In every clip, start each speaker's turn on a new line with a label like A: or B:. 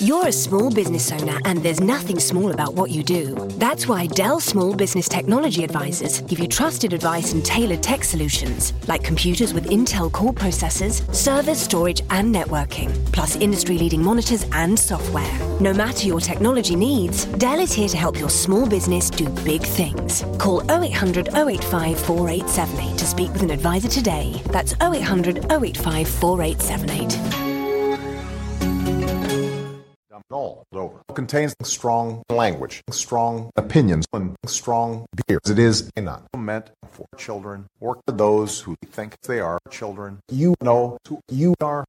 A: You're a small business owner, and there's nothing small about what you do. That's why Dell Small Business Technology Advisors give you trusted advice and tailored tech solutions, like computers with Intel core processors, servers, storage, and networking, plus industry leading monitors and software. No matter your technology needs, Dell is here to help your small business do big things. Call 0800 085 4878 to speak with an advisor today. That's 0800 085 4878.
B: all over. Contains strong language, strong opinions, and strong beers. It is not meant for children or for those who think they are children. You know who you are.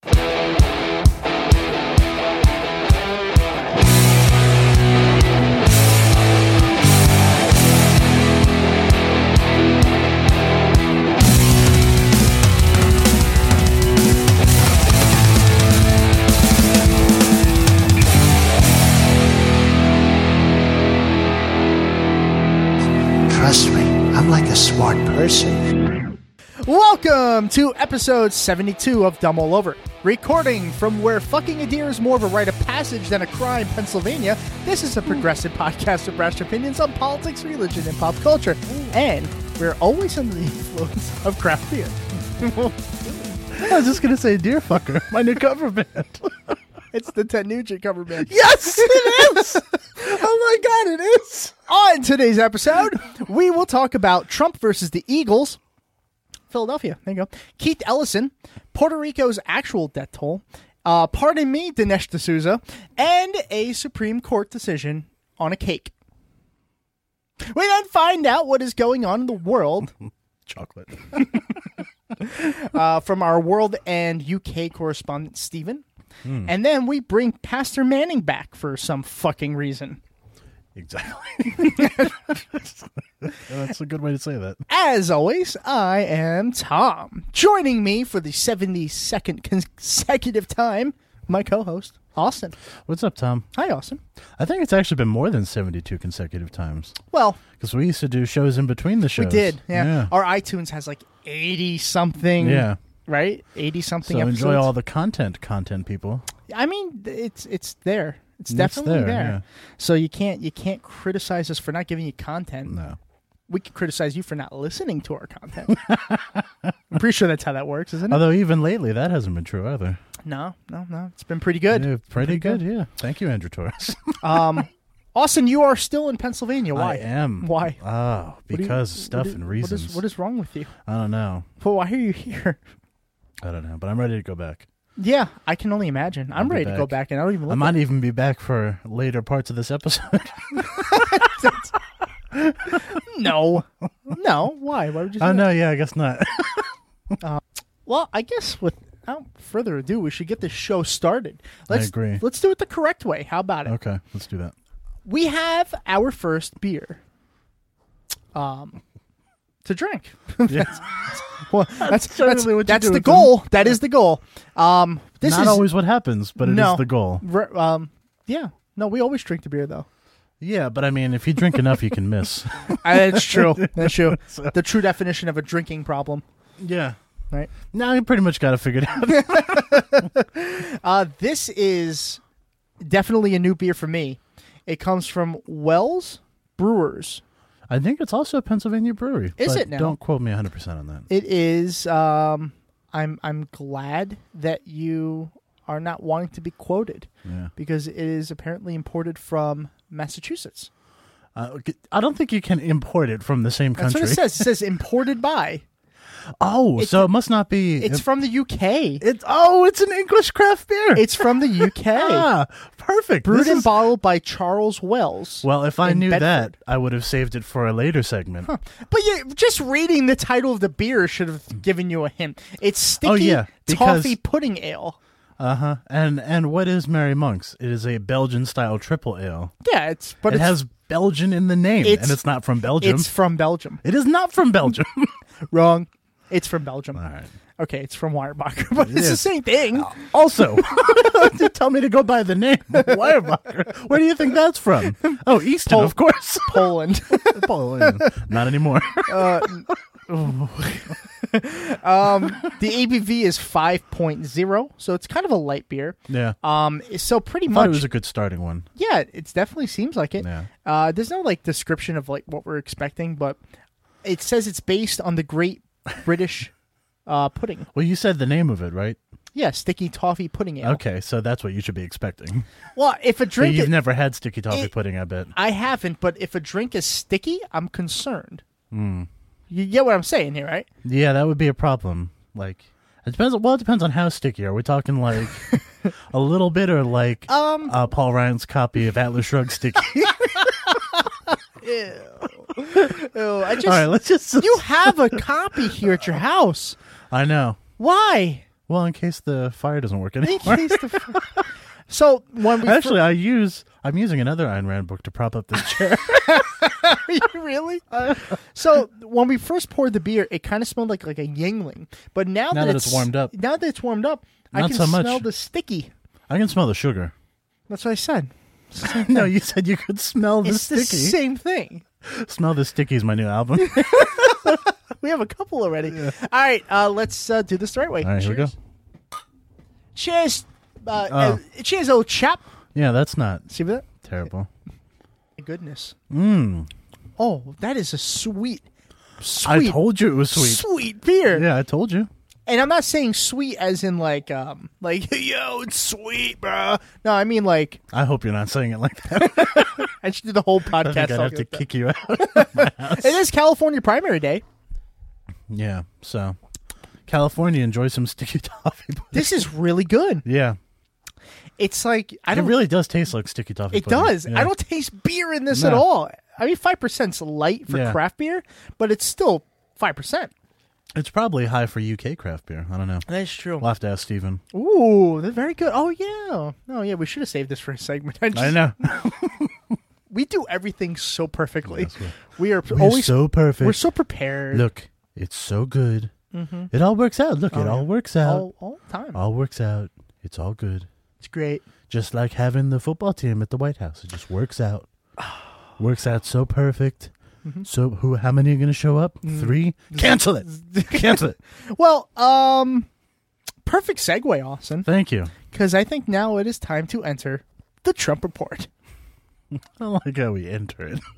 C: Trust me, I'm like a smart person.
D: Welcome to episode 72 of Dumb All Over. Recording from where fucking a deer is more of a rite of passage than a crime, Pennsylvania, this is a
E: Hmm.
D: progressive podcast with brash opinions on politics, religion, and pop culture.
E: Hmm.
D: And we're always under the influence of craft beer.
E: I was just gonna say deer fucker, my new cover band.
D: It's the Ted Nugent cover band.
E: yes, it is. oh my god, it is.
D: On today's episode, we will talk about Trump versus the Eagles. Philadelphia. There you go. Keith Ellison, Puerto Rico's actual death toll. Uh, pardon me, Dinesh D'Souza, and a Supreme Court decision on a cake. We then find out what is going on in the world
E: Chocolate.
D: uh, from our world and UK correspondent Stephen, and then we bring Pastor Manning back for some fucking reason.
E: Exactly. That's a good way to say that.
D: As always, I am Tom. Joining me for the 72nd consecutive time, my co host, Austin.
E: What's up, Tom?
D: Hi, Austin.
E: I think it's actually been more than seventy-two consecutive times
D: Well,
E: because we used to do shows in between the shows.
D: we did. Yeah. Our iTunes has like 80 something.
E: Yeah.
D: Right? 80
E: So
D: something episodes.
E: enjoy all the content, content people.
D: I mean, th- it's it's there. It's
E: It's
D: definitely
E: there,
D: there.
E: yeah.
D: So you can't you can't criticize us for not giving you content.
E: No.
D: We can criticize you for not listening to our content. I'm pretty sure that's how that works, isn't it?
E: Although even lately, that hasn't been true either.
D: no, no, no. It's been pretty good.
E: Yeah, pretty, good. Yeah. Thank you, Andrew Torres.
D: Austin, you are still in Pennsylvania. Why?
E: I am.
D: Why?
E: Oh,
D: What do you-
E: because
D: what
E: stuff
D: is-
E: and
D: what is-
E: reasons.
D: What is wrong with you?
E: I don't know.
D: But why are you here?
E: I don't know, but I'm ready to go back.
D: Yeah, I can only imagine. I'm
E: be
D: ready to go
E: back.
D: back, and I don't even. Look
E: I might even be back for later parts of this episode.
D: No, no. Why? Why would you? Say
E: oh
D: that?
E: no, yeah, I guess not.
D: Well, I guess without further ado, we should get this show started. Let's,
E: agree.
D: Let's do it the correct way. How about it?
E: okay, let's do that.
D: We have our first beer. Um, to drink. well, that's that's,
E: generally what you
D: that's
E: do
D: the
E: with them.
D: goal. That is the goal. Um, this
E: not
D: is
E: always what happens, but it is
D: no
E: the goal.
D: Re- um, yeah. No, we always drink the beer though.
E: Yeah, but I mean, if you drink enough, you can miss.
D: Uh, That's true. That's true. The true definition of a drinking problem,
E: yeah.
D: right?
E: Now you pretty much got to figure it out.
D: Uh, this is definitely a new beer for me. It comes from Wells Brewers.
E: I think it's also a Pennsylvania brewery.
D: Is
E: but
D: it now?
E: Don't quote me 100% on that.
D: It is. Um, I'm I'm glad that you are not wanting to be quoted
E: Yeah.
D: because it is apparently imported from Massachusetts.
E: Uh, I don't think you can import it from the same
D: That's
E: country.
D: what it says. It says imported by.
E: Oh, so it must not be.
D: It's from the UK.
E: it's oh, it's an English craft beer.
D: It's from the UK.
E: ah, perfect.
D: Brewed
E: This
D: and
E: is-
D: bottled by Charles Wells.
E: Well, if I
D: in
E: knew
D: Bedford.
E: that, I would have saved it for a later segment.
D: But yeah, just reading the title of the beer should have given you a hint. It's sticky
E: Oh, yeah, because-
D: toffee pudding ale.
E: And and what is Mary Monk's? It is a Belgian style triple ale.
D: Yeah, it's but
E: it
D: it's,
E: has Belgian in the name,
D: It's-
E: and it's not from Belgium.
D: it's from Belgium.
E: It is not from Belgium.
D: Wrong. It's from Belgium.
E: All right.
D: Okay, it's from Weyerbacher, but it's the
E: is. Oh.
D: same thing.
E: Also, to tell me to go by the name Weyerbacher. Where do you think that's from? Oh, Easton, of course.
D: Poland.
E: Poland. Not anymore.
D: The ABV is 5.0, so it's kind of a light beer.
E: Yeah.
D: Um. So pretty
E: Uh, Thought
D: much,
E: it was a good starting one.
D: yeah, it definitely seems like it.
E: Yeah.
D: Uh, there's no like description of like what we're expecting, but it says it's based on the Great British uh, Pudding.
E: Well, you said the name of it, right?
D: Yeah, sticky toffee pudding ale.
E: Okay, so that's what you should be expecting.
D: Well, if a
E: But
D: drink,
E: you've
D: is-
E: never had sticky toffee
D: it-
E: pudding, I bet.
D: I haven't, but if a drink is sticky, I'm concerned.
E: Hmm.
D: You get what I'm saying here, right?
E: Yeah, that would be a problem. Like, it depends. Well, it depends on how sticky. Are we talking like a little bit, or like um, uh, Paul Ryan's copy of Atlas Shrugged sticky?
D: Oh, I just
E: All right, let's just.
D: you have a copy here at your house.
E: I know.
D: Why?
E: Well, in case the fire doesn't work
D: In
E: anymore.
D: case the- so when we
E: Actually, I use. I'm using another Ayn Rand book to prop up this chair.
D: really? so when we first poured the beer, it kind of smelled like like a Yingling. But now,
E: Now
D: that,
E: that it's warmed up.
D: now that it's warmed up, I
E: Not
D: can
E: so much.
D: smell the sticky.
E: I can smell the sugar.
D: That's what I said.
E: no, you said you could smell the
D: It's the
E: sticky.
D: same thing.
E: Smell the sticky is my new album.
D: We have a couple already. All right, uh, let's uh, do this the right way.
E: All right,
D: cheers.
E: here we go. Oh.
D: Cheers. Uh, uh, cheers, old chap.
E: Yeah, that's not
D: See that?
E: terrible.
D: My goodness. Mmm. Oh, that is a sweet, sweet,
E: Mm. I told you it was sweet.
D: sweet beer.
E: Yeah, I told you.
D: And I'm not saying sweet as in like, um, like yo, it's sweet, bruh. No, I mean like
E: I hope you're not saying it like that.
D: I should do the whole
E: I
D: podcast.
E: think I'd
D: talking
E: have to
D: like that.
E: kick you out.
D: It is California Primary Day.
E: yeah. So, California, enjoy some sticky toffee. pudding.
D: This is really good.
E: yeah,
D: It's like I
E: it
D: don't.
E: really does taste like sticky toffee.
D: it
E: pudding.
D: does.
E: Yeah.
D: I don't taste beer in this
E: No.
D: at all. I mean, five percent's light for
E: Yeah.
D: craft beer, but it's still five percent.
E: It's probably high for UK craft beer. I don't know.
D: That's true.
E: We'll have to ask Stephen.
D: Ooh, they're very good. Oh yeah. Oh yeah. We should have saved this for a segment. I
E: I
D: just-
E: know.
D: We do everything so perfectly.
E: Yes, we-
D: we are
E: We're
D: always
E: so perfect.
D: We're so prepared.
E: Look, it's so good. It all works out. Look, it Oh, all works out.
D: all, all the time.
E: uh, all works out. It's all good.
D: It's great.
E: Just like having the football team at the White House. It just works out. works out so perfect. So who how many are gonna show up? Three? Cancel it. Cancel it.
D: Well, um, perfect segue, Austin,
E: Thank you.
D: because I think now it is time to enter the Trump report.
E: I like how we enter it.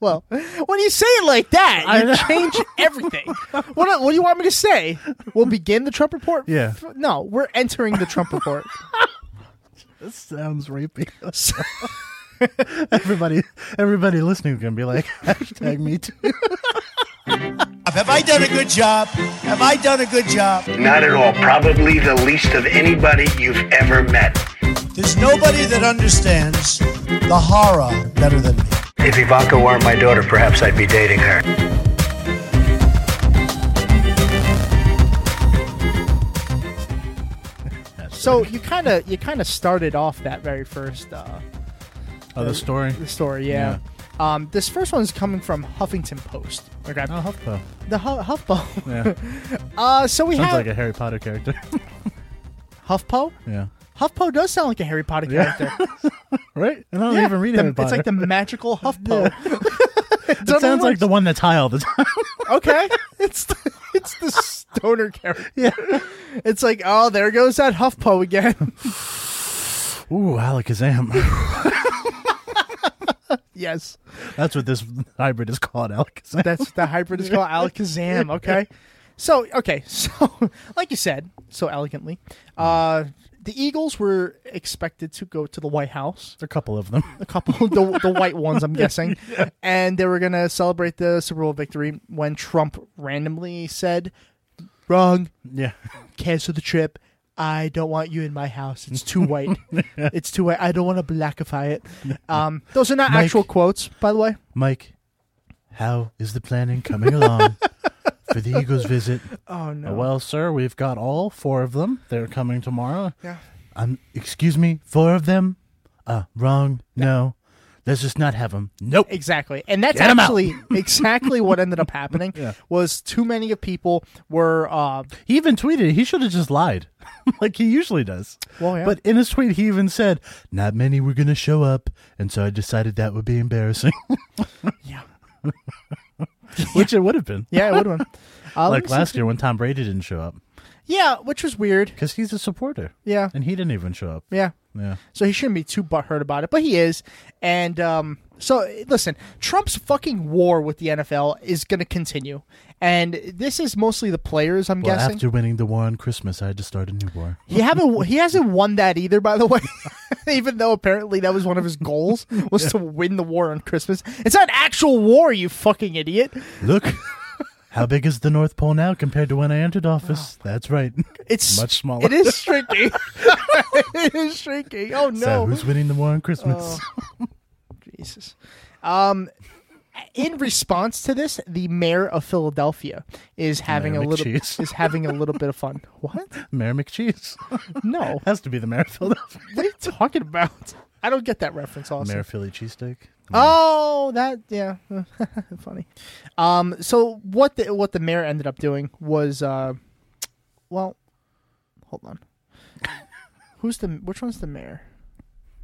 D: Well, when you say it like that,
E: I
D: you
E: know.
D: change everything. what, what do you want me to say? We'll begin the Trump report.
E: Yeah.
D: F- No, we're entering the Trump report.
E: this sounds rapey. everybody everybody listening is gonna be like, hashtag me too.
F: Have I done a good job? Have I done a good job?
G: Not at all. Probably the least of anybody you've ever met.
F: There's nobody that understands the horror better than me.
G: If Ivanka weren't my daughter, perhaps I'd be dating her.
D: so you kind of you kind of started off that very first uh,
E: Oh the story.
D: the story, yeah. Um, this first one's coming from Huffington Post. Okay.
E: Oh HuffPo.
D: The Hu- HuffPo.
E: Yeah.
D: Uh, so we
E: Sounds
D: have
E: like a Harry Potter character.
D: HuffPo.
E: yeah.
D: HuffPo does sound like a Harry Potter
E: Yeah.
D: character.
E: Right? And I don't
D: Yeah,
E: even read
D: the-
E: Harry
D: It's
E: Potter.
D: like the magical HuffPo.
E: it sounds like the one that's high all the time.
D: okay. It's the, it's the stoner character.
E: yeah.
D: It's like oh, there goes that HuffPo again.
E: Ooh, Alakazam.
D: yes,
E: That's what this hybrid is called, Alakazam.
D: that's the hybrid is called Alakazam. Okay. So okay, so like you said so elegantly, uh, the Eagles were expected to go to the White House.
E: a couple of them.
D: a couple the, the white ones i'm guessing and they were gonna celebrate the super bowl victory when trump randomly said wrong
E: Yeah.
D: cancel the trip i don't want you in my house it's too white it's too white i don't want to blackify it um, those are not
E: Mike-
D: actual quotes by the way
E: Mike, how is the planning coming along for the Eagles visit?
D: oh no
E: Uh, Well, sir, we've got all four of them. They're coming tomorrow.
D: Yeah.
E: Um, excuse me, four of them? Uh, wrong. No. Let's just not have them. Nope.
D: Exactly, and that's
E: Get 'em out.
D: actually exactly what ended up happening. Was too many of people were uh,
E: He even tweeted he should have just lied, like he usually does.
D: Well, yeah.
E: But in his tweet, he even said, "Not many were going to show up, and so I decided that would be embarrassing."
D: yeah.
E: which it would have been.
D: Yeah, it would one. Uh, let me
E: Like
D: see-
E: last year when Tom Brady didn't show up
D: Yeah, which was weird.
E: because he's a supporter.
D: Yeah.
E: and he didn't even show up.
D: Yeah.
E: Yeah.
D: So he shouldn't be too butthurt about it, but he is. And um, so, listen, Trump's fucking war with the NFL is going to continue. And this is mostly the players, I'm
E: Well,
D: guessing.
E: after winning the war on Christmas, I had to start a new war.
D: He haven't. He hasn't won that either, by the way. Even though apparently that was one of his goals was to win the war on Christmas. It's not an actual war, you fucking idiot.
E: Look, how big is the North Pole now compared to when I entered office?
D: Oh.
E: That's right.
D: It's
E: Much smaller.
D: It is shrinking. it is shrinking. Oh no.
E: So who's winning the war on Christmas?
D: Jesus. Um, in response to this, the mayor of Philadelphia is having
E: Mayor
D: a little
E: McCheese.
D: is having a little bit of fun. What?
E: Mayor McCheese
D: No.
E: has to be the mayor of Philadelphia.
D: What are you talking about? I don't get that reference. Also,
E: Mayor of Philly cheesesteak.
D: Oh, that yeah, funny. Um, so what the what the mayor ended up doing was, uh, well, hold on. Who's the which one's the mayor?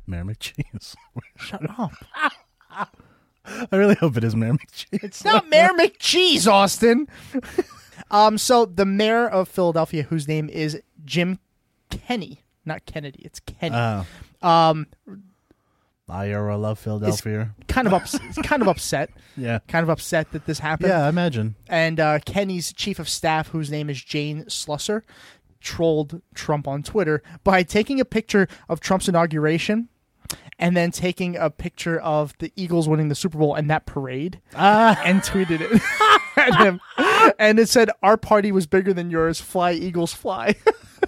E: Mayor McCheese.
D: Shut up!
E: I really hope it is Mayor McCheese.
D: It's not Mayor McCheese, Austin. um, so the mayor of Philadelphia, whose name is Jim Kenny, not Kennedy, it's Kenny.
E: Oh.
D: um,
E: Ira love Philadelphia.
D: kind of ups- is kind of upset,
E: Yeah.
D: kind of upset that this happened.
E: Yeah, I imagine.
D: and uh, Kenny's chief of staff, whose name is Jane Slusser, trolled Trump on Twitter by taking a picture of Trump's inauguration and then taking a picture of the Eagles winning the Super Bowl and that parade and tweeted it at him. And it said, Our party was bigger than yours. Fly, Eagles, fly.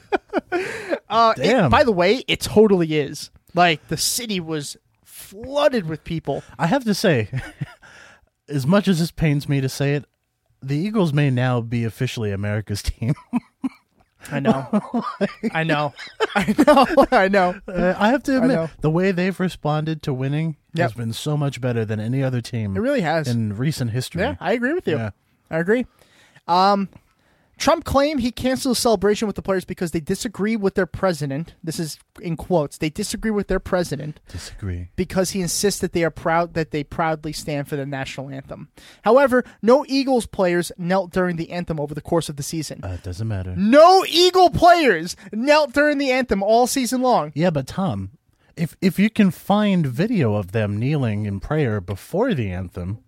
D: uh, it-
E: Damn.
D: by the way, it totally is. Like, the city was flooded with people.
E: I have to say, as much as this pains me to say it, the Eagles may now be officially America's team.
D: I know. I know. I know. I know.
E: Uh, I have to admit,
D: know.
E: the way they've responded to winning has
D: Yep.
E: been so much better than any other team.
D: It really has.
E: in recent history.
D: Yeah, I agree with you.
E: Yeah.
D: I agree. Um, Trump claimed he canceled the celebration with the players because they disagree with their president. This is in quotes. They disagree with their president
E: disagree.
D: because he insists that they are proud that they proudly stand for the national anthem. However, no Eagles players knelt during the anthem over the course of the season.
E: Uh, it doesn't matter.
D: no Eagle players knelt during the anthem all season long.
E: Yeah, but Tom, if if you can find video of them kneeling in prayer before the anthem,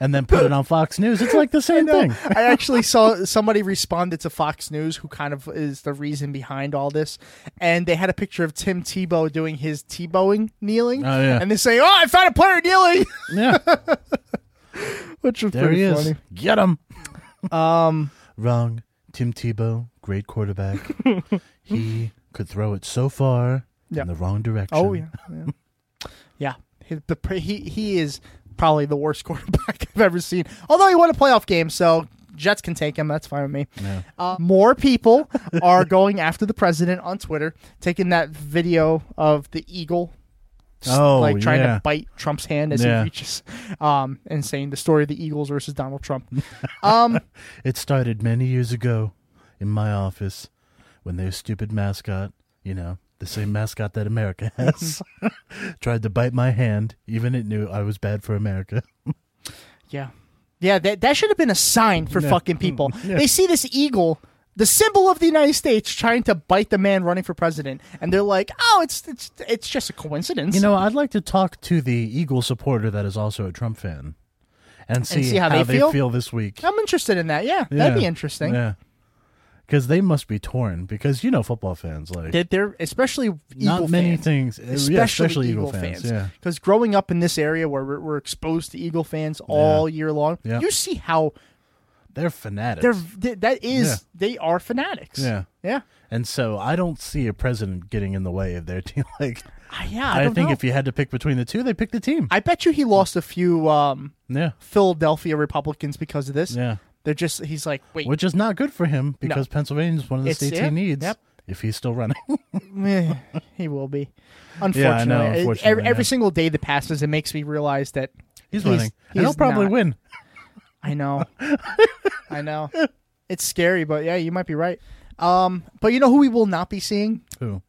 E: and then put it on Fox News, it's like the same thing.
D: I actually saw somebody responded to Fox News, who kind of is the reason behind all this, and they had a picture of Tim Tebow doing his Tebowing kneeling,
E: Oh, yeah.
D: and they say, "Oh, I found a player kneeling,"
E: Yeah,
D: which was
E: there
D: pretty
E: he is.
D: funny.
E: Get him. Um, wrong. Tim Tebow, great quarterback. he could throw it so far
D: Yeah.
E: in the wrong direction.
D: Oh yeah, yeah. yeah. He, the, pre- he he is probably the worst quarterback I've ever seen. Although he won a playoff game, so Jets can take him. That's fine with me. Uh, more people are going after the president on Twitter, taking that video of the eagle. s-
E: Oh,
D: like trying
E: yeah.
D: to bite Trump's hand as
E: Yeah.
D: he reaches, um, and saying the story of the Eagles versus Donald Trump.
E: It started many years ago in my office when their stupid mascot, you know, the same mascot that America has, tried to bite my hand, even it knew I was bad for America.
D: Yeah. Yeah, that, that should have been a sign for fucking people. They see this eagle, the symbol of the United States, trying to bite the man running for president, and they're like, "Oh, it's it's it's just a coincidence."
E: You know, I'd like to talk to the Eagle supporter that is also a Trump fan and see,
D: see how they feel?
E: this week.
D: I'm interested in that. Yeah,
E: Yeah.
D: that'd be interesting.
E: Yeah. Because they must be torn, because you know football fans, like,
D: That they're especially eagle
E: not many
D: fans.
E: things, uh, yeah,
D: Especially, Eagle, fans,
E: Yeah.
D: Because growing up in this area where we're, we're exposed to Eagle fans all year long,
E: Yeah.
D: you see how
E: They're fanatics.
D: they're th- that is
E: Yeah.
D: they are fanatics.
E: Yeah.
D: yeah,
E: And so I don't see a president getting in the way of their team. Like,
D: I- yeah. I,
E: I,
D: don't
E: think
D: know.
E: if you had to pick between the two, they pick the team.
D: I bet you he lost a few um,
E: yeah,
D: Philadelphia Republicans because of this.
E: yeah.
D: They're just he's like, wait,
E: Which is not good for him because Pennsylvania is one of the
D: It's-
E: states
D: yeah,
E: he needs
D: yep.
E: if he's still running.
D: eh, he will be. Unfortunately,
E: Yeah, I
D: It-
E: know,
D: ev-
E: unfortunately,
D: every,
E: yeah.
D: single day that passes, it makes me realize that
E: he's running.
D: he
E: and he'll
D: is
E: probably
D: not.
E: win.
D: I know, I know, it's scary, but yeah, you might be right. Um, but you know who we will not be seeing?
E: Who?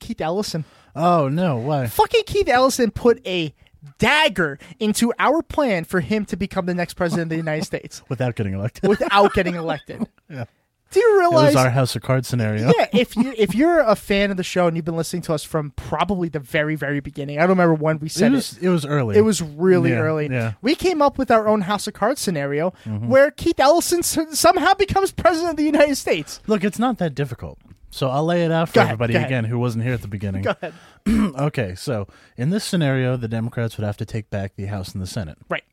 D: Keith Ellison.
E: Oh no! Why?
D: Fucking Keith Ellison put a dagger into our plan for him to become the next president of the United States
E: without getting elected.
D: without getting elected. Do you
E: it was
D: realize?
E: our House of Cards scenario.
D: yeah, if you if you're a fan of the show and you've been listening to us from probably the very very beginning, I don't remember when we
E: It
D: said
E: was it was early.
D: It was really
E: Yeah,
D: early.
E: Yeah. Mm-hmm.
D: We came up with our own House of Cards scenario where Keith Ellison s- somehow becomes president of the United States.
E: Look, it's not that difficult. So I'll lay it out for
D: Go ahead,
E: everybody
D: go ahead.
E: again who wasn't here at the beginning.
D: Go ahead.
E: okay, so in this scenario, the Democrats would have to take back the House and the Senate.
D: Right.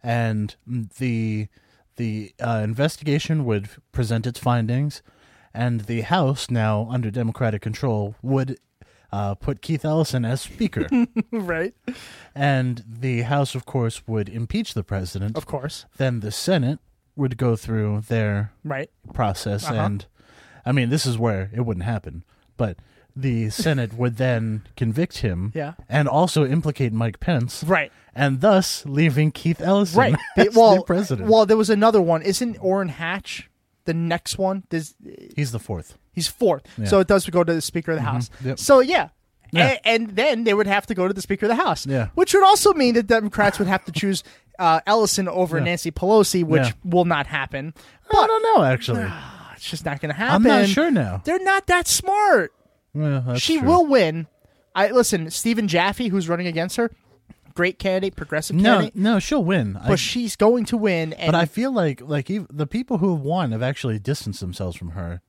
E: and the the uh, investigation would present its findings, and the House, now under Democratic control, would uh, put Keith Ellison as Speaker,
D: Right.
E: and the House, of course, would impeach the president.
D: Of course.
E: Then the Senate would go through their
D: Right. Uh-huh.
E: process, and I mean, this is where it wouldn't happen, but. The Senate would then convict him,
D: Yeah.
E: and also implicate Mike Pence,
D: Right.
E: and thus leaving Keith Ellison
D: Right.
E: as
D: well,
E: the president.
D: well, there was another one. Isn't Orrin Hatch the next one? There's,
E: He's the fourth.
D: he's fourth. So it does go to the Speaker of the House.
E: Mm-hmm. Yep.
D: So, yeah. A-
E: Yeah.
D: And, then they would have to go to the Speaker of the House,
E: Yeah.
D: which would also mean that Democrats would have to choose uh, Ellison over Nancy Pelosi, which
E: Yeah.
D: will not happen.
E: I
D: But
E: don't know, actually.
D: it's just not going to happen.
E: I'm not sure now.
D: They're not that smart.
E: Yeah, that's
D: she
E: true.
D: will win. I listen. Stephen Jaffe, who's running against her, great candidate, progressive
E: No,
D: candidate,
E: no, she'll win. I,
D: but she's going to win. And
E: but I feel like like ev the people who have won have actually distanced themselves from her,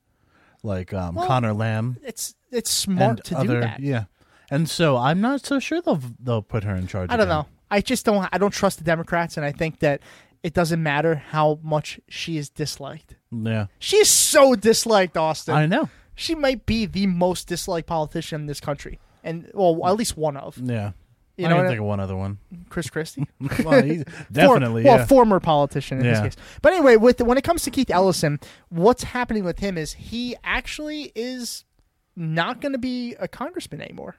E: like um, Connor Lamb
D: it's it's
E: and
D: smart to
E: other.
D: do that.
E: Yeah, and so I'm not so sure they'll they'll put her in charge.
D: I don't
E: again.
D: know. I just don't. I don't trust the Democrats, and I think that it doesn't matter how much she is disliked.
E: Yeah,
D: She is so disliked, Austin.
E: I know.
D: She might be the most disliked politician in this country, and well, at least one of
E: Yeah,
D: You
E: I
D: know
E: can
D: what
E: think
D: I-
E: of one other one.
D: Chris Christie.
E: Well, he's-
D: For-
E: definitely.
D: well,
E: yeah.
D: former politician in
E: Yeah.
D: this case. But anyway, with when it comes to Keith Ellison, what's happening with him is he actually is not going to be a congressman anymore.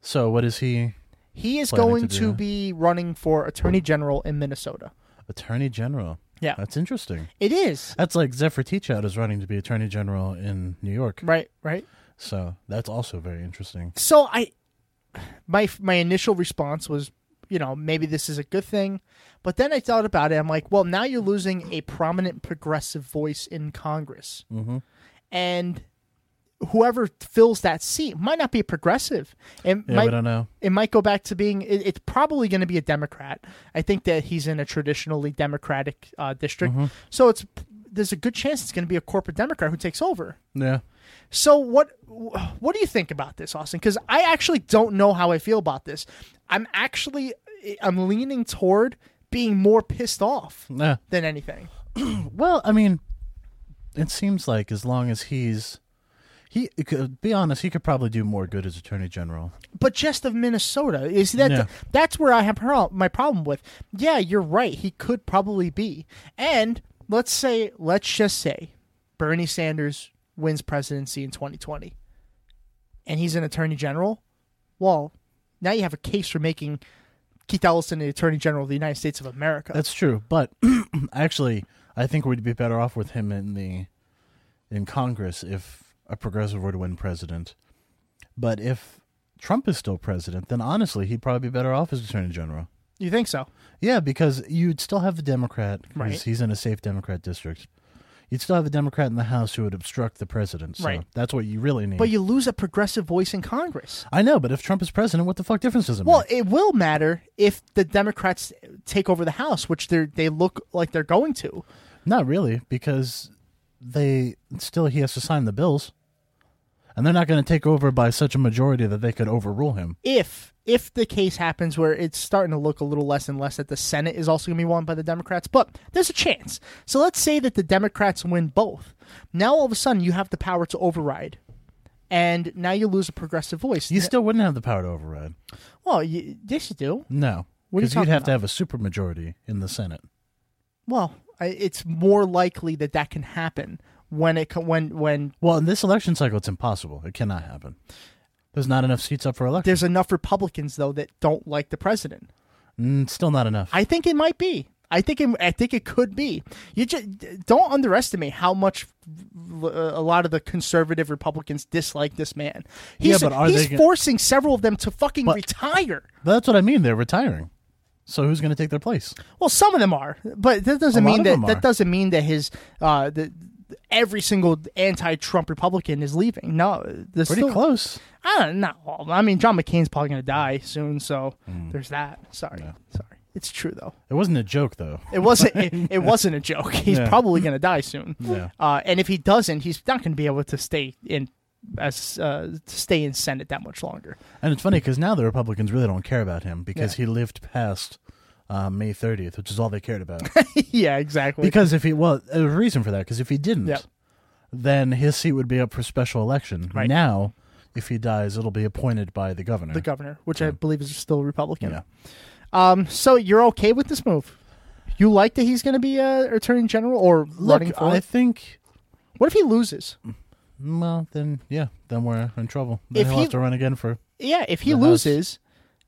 E: so what is he?
D: He is
E: Planning
D: going
E: to do
D: to,
E: that.
D: be running for attorney general in Minnesota.
E: Attorney General.
D: Yeah.
E: that's interesting.
D: It is
E: That's like Zephyr Teachout is running to be Attorney General in New York.
D: right, right.
E: So that's also very interesting.
D: So I, my my initial response was, you know, maybe this is a good thing, but then I thought about it. I'm like, well, now you're losing a prominent progressive voice in Congress, mm-hmm. and whoever fills that seat might not be progressive. It
E: Yeah,
D: might
E: we don't know.
D: it might go back to being. It, it's probably going to be a Democrat. I think that he's in a traditionally Democratic uh, district,
E: Mm-hmm.
D: so it's there's a good chance it's going to be a corporate Democrat who takes over.
E: Yeah.
D: So what what do you think about this, Austin? Because I actually don't know how I feel about this. I'm actually I'm leaning toward being more pissed off
E: Yeah.
D: than anything.
E: Well, I mean, it seems like as long as he's he it could be honest, he could probably do more good as attorney general.
D: But just of Minnesota is that
E: Yeah.
D: that's where I have pro- my problem with. Yeah, you're right. He could probably be. And let's say let's just say Bernie Sanders wins presidency in 2020, and he's an attorney general. Well, now you have a case for making Keith Ellison the attorney general of the United States of America.
E: That's true, but actually, I think we'd be better off with him in the in Congress if a progressive were to win president. But if Trump is still president, then honestly, he'd probably be better off as attorney general.
D: You think so?
E: Yeah, because you'd still have a Democrat. 'cause
D: Right.
E: He's in a safe Democrat district. You'd still have a Democrat in the House who would obstruct the president. So
D: Right.
E: That's what you really need.
D: But you lose a progressive voice in Congress.
E: I know, but if Trump is president, what the fuck difference does it
D: Well,
E: make?
D: it will matter if the Democrats take over the House, which they they look like they're going to.
E: Not really, because they still he has to sign the bills, and they're not going to take over by such a majority that they could overrule him.
D: If if the case happens where it's starting to look a little less and less that the Senate is also going to be won by the Democrats, but there's a chance. So let's say that the Democrats win both. Now all of a sudden you have the power to override, and now you lose a progressive voice.
E: You still wouldn't have the power to override.
D: well, you, yes you do.
E: No,
D: What are you
E: because you'd
D: talking
E: have to
D: about?
E: have a supermajority in the Senate.
D: Well, I, it's more likely that that can happen when it co- when when
E: Well, in this election cycle, it's impossible. It cannot happen. There's not enough seats up for election.
D: there's enough Republicans though that don't like the president.
E: Mm, still not enough.
D: I think it might be. I think it, I think it could be. You just don't underestimate how much uh, a lot of the conservative Republicans dislike this man. He's,
E: but are
D: he's
E: they gonna-
D: forcing several of them to fucking
E: But-
D: retire.
E: That's what I mean. They're retiring. So who's going to take their place?
D: Well, some of them are, but that doesn't
E: A lot
D: mean
E: of
D: that
E: them
D: that
E: are.
D: doesn't mean that his uh, the, every single anti-Trump Republican is leaving. No, there's
E: Pretty
D: still,
E: close.
D: I don't know. I mean, John McCain's probably going to die soon, so
E: Mm.
D: there's that. Sorry, sorry. It's true though.
E: It wasn't a joke, though.
D: It wasn't. It, it wasn't a joke. He's
E: Yeah.
D: probably going to die soon.
E: Yeah.
D: Uh, and if he doesn't, he's not going to be able to stay in as uh, to stay in Senate that much longer.
E: And it's funny because now the Republicans really don't care about him because he lived past uh, May 30th, which is all they cared about.
D: yeah, exactly.
E: because if he well, there's a reason for that. Because if he didn't,
D: Yep.
E: then his seat would be up for special election.
D: Right.
E: Now, if he dies, it'll be appointed by the governor.
D: the governor, which I believe is still Republican.
E: Yeah.
D: Um. So you're okay with this move? You like that he's going to be uh, attorney general or
E: Look,
D: running for?
E: I
D: it?
E: think.
D: What if he loses?
E: Well, then yeah, then we're in trouble. Then
D: If
E: he'll
D: he-
E: have to run again for.
D: Yeah, if he
E: The House.
D: loses,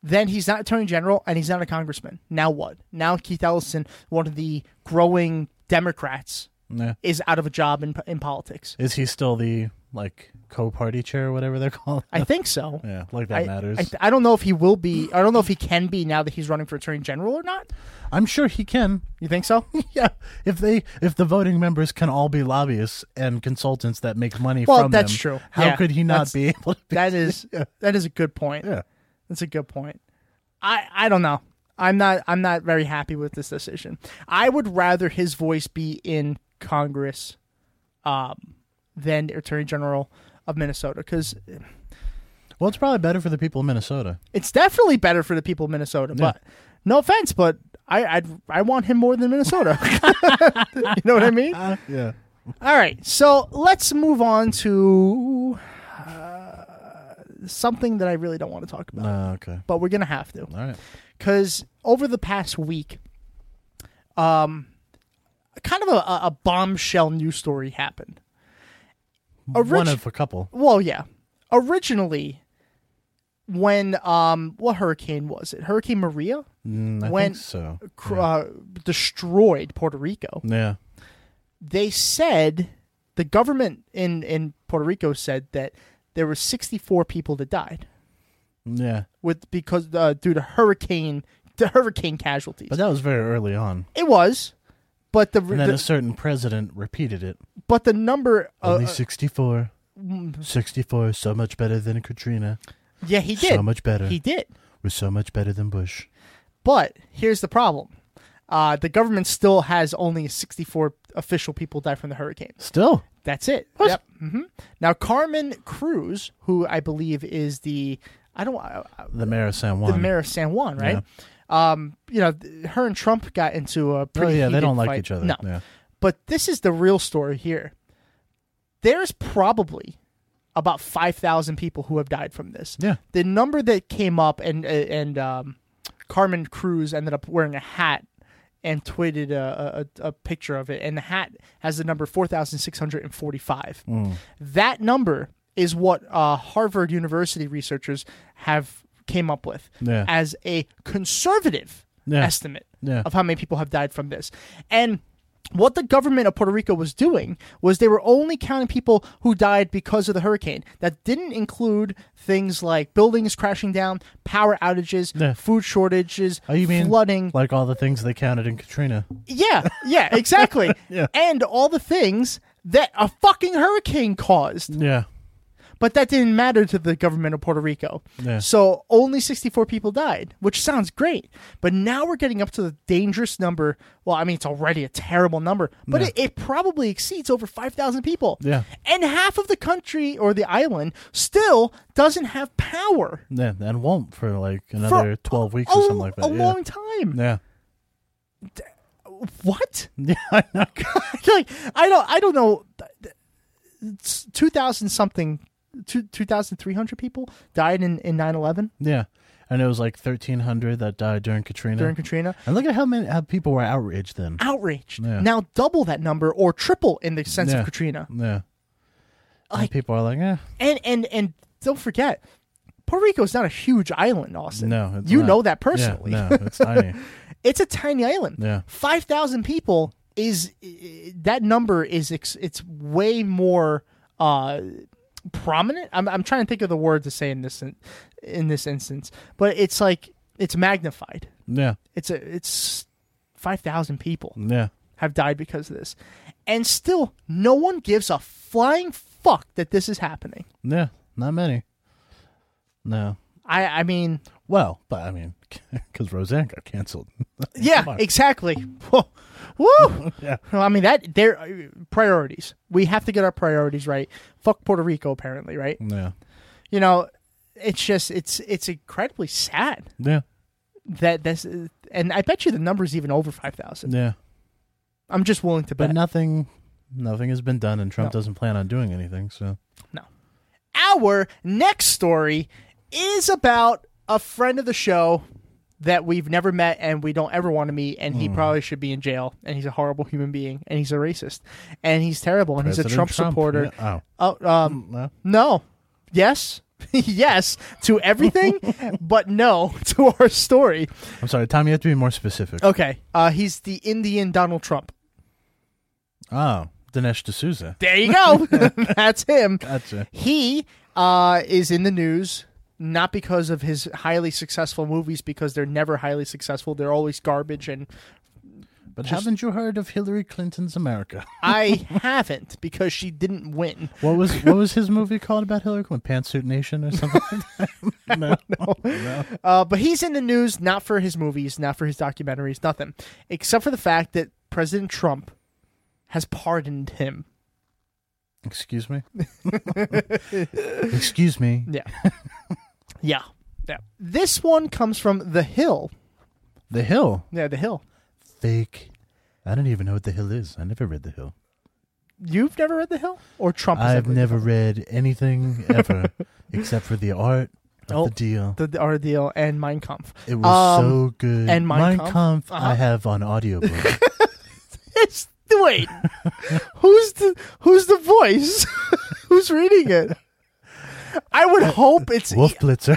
D: then he's not attorney general and he's not a congressman. Now what? Now Keith Ellison, one of the growing Democrats,
E: Nah.
D: is out of a job in in politics.
E: Is he still the like co-party chair, or whatever they're called?
D: I think so.
E: yeah, like
D: I,
E: that matters.
D: I, I don't know if he will be. I don't know if he can be now that he's running for attorney general or not.
E: I'm sure he can.
D: You think so?
E: Yeah, if they if the voting members can all be lobbyists and consultants that make money
D: Well,
E: from
D: that's
E: them,
D: true.
E: How
D: Yeah,
E: could he not
D: that's-
E: be able to? Be,
D: That is that is a good point.
E: yeah,
D: That's a good point. I I don't know. I'm not I'm not very happy with this decision. I would rather his voice be in Congress um than Attorney General of Minnesota cuz
E: well, it's probably better for the people of Minnesota.
D: it's definitely better for the people of Minnesota, but no offense, but I I'd, I want him more than Minnesota. you know what I mean?
E: Yeah,
D: All right, so let's move on to uh, something that I really don't want to talk about,
E: uh, okay,
D: but we're gonna have to.
E: all right.
D: because over the past week, um, kind of a, a a bombshell news story happened.
E: One
D: Orig-
E: of a couple.
D: Well, yeah, originally, when um, what hurricane was it? Hurricane Maria
E: Mm, I
D: When-
E: think so.
D: cr- uh, destroyed Puerto Rico.
E: Yeah,
D: They said the government in in Puerto Rico said that there were sixty four people that died
E: yeah,
D: with because uh, due to hurricane to hurricane casualties.
E: but that was very early on.
D: it was. But the,
E: And then
D: the-
E: a certain president repeated it.
D: but the number uh, mm.
E: Only 64. 64 so much better than Katrina.
D: yeah he
E: so
D: did
E: much better.
D: he did
E: We're so much better than Bush.
D: but here's the problem uh, the government still has only 64 official people die from the hurricane
E: Still.
D: that's it yep hmm now carmen cruz who i believe is the i don't I, I-
E: The mayor of San Juan.
D: the mayor of san juan right um you know th- her and trump got into a
E: Oh,
D: pretty
E: yeah, they
D: heated
E: don't like
D: fight.
E: each other.
D: no
E: Yeah.
D: but this is the real story here there's probably about 5,000 people who have died from this.
E: Yeah.
D: The number that came up and and um, Carmen Cruz ended up wearing a hat and tweeted a, a, a picture of it and the hat has the number 4,645.
E: Mm.
D: That number is what uh, Harvard University researchers have came up with
E: Yeah.
D: as a conservative
E: Yeah.
D: estimate
E: Yeah.
D: of how many people have died from this. And what the government of Puerto Rico was doing was they were only counting people who died because of the hurricane. That didn't include things like buildings crashing down, power outages,
E: Yeah.
D: food shortages,
E: Oh, you mean
D: flooding.
E: Like all the things they counted in Katrina.
D: yeah, yeah, exactly.
E: Yeah.
D: And all the things that a fucking hurricane caused
E: Yeah.
D: but that didn't matter to the government of Puerto Rico.
E: Yeah.
D: So only 64 people died, which sounds great. But now we're getting up to the dangerous number. Well, I mean, it's already a terrible number, but it, it probably exceeds over 5,000 people.
E: Yeah.
D: And half of the country or the island still doesn't have power
E: Yeah. And won't for like
D: for
E: another 12 weeks
D: a,
E: or something like that.
D: a
E: yeah.
D: long time.
E: yeah.
D: What?
E: Yeah, I know.
D: like I don't I don't know It's 2000 something two- 2300 people died in in 9/11
E: Yeah. And it was like 1,300 that died during Katrina.
D: during Katrina.
E: and look at how many how people were outraged then.
D: outraged.
E: Yeah.
D: Now double that number or triple in the sense
E: yeah.
D: of Katrina.
E: Yeah.
D: Like-
E: and people are like, eh.
D: And and and don't forget, Puerto Rico is not a huge island, Austin.
E: No, it's
D: you
E: not.
D: know that
E: Yeah,
D: personally.
E: no, it's tiny.
D: It's a tiny island.
E: Yeah.
D: Five thousand people is that number is ex- it's way more uh, prominent. I'm I'm trying to think of the word to say in this in, in this instance, but it's like it's magnified.
E: Yeah.
D: It's a it's five thousand people
E: Yeah.
D: have died because of this, and still no one gives a flying fuck that this is happening.
E: Yeah. Not many. No.
D: I I mean
E: Well, but I mean, because Roseanne got canceled. Come
D: Yeah,
E: on.
D: exactly. Whoa. Woo!
E: Yeah.
D: Well, I mean that they're uh, priorities. We have to get our priorities right. Fuck Puerto Rico, apparently, right?
E: yeah.
D: You know, it's just it's it's incredibly sad
E: Yeah.
D: that this, is- and I bet you the number's even over five thousand.
E: Yeah.
D: I'm just willing to
E: But
D: bet.
E: nothing, nothing has been done, and Trump doesn't plan on doing anything. So
D: Our next story is about a friend of the show that we've never met and we don't ever want to meet, and
E: Hmm.
D: he probably should be in jail. And he's a horrible human being, and he's a racist, and he's terrible, and he's a
E: President
D: Trump, supporter.
E: Yeah.
D: Oh, um,
E: Oh, no.
D: No. Yes. yes to everything, but no to our story.
E: I'm sorry, Tom. You have to be more specific.
D: Okay. Uh, he's the Indian Donald Trump.
E: Oh, Dinesh D'Souza.
D: There you go. That's him.
E: Gotcha.
D: He uh, is in the news not because of his highly successful movies, because they're never highly successful. They're always garbage. And
E: But haven't you heard of Hillary Clinton's America?
D: I haven't because she didn't win.
E: What was what was his movie called about Hillary Clinton? Pantsuit Nation or something? like that? no.
D: Uh, but he's in the news not for his movies, not for his documentaries, nothing, except for the fact that President Trump has pardoned him.
E: Excuse me. Excuse me.
D: Yeah. yeah. Yeah. This one comes from The Hill.
E: The Hill.
D: Yeah, The Hill.
E: Fake. I don't even know what The Hill is. I never read The Hill.
D: You've never read The Hill? Or Trump? has
E: I've
D: never-
E: never read anything ever except for the art of
D: Oh,
E: the deal.
D: The, the our deal and Mein Kampf.
E: it was
D: Um,
E: so good.
D: and Mein
E: Kampf,
D: Kampf?
E: I
D: Uh-huh.
E: have on audiobook.
D: It's, wait. who's the who's the voice? who's reading it? I would hope it's
E: Wolf Blitzer.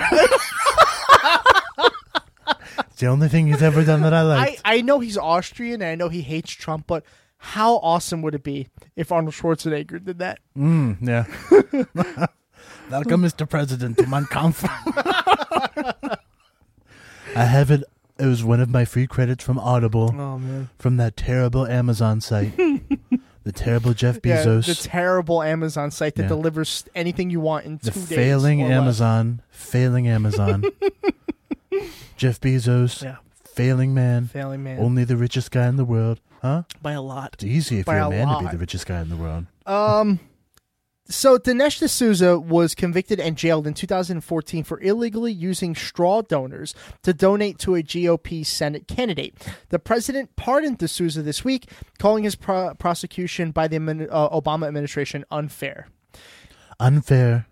E: it's the only thing he's ever done that I
D: I,
E: liked.
D: I know he's Austrian and I know he hates Trump, but how awesome would it be if Arnold Schwarzenegger did that?
E: yeah. Welcome, Mr. President, to Mein Kampf. I have it. It was one of my free credits from Audible.
D: Oh.
E: From that terrible Amazon site. the terrible Jeff
D: Yeah,
E: Bezos.
D: the terrible Amazon site that
E: Yeah.
D: delivers anything you want in
E: the
D: two days.
E: failing
D: or less.
E: Amazon, failing Amazon, Jeff Bezos,
D: Yeah.
E: failing man,
D: Failing man.
E: only the richest guy in the world, huh?
D: by a lot.
E: It's easy if
D: By
E: you're
D: a
E: a man to
D: lot.
E: be the richest guy in the world.
D: So Dinesh D'Souza was convicted and jailed in 2014 for illegally using straw donors to donate to a GOP Senate candidate. The president pardoned D'Souza this week, calling his pro- prosecution by the admin- uh, Obama administration unfair.
E: Unfair,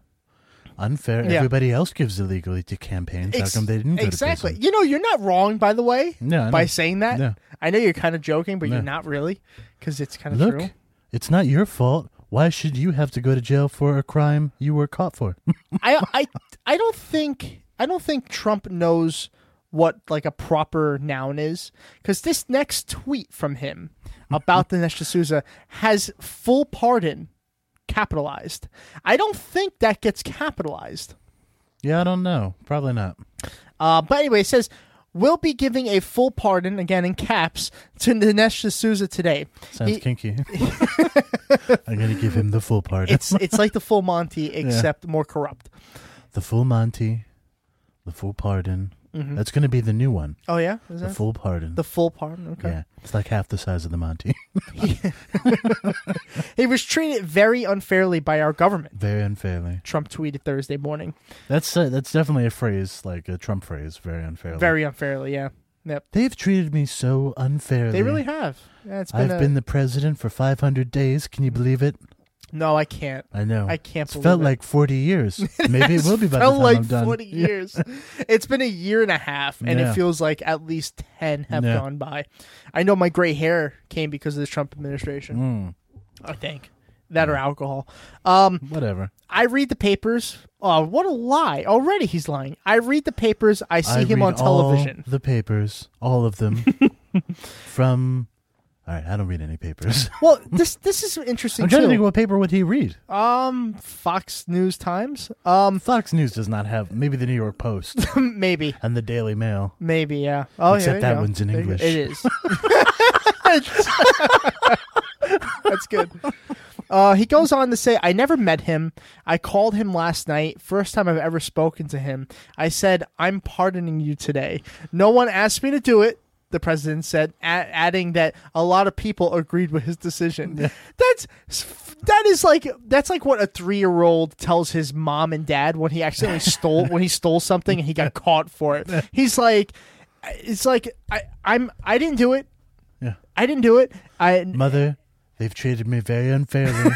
E: unfair.
D: Yeah.
E: Everybody else gives illegally to campaigns.
D: Ex-
E: How come they didn't go
D: exactly.
E: to prison?
D: You know, you're not wrong, by the way,
E: No, I know.
D: by saying that.
E: No.
D: I know you're kind of joking, but
E: No.
D: you're not really, because it's kind of
E: Look,
D: true.
E: it's not your fault. Why should you have to go to jail for a crime you were caught for?
D: I, I, I don't think I don't think Trump knows what like a proper noun is because this next tweet from him
E: Mm-hmm.
D: about Dinesh D'Souza has full pardon capitalized. I don't think that gets capitalized.
E: yeah, I don't know. Probably not.
D: Uh, but anyway, it says we'll be giving a full pardon again in caps to Dinesh D'Souza today.
E: Sounds
D: He-
E: kinky. I'm gonna give him the full pardon.
D: it's it's like the full Monty except more corrupt.
E: The full Monty, the full pardon. That's going to be the new one.
D: Oh yeah, is
E: The
D: that
E: full pardon.
D: Mm-hmm. the full pardon? Okay.
E: yeah, it's like half the size of the Monty.
D: He was treated very unfairly by our government.
E: very unfairly.
D: Trump tweeted Thursday morning.
E: That's uh, that's definitely a phrase, like a Trump phrase. Very unfairly.
D: Very unfairly, yeah. Yep.
E: They've treated me so unfairly.
D: They really have. Yeah, it's been
E: I've
D: a-
E: been the president for 500 days. Can you believe it?
D: No, I can't.
E: I know.
D: I can't
E: It's
D: believe
E: felt
D: it.
E: like 40 years. Maybe it will be by the
D: Felt
E: time
D: like
E: I'm done.
D: 40 years. it's been a year and a half, and
E: Yeah.
D: it feels like at least 10 have
E: Yeah.
D: gone by. I know my gray hair came
E: Hmm.
D: because of the Trump administration. I think. That or alcohol. Um,
E: Whatever.
D: I read the papers. Oh, what a lie! Already he's lying. I read the papers. I see
E: I
D: him
E: read
D: on television.
E: All the papers, all of them. from all right, I don't read any papers.
D: Well, this this is interesting
E: I'm trying to
D: too.
E: think what paper would he read?
D: um, Fox News Times. Um,
E: Fox News does not have maybe the New York Post
D: maybe,
E: and the Daily Mail.
D: maybe, yeah. Oh, yeah,
E: Except
D: there you
E: that
D: go.
E: one's in
D: There you go.
E: English.
D: It is. That's good. Uh, he goes on to say, I never met him. I called him last night, first time I've ever spoken to him. I said, I'm pardoning you today. No one asked me to do it, the president said, a- adding that a lot of people agreed with his decision. that's. That is like that's like what a three year old tells his mom and dad when he accidentally stole when he stole something and he got caught for it. He's like, it's like I I'm I didn't do it.
E: Yeah.
D: I didn't do it. I
E: Mother, they've treated me very unfairly.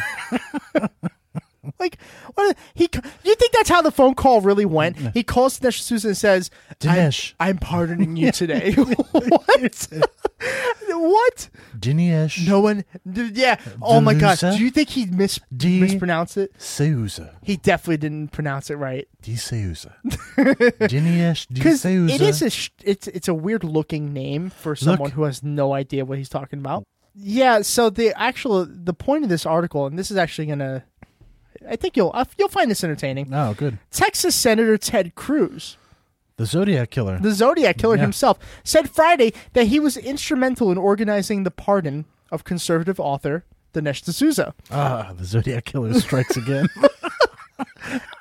D: Like, what? He, you think that's how the phone call really went? He calls Dinesh D'Souza and says, I'm-
E: Mm-hmm. Dinesh.
D: I'm, pardoning you today." what? what?
E: Dinesh
D: No one. d- Yeah. Oh my god.
E: D'Souza?
D: Do you think he mis-
E: D-
D: mispronounced it?
E: Souza.
D: He definitely didn't pronounce it right
E: D Souza. Dinesh D
D: because
E: Souza.
D: it is a sh- it's it's a weird looking name for someone
E: Look.
D: who has no idea what he's talking about. Yeah. So the actual the point of this article, and this is actually gonna, I think you'll you'll find this entertaining.
E: Oh, good.
D: Texas Senator Ted Cruz.
E: The Zodiac Killer.
D: the Zodiac killer
E: Yeah.
D: himself, said Friday that he was instrumental in organizing the pardon of conservative author Dinesh D'Souza.
E: ah, the Zodiac Killer strikes again.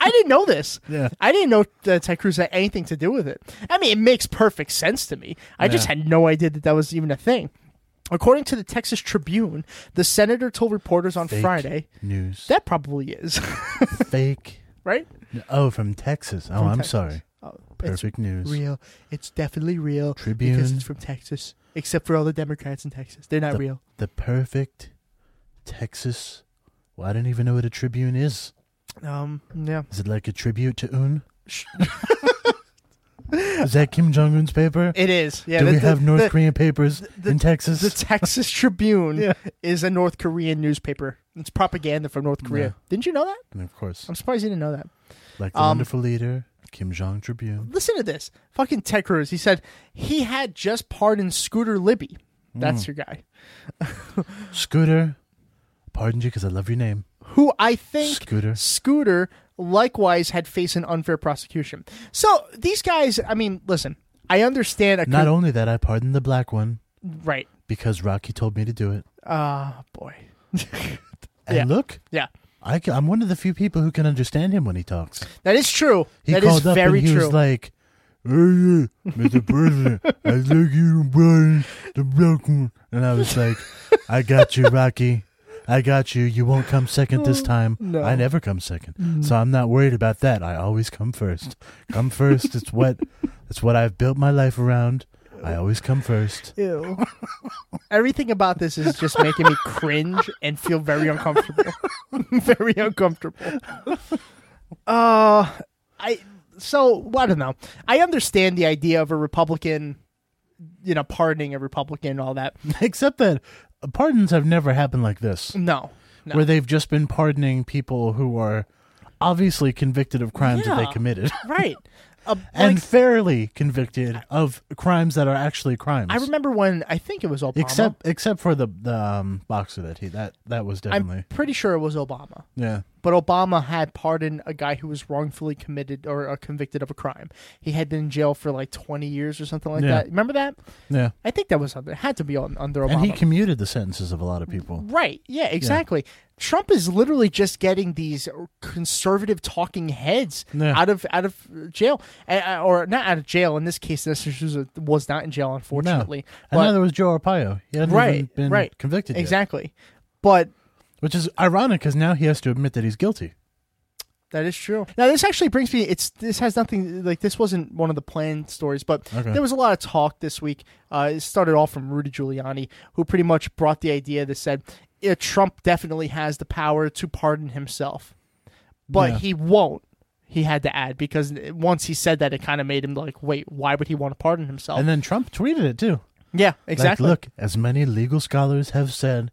D: I didn't know this.
E: Yeah.
D: I didn't know that Ted Cruz had anything to do with it. I mean, it makes perfect sense to me. I just
E: Yeah.
D: had no idea that that was even a thing. According to the Texas Tribune, the senator told reporters on
E: Fake
D: Friday
E: News.
D: that probably is
E: Fake.
D: right.
E: Oh, from Texas. Oh, I'm sorry.
D: It's
E: Perfect news.
D: real. It's definitely real because
E: Tribune.
D: it's from Texas. Except for all the Democrats in Texas, they're not
E: the,
D: real.
E: the perfect Texas. Well, I don't even know what a tribune is.
D: Um, yeah.
E: Is it like a tribute to Un? is that Kim Jong Un's paper?
D: It is. Yeah.
E: Do
D: the-
E: we
D: the-
E: have North
D: the-
E: Korean papers in Texas?
D: The Texas Tribune
E: Yeah.
D: is a North Korean newspaper. It's propaganda from North Korea.
E: Yeah.
D: Didn't you know that?
E: and of course,
D: I'm surprised you didn't know that.
E: like the
D: um,
E: wonderful leader, Kim Jong Tribune.
D: Listen to this. Fucking Ted Cruz. He said he had just pardoned Scooter Libby.
E: Mm.
D: That's your guy.
E: Scooter, pardon you because I love your name.
D: Who I think
E: Scooter.
D: Scooter likewise had faced an unfair prosecution. So these guys, I mean, listen, I understand a
E: Not
D: con-
E: only that, I pardoned the black one
D: right.
E: because Rocky told me to do it.
D: Ah, boy.
E: And
D: Yeah.
E: look,
D: Yeah.
E: I ca- I'm one of the few people who can understand him when he talks.
D: That is true.
E: He
D: that
E: called
D: is
E: up
D: very
E: and he
D: true.
E: was like, "Hey, yeah, Mr. President, I'd like you to burn the black one." And I was like, "I got you, Rocky. I got you. You won't come second this time. I never come second, so I'm not worried about that. I always come first. Come first. It's what it's what I've built my life around. I always come first.
D: Ew. Everything about this is just making me cringe and feel very uncomfortable. very uncomfortable. Uh I so I don't know. I understand the idea of a Republican you know, pardoning a Republican and all that.
E: Except that uh, pardons have never happened like this,
D: No. No.
E: where they've just been pardoning people who are." Obviously convicted of crimes that
D: Yeah.
E: they committed.
D: right. Uh,
E: and
D: like,
E: fairly convicted of crimes that are actually crimes.
D: I remember when I think it was Obama.
E: except except for the the um, boxer that he that that was definitely
D: I'm pretty sure it was Obama.
E: yeah.
D: But Obama had pardoned a guy who was wrongfully committed or uh, convicted of a crime. He had been in jail for like 20 years or something like
E: Yeah.
D: that. Remember that?
E: Yeah,
D: I think that was something. It had to be on, under Obama.
E: and he commuted the sentences of a lot of people.
D: right. Yeah, exactly. Trump is literally just getting these conservative talking heads
E: Yeah.
D: out of out of jail, Uh, uh, or not out of jail. In this case, this was- was not in jail,
E: No,
D: unfortunately.
E: and
D: But-
E: neither was Joe Arpaio. He hadn't even
D: right,
E: been
D: right,
E: convicted yet,
D: exactly. But
E: which is ironic because now he has to admit that he's guilty.
D: That is true. Now this actually brings me. It's this has nothing like this wasn't one of the planned stories, but
E: Okay.
D: there was a lot of talk this week. Uh, it started off from Rudy Giuliani, who pretty much brought the idea that said yeah, Trump definitely has the power to pardon himself, but
E: Yeah.
D: he won't. He had to add because once he said that, it kind of made him like, wait, why would he want to pardon himself?
E: And then Trump tweeted it too.
D: yeah, exactly.
E: Like, look, as many legal scholars have said,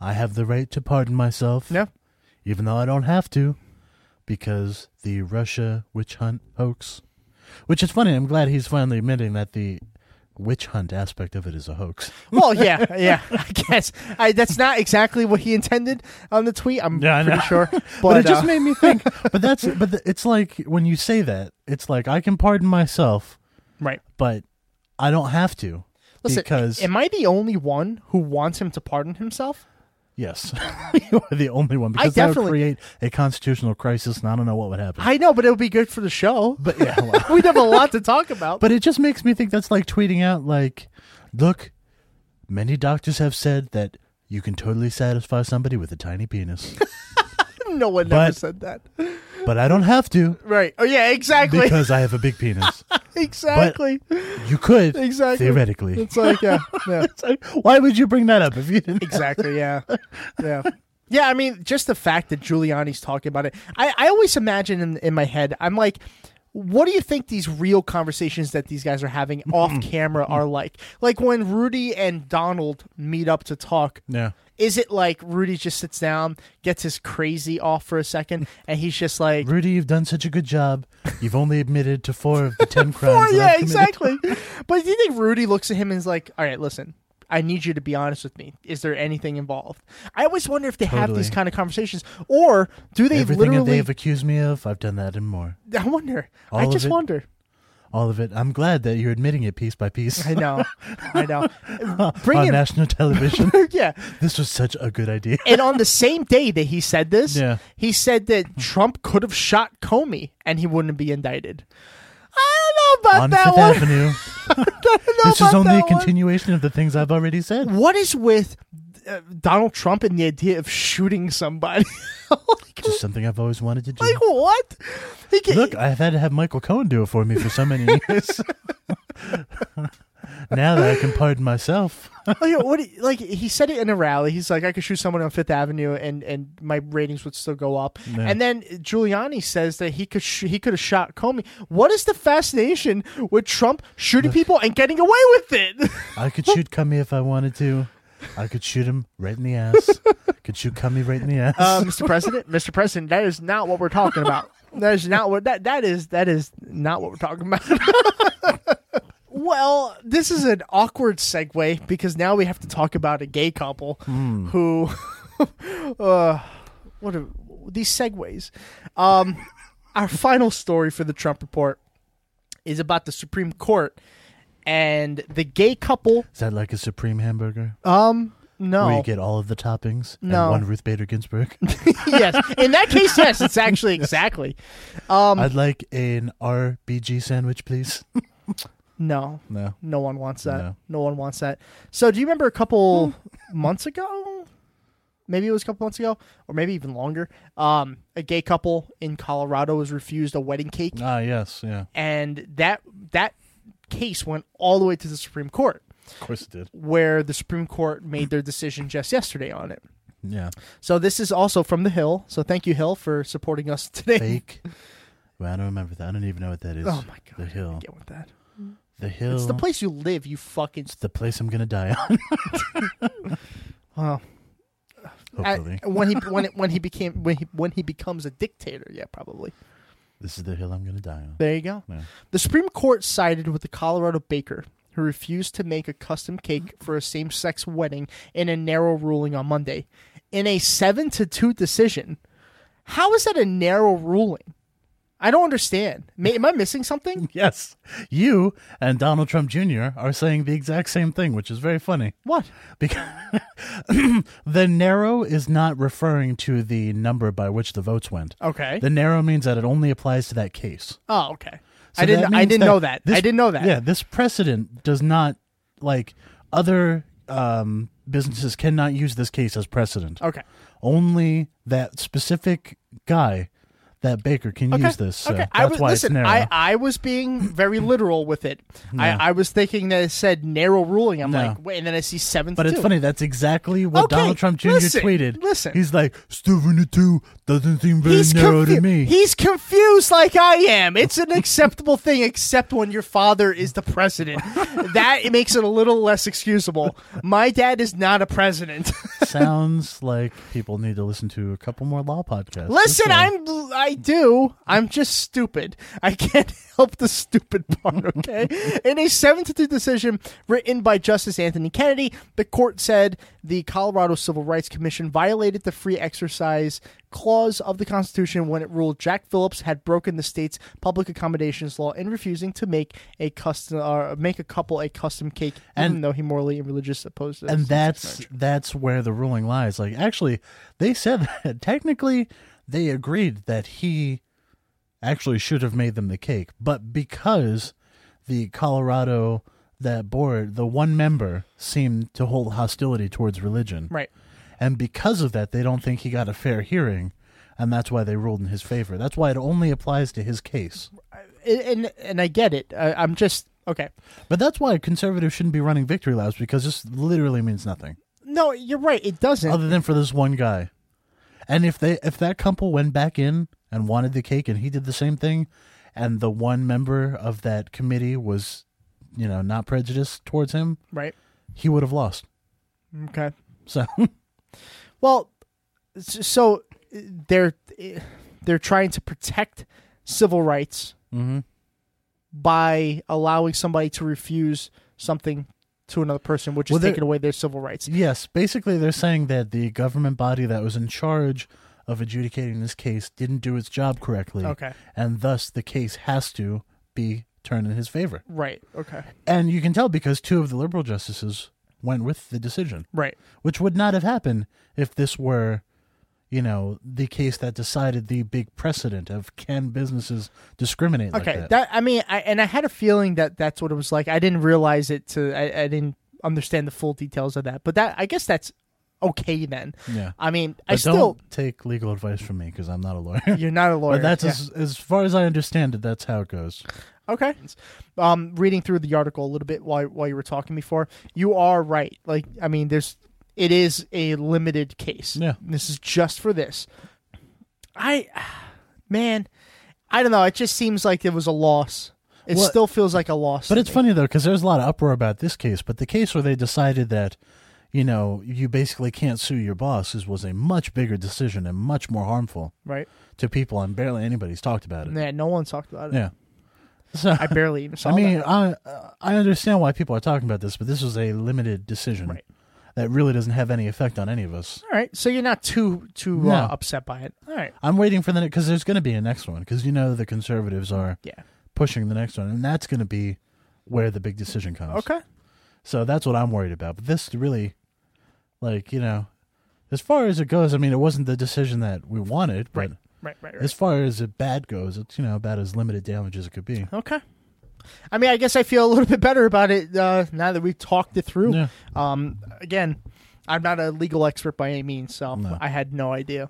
E: I have the right to pardon myself.
D: yeah,
E: even though I don't have to. because the Russia witch hunt hoax, which is funny. I'm glad he's finally admitting that the witch hunt aspect of it is a hoax.
D: Well, yeah, yeah. I guess I, that's not exactly what he intended on the tweet. I'm
E: Yeah, I
D: pretty
E: know.
D: sure, but,
E: but it just
D: uh,
E: made me think. But that's but the, it's like when you say that, it's like I can pardon myself,
D: right.
E: but I don't have to
D: Listen,
E: because
D: am I the only one who wants him to pardon himself?
E: yes, you are the only one. Because that would
D: definitely-
E: create a constitutional crisis, and I don't know what would happen.
D: I know, but it would be good for the show.
E: but yeah, well,
D: We'd have a lot to talk about.
E: but it just makes me think that's like tweeting out like, look, many doctors have said that you can totally satisfy somebody with a tiny penis,
D: no one ever
E: but-
D: said that.
E: but I don't have to
D: Right. Oh yeah, exactly.
E: because I have a big penis.
D: exactly.
E: You could
D: Exactly.
E: theoretically.
D: It's like yeah, yeah.
E: Why would you bring that up if you didn't?
D: Exactly. Yeah. Yeah. Yeah. I mean, just the fact that Giuliani's talking about it, I, I always imagine in, in my head, I'm like, what do you think these real conversations that these guys are having off camera are like? Like when Rudy and Donald meet up to talk.
E: Yeah.
D: Is it like Rudy just sits down, gets his crazy off for a second, and he's just like,
E: Rudy, you've done such a good job. You've only admitted to four of the ten crimes.
D: Or,
E: that
D: yeah,
E: I've committed.
D: exactly. but do you think Rudy looks at him and is like, "All right, listen, I need you to be honest with me. Is there anything involved?" I always wonder if they have these
E: Totally.
D: kind of conversations, or do they
E: Everything that
D: literally?
E: they've accused me of, I've done that and more.
D: I wonder.
E: All
D: I
E: of
D: just
E: it.
D: wonder.
E: All of it. I'm glad that you're admitting it piece by piece
D: I know. I know.
E: on
D: Bring it.
E: national television.
D: Yeah.
E: this was such a good idea.
D: And on the same day that he said this,
E: Yeah.
D: he said that Trump could have shot Comey and he wouldn't be indicted. I don't know about
E: on
D: that
E: Fifth
D: one.
E: Avenue.
D: I don't know
E: This is
D: about
E: only a
D: that one.
E: continuation of the things I've already said.
D: What is with uh, Donald Trump and the idea of shooting somebody? like,
E: Just something I've always wanted to do.
D: like what? He can,
E: Look, I've had to have Michael Cohen do it for me for so many years. now that I can pardon myself.
D: like, what, he- like he said it in a rally. He's like, I could shoot someone on Fifth Avenue, and and my ratings would still go up. And then Giuliani says that he could sh- he could have shot Comey. What is the fascination with Trump shooting people and getting away with it?
E: I could shoot Cummy if I wanted to. I could shoot him right in the ass. could shoot Cummy right in the ass.
D: Uh, Mr. President, Mr. President, that is not what we're talking about. That is not what that that is that is not what we're talking about. well, this is an awkward segue because now we have to talk about a gay couple who, uh, what are these segues? Um, our final story for the Trump report is about the Supreme Court and the gay couple.
E: Is that like a supreme hamburger
D: No,
E: where you get all of the toppings
D: No.
E: and one Ruth Bader Ginsburg?
D: yes, in that case, yes, it's actually exactly. Um,
E: I'd like an RBG sandwich, please.
D: No.
E: No.
D: No one wants that. No,
E: No.
D: one wants that. So do you remember a couple months ago? Maybe it was a couple months ago, or maybe even longer. Um, a gay couple in Colorado was refused a wedding cake,
E: ah, yes, yeah.
D: and that that case went all the way to the Supreme Court,
E: Of course it did.
D: where the Supreme Court made their decision just yesterday on it.
E: Yeah.
D: So this is also from the Hill. So thank you, Hill, for supporting us today.
E: Fake. Well, I don't remember that. I don't even know what that is.
D: Oh my god!
E: The hill.
D: Get with that.
E: The hill.
D: It's the place you live. You fucking.
E: the place I'm gonna die on.
D: Wow. At-
E: Hopefully,
D: when he when it, when he became when he when he becomes a dictator, yeah, probably.
E: this is the hill I'm gonna die on.
D: There you go.
E: Yeah.
D: The Supreme Court sided with the Colorado baker who refused to make a custom cake for a same-sex wedding in a narrow ruling on Monday. In a 7 to 2 decision. How is that a narrow ruling? I don't understand. May, am I missing something?
E: Yes, you and Donald Trump Jr. are saying the exact same thing, which is very funny.
D: What?
E: Because the narrow is not referring to the number by which the votes went.
D: Okay.
E: The narrow means that it only applies to that case.
D: Oh, okay.
E: So
D: I
E: that
D: didn't I
E: means
D: didn't know that.
E: this-
D: I didn't know that.
E: Yeah, this precedent does not like other um, businesses cannot use this case as precedent.
D: Okay.
E: Only that specific guy, that baker, can use this. So
D: okay.
E: That's
D: I was,
E: why
D: listen,
E: it's narrow.
D: I, I was being very literal with it. I, I was thinking that it said narrow ruling. I'm
E: No.
D: like, wait, and then I see seven.
E: But
D: to
E: it's
D: two.
E: funny. That's exactly what
D: Okay,
E: Donald Trump Jr.
D: listen,
E: tweeted.
D: listen.
E: he's like seven to two doesn't seem very
D: He's
E: narrow
D: confu-
E: to me.
D: He's confused like I am. It's an acceptable thing, except when your father is the president. that it makes it a little less excusable. My dad is not a president.
E: Sounds like people need to listen to a couple more law podcasts.
D: Listen,
E: Okay.
D: I'm I I do. I'm just stupid. I can't help the stupid part, okay? In a 7 to 2 decision written by Justice Anthony Kennedy, the court said the Colorado Civil Rights Commission violated the free exercise clause of the Constitution when it ruled Jack Phillips had broken the state's public accommodations law in refusing to make a custom or make a couple a custom cake even
E: And-
D: though he morally and religiously opposed to
E: and
D: same-sex marriage.
E: that's that's where the ruling lies. Like actually, they said that technically they agreed that he actually should have made them the cake, but because the Colorado that board the one member seemed to hold hostility towards religion,
D: right.
E: and because of that, they don't think he got a fair hearing, and that's why they ruled in his favor. That's why it only applies to his case.
D: And and, and I get it. I, I'm just okay.
E: But that's why conservatives shouldn't be running victory laps because this literally means nothing.
D: No, you're right. It doesn't.
E: other than for this one guy. And if they if that couple went back in and wanted the cake and he did the same thing and the one member of that committee was you know not prejudiced towards him,
D: right.
E: he would have lost.
D: Okay.
E: So
D: Well, s- so uh, they're uh, they're trying to protect civil rights by allowing somebody to refuse something to another person, which is
E: Well, they're-
D: taking away their civil rights.
E: yes, basically they're saying that the government body that was in charge of adjudicating this case didn't do its job correctly.
D: Okay.
E: And thus the case has to be turned in his favor.
D: Right. Okay.
E: And you can tell because two of the liberal justices went with the decision.
D: Right.
E: which would not have happened if this were, you know, the case that decided the big precedent of can businesses discriminate
D: Okay.
E: like that.
D: that I mean, I, and I had a feeling that that's what it was like. I didn't realize it. To I, I didn't understand the full details of that. But that I guess that's okay then.
E: Yeah.
D: I mean,
E: But
D: I still.
E: don't take legal advice from me because I'm not a lawyer.
D: You're not a lawyer.
E: But that's
D: yeah.
E: as, as far as I understand it. That's how it goes.
D: Okay. Um, reading through the article a little bit while while you were talking before, you are right. Like, I mean, there's it is a limited case.
E: Yeah.
D: This is just for this. I, man, I don't know. It just seems like it was a loss. It
E: Well,
D: still feels like a loss.
E: But
D: to
E: it's
D: me.
E: funny though because there's a lot of uproar about this case. But the case where they decided that, you know, you basically can't sue your boss is was a much bigger decision and much more harmful
D: right?
E: to people, and barely anybody's talked about it.
D: Yeah. No one talked about it.
E: Yeah. So
D: I barely even saw.
E: I mean,
D: that.
E: I uh, I understand why people are talking about this, but this was a limited decision
D: Right.
E: that really doesn't have any effect on any of us.
D: all right. So you're not too too
E: No.
D: uh, upset by it. All right.
E: I'm waiting for the because there's going to be a next one because you know the conservatives are
D: Yeah.
E: pushing the next one, and that's going to be where the big decision comes.
D: Okay.
E: so that's what I'm worried about. But this really, like you know, as far as it goes, I mean, it wasn't the decision that we wanted, but
D: Right. Right. Right. Right.
E: as far as it bad goes, it's you know about as limited damage as it could be.
D: Okay. I mean, I guess I feel a little bit better about it uh, now that we've talked it through.
E: Yeah.
D: Um, again, I'm not a legal expert by any means, so
E: No.
D: I had no idea.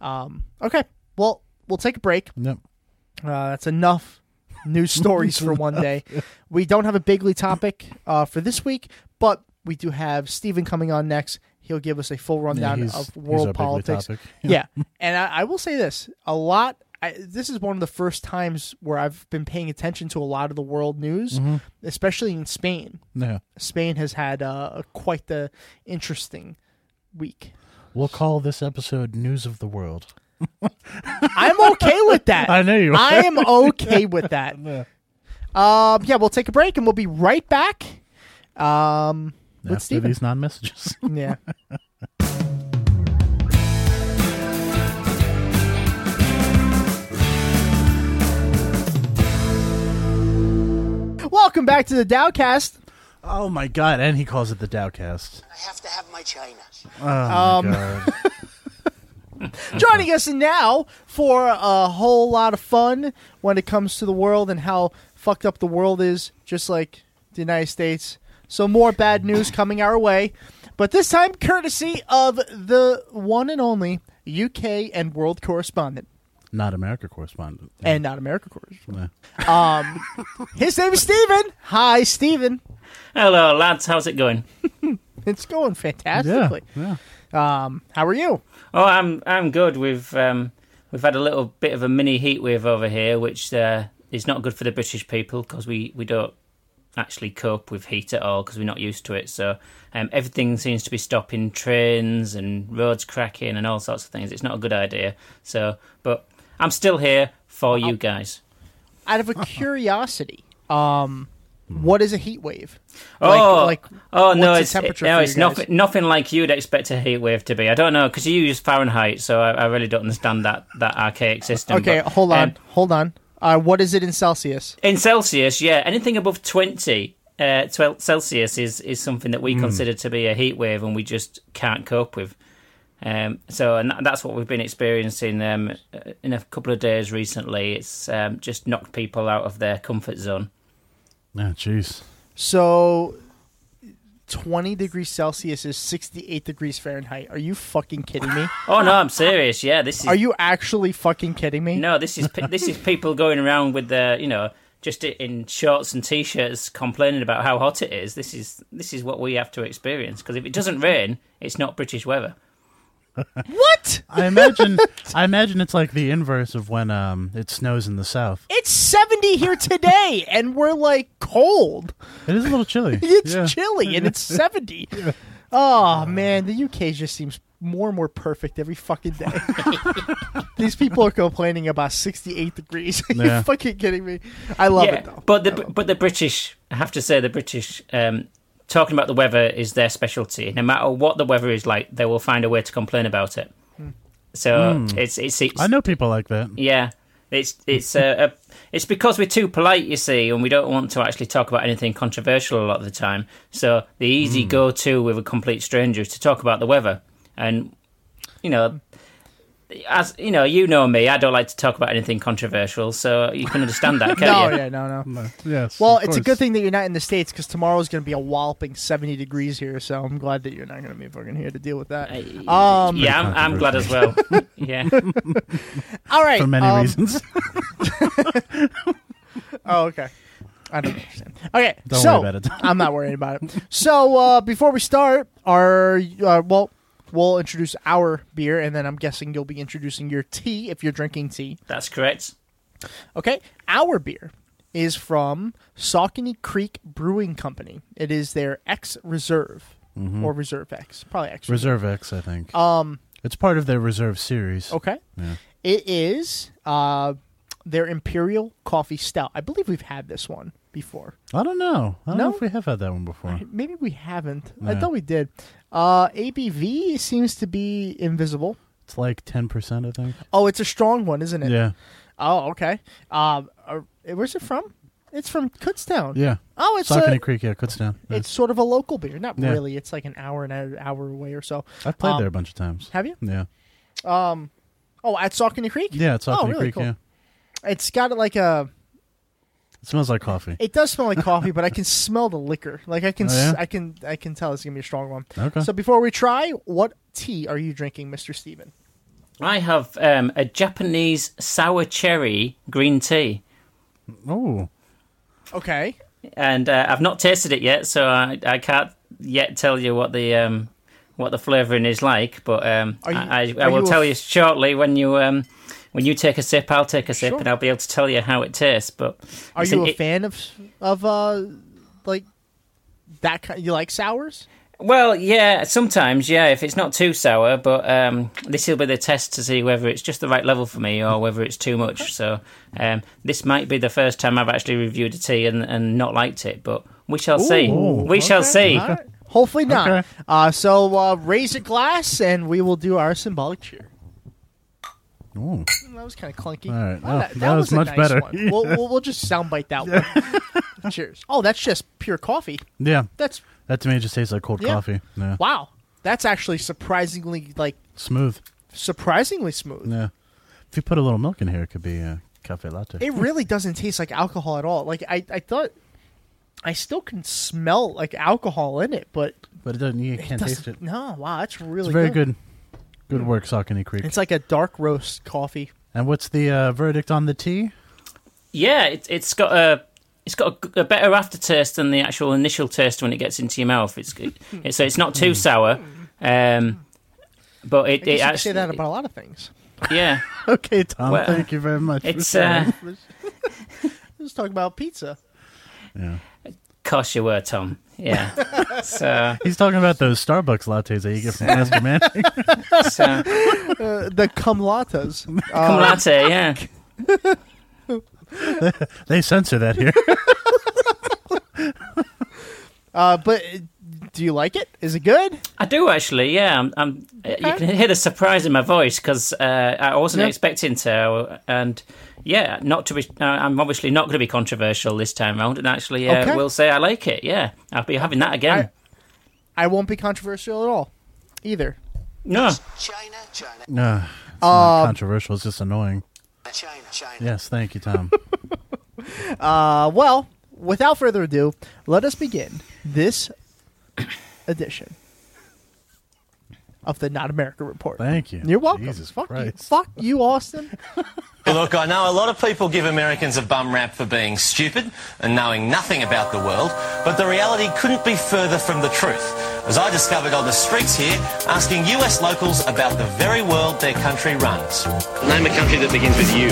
D: Um, okay. Well, we'll take a break.
E: Yep.
D: Uh, that's enough news stories for one day. We don't have a bigly topic uh, for this week, but we do have Steven coming on next. He'll give us a full rundown
E: he's-
D: of
E: he's
D: world
E: our bigly
D: politics.
E: topic.
D: Yeah, and I, I will say this: a lot. I, this is one of the first times where I've been paying attention to a lot of the world news,
E: Mm-hmm.
D: especially in Spain.
E: Yeah.
D: Spain has had uh, quite the interesting week.
E: We'll call this episode "News of the World."
D: I'm okay with that.
E: I know you are.
D: I am okay with that. Um, yeah, we'll take a break and we'll be right back. Um, with
E: after
D: Steven.
E: these non-messages.
D: Yeah. Welcome back to the Dowcast.
E: Oh my god! And he calls it the Dowcast. Oh
H: I have to have my China.
D: Joining us now for a whole lot of fun when it comes to the world and how fucked up the world is, just like the United States. So more bad news coming our way, but this time courtesy of the one and only UK and world correspondent,
E: Not America correspondent.
D: and not America correspondent. Um,
E: Yeah.
D: His name is Steven. Hi, Steven.
I: Hello, lads. How's it going?
D: It's going
E: yeah,
D: fantastically. Um,
E: yeah.
D: How are you?
I: Oh, I'm I'm good. We've um, we've had a little bit of a mini heat wave over here, which uh, is not good for the British people because we, we don't actually cope with heat at all because we're not used to it. So um, everything seems to be stopping, trains and roads cracking and all sorts of things. It's not a good idea. So, but I'm still here for you guys.
D: Out of a curiosity, um, what is a heat wave?
I: oh,
D: like,
I: oh no,
D: what's the
I: it's
D: temperature
I: it- no,
D: for you
I: it's
D: guys?
I: nothing, nothing like you'd expect a heat wave to be. I don't know because you use Fahrenheit, so I, I really don't understand that that archaic system.
D: Okay,
I: but,
D: hold on,
I: um,
D: hold on. Uh, what is it in Celsius?
I: in Celsius, yeah, anything above twenty. Uh, 12 Celsius is, is something that we consider to be a heat wave, and we just can't cope with. Um, so, and that- that's what we've been experiencing um, in a couple of days recently. It's um, just knocked people out of their comfort zone.
E: Oh, jeez.
D: So, twenty degrees Celsius is sixty-eight degrees Fahrenheit. Are you fucking kidding me?
I: Oh no, I'm serious. Yeah, this is
D: Are you actually fucking kidding me?
I: No, this is pe- this is people going around with their, you know, just i- in shorts and t-shirts complaining about how hot it is. This is this is what we have to experience because if it doesn't rain, it's not British weather.
D: What?
E: I imagine. I imagine it's like the inverse of when um it snows in the south.
D: It's seventy here today, and we're like cold.
E: It is a little chilly.
D: It's
E: Yeah. Uh,
D: chilly, and it's seventy. Oh man, the UK just seems more and more perfect every fucking day. These people are complaining about sixty-eight degrees. Are
E: Yeah.
D: you fucking kidding me? I love
I: yeah,
D: it though.
I: but the but the British, I have to say, the British um, talking about the weather is their specialty. No matter what the weather is like, they will find a way to complain about it. So it's it's, it's
E: I know people like that.
I: Yeah, it's it's uh, a, it's because we're too polite, you see, and we don't want to actually talk about anything controversial a lot of the time. So the
D: Hmm.
I: easy go-to with a complete stranger is to talk about the weather, and you know. As you know, you know me. I don't like to talk about anything controversial, so you can understand that, can't
D: No,
I: you?
D: yeah, no, no.
E: Uh, Yes.
D: Well,
E: Mm, of
D: it's a
E: course.
D: good thing that you're not in the states because tomorrow's going to be a walloping 70 degrees here. So I'm glad that you're not going to be fucking here to deal with that. Um,
I: Yeah, I'm, I'm glad as well. Yeah,
D: all right.
E: for many
D: um,
E: reasons.
D: Oh, okay. I don't understand. Okay,
E: Don't
D: so
E: worry about it.
D: I'm not worrying about it. So uh, before we start, our uh, well, we'll introduce our beer, and then I'm guessing you'll be introducing your tea if you're drinking tea.
I: that's correct.
D: Okay, our beer is from Saucony Creek Brewing Company. It is their X Reserve or Reserve X, probably X.
E: Mm-hmm. Reserve X, I think. Um, it's part of their Reserve series.
D: Okay. It is uh, their Imperial Coffee Stout. I believe we've had this one before.
E: I don't know. I don't
D: No?
E: know if we have had that one before.
D: Maybe we haven't. I
E: Yeah.
D: thought we did. Uh, ABV seems to be invisible.
E: It's like ten percent, I think.
D: Oh, it's a strong one, isn't it?
E: Yeah.
D: Oh, okay. Um, uh, where's it from? It's from Kutztown.
E: Yeah.
D: Oh, it's
E: Saucony
D: a-
E: Creek. Yeah, Kutztown. Yeah.
D: It's sort of a local beer. Not
E: Yeah.
D: really. It's like an hour and an hour away or so.
E: I've played
D: um,
E: there a bunch of times.
D: have you?
E: Yeah.
D: Oh, at Saucony Creek?
E: Yeah, it's Saucony
D: oh, really
E: Creek.
D: Cool.
E: Yeah.
D: It's got like a
E: It smells like coffee.
D: It does smell like coffee, but I can smell the liquor. Like I can,
E: Oh, yeah?
D: s- I can, I can tell it's gonna be a strong one.
E: Okay.
D: So before we try, what tea are you drinking, Mister Steven?
I: I have um, a Japanese sour cherry green tea.
E: oh.
D: Okay.
I: and uh, I've not tasted it yet, so I, I can't yet tell you what the um, what the flavouring is like. But um,
D: Are you-
I: I, I, I
D: are
I: will
D: you a
I: tell
D: f-
I: you shortly when you um, when you take a sip. I'll take a sip,
D: Sure.
I: and I'll be able to tell you how it tastes. But
D: Are
I: it's
D: you
I: an-
D: a
I: it-
D: fan of of uh like that kind? You like sours?
I: Well, yeah, sometimes, yeah, if it's not too sour. But um, this will be the test to see whether it's just the right level for me
D: Mm-hmm.
I: or whether it's too much. So um, this might be the first time I've actually reviewed a tea and, and not liked it. But we shall see. We shall see.
D: All right. Hopefully not.
E: Okay.
D: Uh, so uh, raise a glass, and we will do our symbolic cheer. Hmm,
E: Ooh.
D: That was kind of clunky.
E: All right.
D: Well,
E: Oh, that was
D: a
E: much
D: nice
E: better.
D: one. We'll, we'll, we'll just soundbite that one. Cheers. Oh, that's just pure coffee.
E: Yeah.
D: That's
E: That to me just tastes like cold
D: Yeah.
E: coffee. Yeah.
D: wow. That's actually surprisingly like
E: Smooth.
D: surprisingly smooth.
E: Yeah. If you put a little milk in here, it could be a cafe latte.
D: It really doesn't taste like alcohol at all. Like I, I thought, I still can smell like alcohol in it, but
E: but it doesn't. You
D: it
E: can't
D: doesn't-
E: taste it.
D: No, wow, that's really
E: It's very
D: good. Mm.
E: good. Good work, Saucony Creek.
D: It's like a dark roast coffee.
E: and what's the uh, verdict on the tea?
I: Yeah, it, it's got a it's got a, a better aftertaste than the actual initial taste when it gets into your mouth. It's good.
D: Hmm.
I: It, so it's not too sour, um, but it,
D: I guess
I: it
D: Hmm. you could
I: actually
D: say that about a lot of things.
I: yeah. uh,
E: Okay, Tom.
I: Well,
E: Um, thank you
D: uh,
E: very much. for
I: It's
E: sharing.
I: uh,
D: Let's talk about pizza.
E: yeah.
I: course you were, Tom. Yeah. so,
E: He's talking about those Starbucks lattes that you get from Master Man.
I: so
D: Uh, the cumlatas.
I: cum latte, yeah.
E: they censor that here.
D: Uh, but uh, do you like it? Is it good?
I: I do actually, yeah. I'm, I'm, uh, You can hear the surprise in my voice because uh, I wasn't
D: Yeah.
I: expecting to, and yeah, not to be. uh, I'm obviously not going to be controversial this time round, and actually, uh,
D: Okay.
I: will say I like it. Yeah, I'll be having that again.
D: I won't be controversial at all, either.
I: No,
C: China, China,
E: No, it's
D: Um,
E: not controversial. It's just annoying.
C: China, China.
E: Yes, thank you, Tom.
D: Uh, well, without further ado, let us begin this edition of the Not America Report.
E: Thank you.
D: You're welcome.
E: Jesus
D: fuck you,
E: Christ.
D: fuck you, Austin.
H: Look, I know a lot of people give Americans a bum rap for being stupid and knowing nothing about the world, but the reality couldn't be further from the truth, as I discovered on the streets here asking US locals about the very world their country runs.
G: Name a country that begins with U.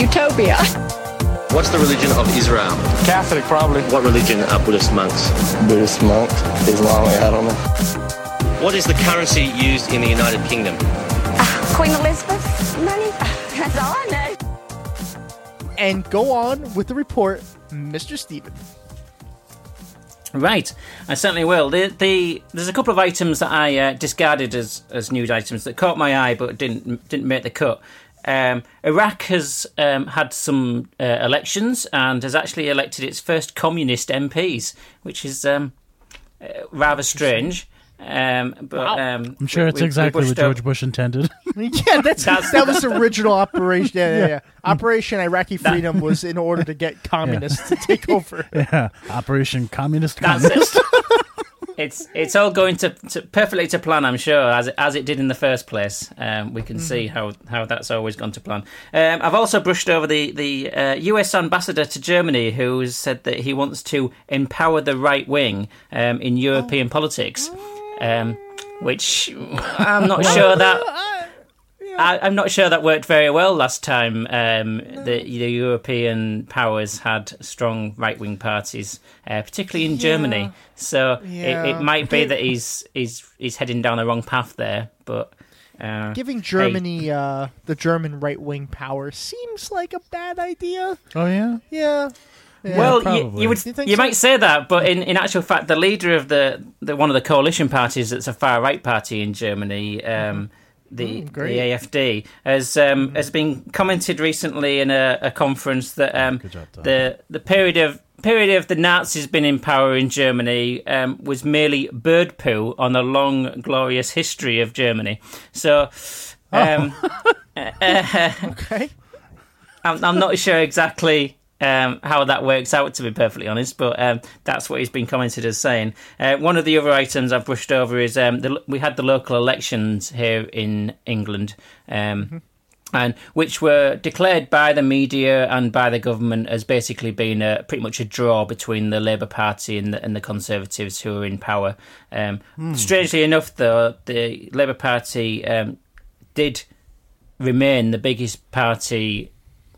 J: Utopia.
G: What's the religion of Israel?
F: Catholic, probably.
G: What religion are Buddhist monks?
F: Buddhist monk, Islam, I don't know.
G: What is the currency used in the United Kingdom?
J: Queen Elizabeth money. That's all I know.
D: And go on with the report, Mr. Steven.
I: right. I certainly will. The, the there's a couple of items that I uh, discarded as as news items that caught my eye but didn't didn't make the cut. Um, Iraq has um, had some uh, elections and has actually elected its first communist MPs, which is um, uh, rather strange. Um, but um,
E: I'm sure
I: we-
E: it's
I: we- we
E: exactly what
I: pushed up-
E: George Bush intended.
D: yeah, that's,
I: That's-
D: that was the original operation. Yeah, yeah, yeah. Operation Iraqi Freedom was in order to get communists to take over.
E: yeah, Operation Communist
I: That's
E: Communist.
I: it. It's it's all going to, to perfectly to plan, I'm sure, as it, as it did in the first place. Um, we can see how, how that's always gone to plan. Um, I've also brushed over the the uh, U.S. ambassador to Germany, who has said that he wants to empower the right wing um, in European politics, um, which I'm not sure that. I, I'm not sure that worked very well last time. Um, the, the European powers had strong right wing parties, uh, particularly in Germany. So it,
D: Yeah.
I: it might be that he's he's he's heading down the wrong path there. But uh,
D: Giving
I: hey,
D: Germany uh, the German right wing power seems like a bad idea.
E: oh yeah.
D: Yeah. Yeah.
I: well, you,
E: probably.
I: you would
D: You
I: you,
D: think so?
I: might say that, but in, in actual fact, the leader of the, the one of the coalition parties that's a far right party in Germany. Um, the, the
D: Mm-hmm. Mm, great. Mm-hmm.
I: AFD has um, has been commented recently in a, a conference that um,
E: job, Tom.
I: the the period of period of the Nazis been in power in Germany um, was merely bird poo on the long glorious history of Germany. So.
D: Oh.
I: Um,
D: Okay.
I: I'm, I'm not sure exactly um, how that works out, to be perfectly honest, but um, that's what he's been commented as saying. Uh, one of the other items I've brushed over is um, the, we had the local elections here in England. Um, And which were declared by the media and by the government as basically being a, pretty much a draw between the Labour Party and the, and the Conservatives who are in power. Um, Strangely enough, though, the Labour Party um, did remain the biggest party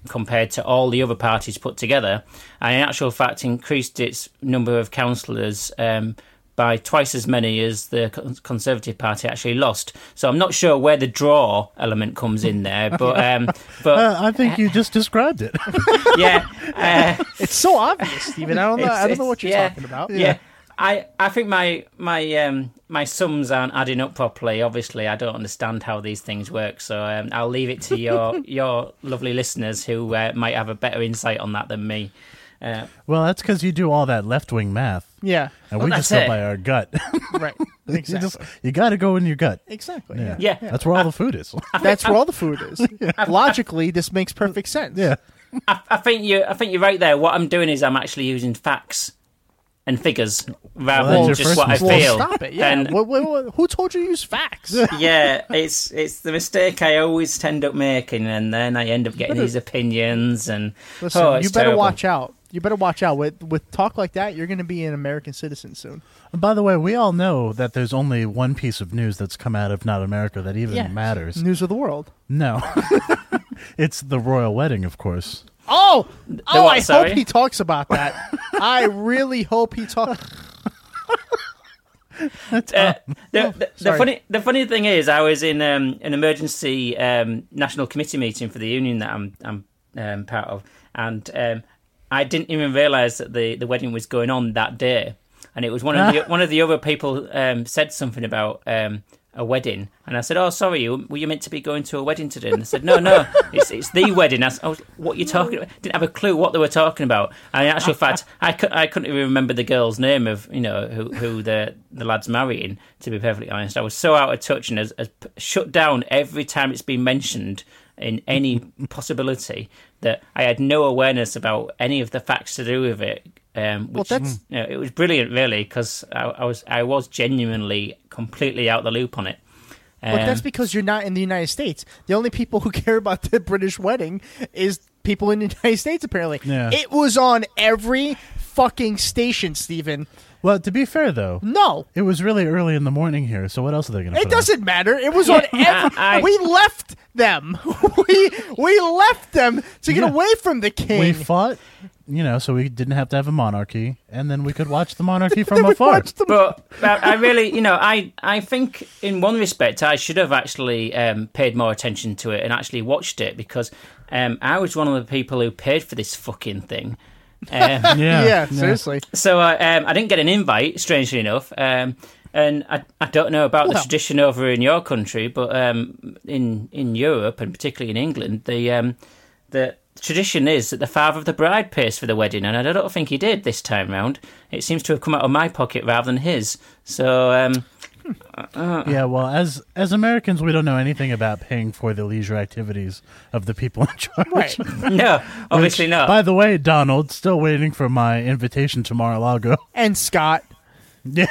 I: compared to all the other parties put together, and in actual fact increased its number of councillors um, by twice as many as the Con- Conservative Party actually lost. So I'm not sure where the draw element comes in there, but um,
E: Uh,
I: but
E: I think you just described it.
I: yeah, uh,
D: It's so obvious, Steven. I don't know.
I: It's-
D: I don't know
I: it's-
D: what you're
I: yeah.
D: talking about.
I: yeah. I, I think my my um, my sums aren't adding up properly. Obviously, I don't understand how these things work, so um, I'll leave it to your your lovely listeners who uh, might have a better insight on that than me. Uh,
E: well, that's because you do all that left wing math,
D: Yeah.
E: and
I: Well,
E: we just
I: that's
E: go
I: it.
E: by our gut.
D: Right.
E: You
D: Exactly.
E: just- you got to go in your gut.
D: Exactly.
E: Yeah.
D: Yeah.
I: Yeah.
E: That's where all the food is.
D: That's where all the food is. Logically, this makes perfect sense.
E: yeah.
I: I, I think you. I think you're right there. What I'm doing is I'm actually using facts and figures rather
E: Well,
I: than
E: that's your
I: just
E: first
I: what I
E: mistake.
D: Well,
I: feel.
D: stop it. Yeah.
I: And
D: Wha- wha- wha- who told you to use facts?
E: Oh,
I: yeah, it's it's the mistake I always end up making, and then I end up getting these opinions. And
D: Listen,
I: oh, it's
D: you better
I: terrible.
D: watch out. You better watch out with with talk like that. You're going to be an American citizen soon.
E: And by the way, we all know that there's only one piece of news that's come out of Not America that even matters.
D: News of the world.
E: No. it's the royal wedding, of course.
D: Oh, oh!
I: what,
D: I
I: sorry?
D: hope he talks about that. I really hope he talks.
I: Uh, the,
D: Oh,
I: the, the
D: sorry.
I: funny the funny thing is, I was in um, an emergency um, national committee meeting for the union that I'm I'm um, part of, and um, I didn't even realise that the, the wedding was going on that day, and it was one of the one of the other people um, said something about. Um, a wedding, and I said, "Oh, sorry, you- were you meant to be going to a wedding today?" And they said, "No, no, it's it's the wedding." I said, oh, "What are you talking about?" Didn't have a clue what they were talking about. And in actual fact, I, cou- I couldn't even remember the girl's name of you know who who the the lad's marrying. To be perfectly honest, I was so out of touch and has, has p- shut down every time it's been mentioned in any possibility that I had no awareness about any of the facts to do with it. Um,
D: Well,
I: which,
D: that's-
I: you know, it was brilliant, really, because I, I was I was genuinely completely out the loop on it.
D: But that's
I: Um,
D: because you're not in the United States. The only people who care about the British wedding is people in the United States. Apparently,
E: Yeah.
D: it was on every fucking station, Stephen.
E: Well, to be fair though,
D: no,
E: it was really early in the morning here. So what else are they going to?
D: Hmm? It doesn't matter. It was on every.
E: I-
D: we left them. we we left them to get
E: Yeah.
D: away from the king.
E: We fought, you know, so we didn't have to have a monarchy, and then we could watch the monarchy
D: Then
E: from
D: we
E: afar.
D: watched
I: but I, I really, you know, I, I think in one respect I should have actually um, paid more attention to it and actually watched it because um, I was one of the people who paid for this fucking thing. Um,
D: Yeah, Yeah, yeah. seriously.
I: So I, um, I didn't get an invite, strangely enough. Um, and I, I don't know about the
D: Well-
I: tradition over in your country, but um, in in Europe and particularly in England, the um, the tradition is that the father of the bride pays for the wedding, and I don't think he did this time round. It seems to have come out of my pocket rather than his. So um, uh,
E: Yeah, well, as as Americans, we don't know anything about paying for the leisure activities of the people in charge.
I: Right. No, obviously not.
E: By the way, Donald, still waiting for my invitation to Mar-a-Lago.
D: and Scott.
E: Yeah.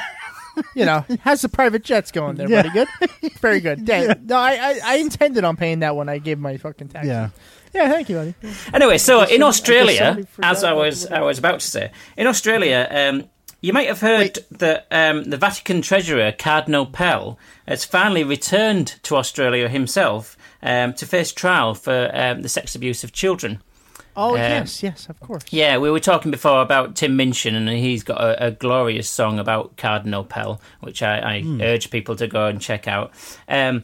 D: You know, has the private jets going there.
E: Yeah.
D: Pretty good. Very good. Yeah. No, I, I I intended on paying that when I gave my fucking taxes.
I: Yeah.
D: Yeah. Thank you, buddy.
I: Anyway, so
D: I guess
I: in
D: some- I guess
I: Australia,
D: somebody
I: as I was I was about to say, in Australia, um, you might have heard that um, the Vatican treasurer Cardinal Pell has finally returned to Australia himself um, to face trial for um, the sex abuse of children.
D: Oh
I: Um,
D: yes, yes, of course.
I: Yeah, we were talking before about Tim Minchin, and he's got a, a glorious song about Cardinal Pell, which I, I
K: Hmm.
I: urge people to go and check out. Um,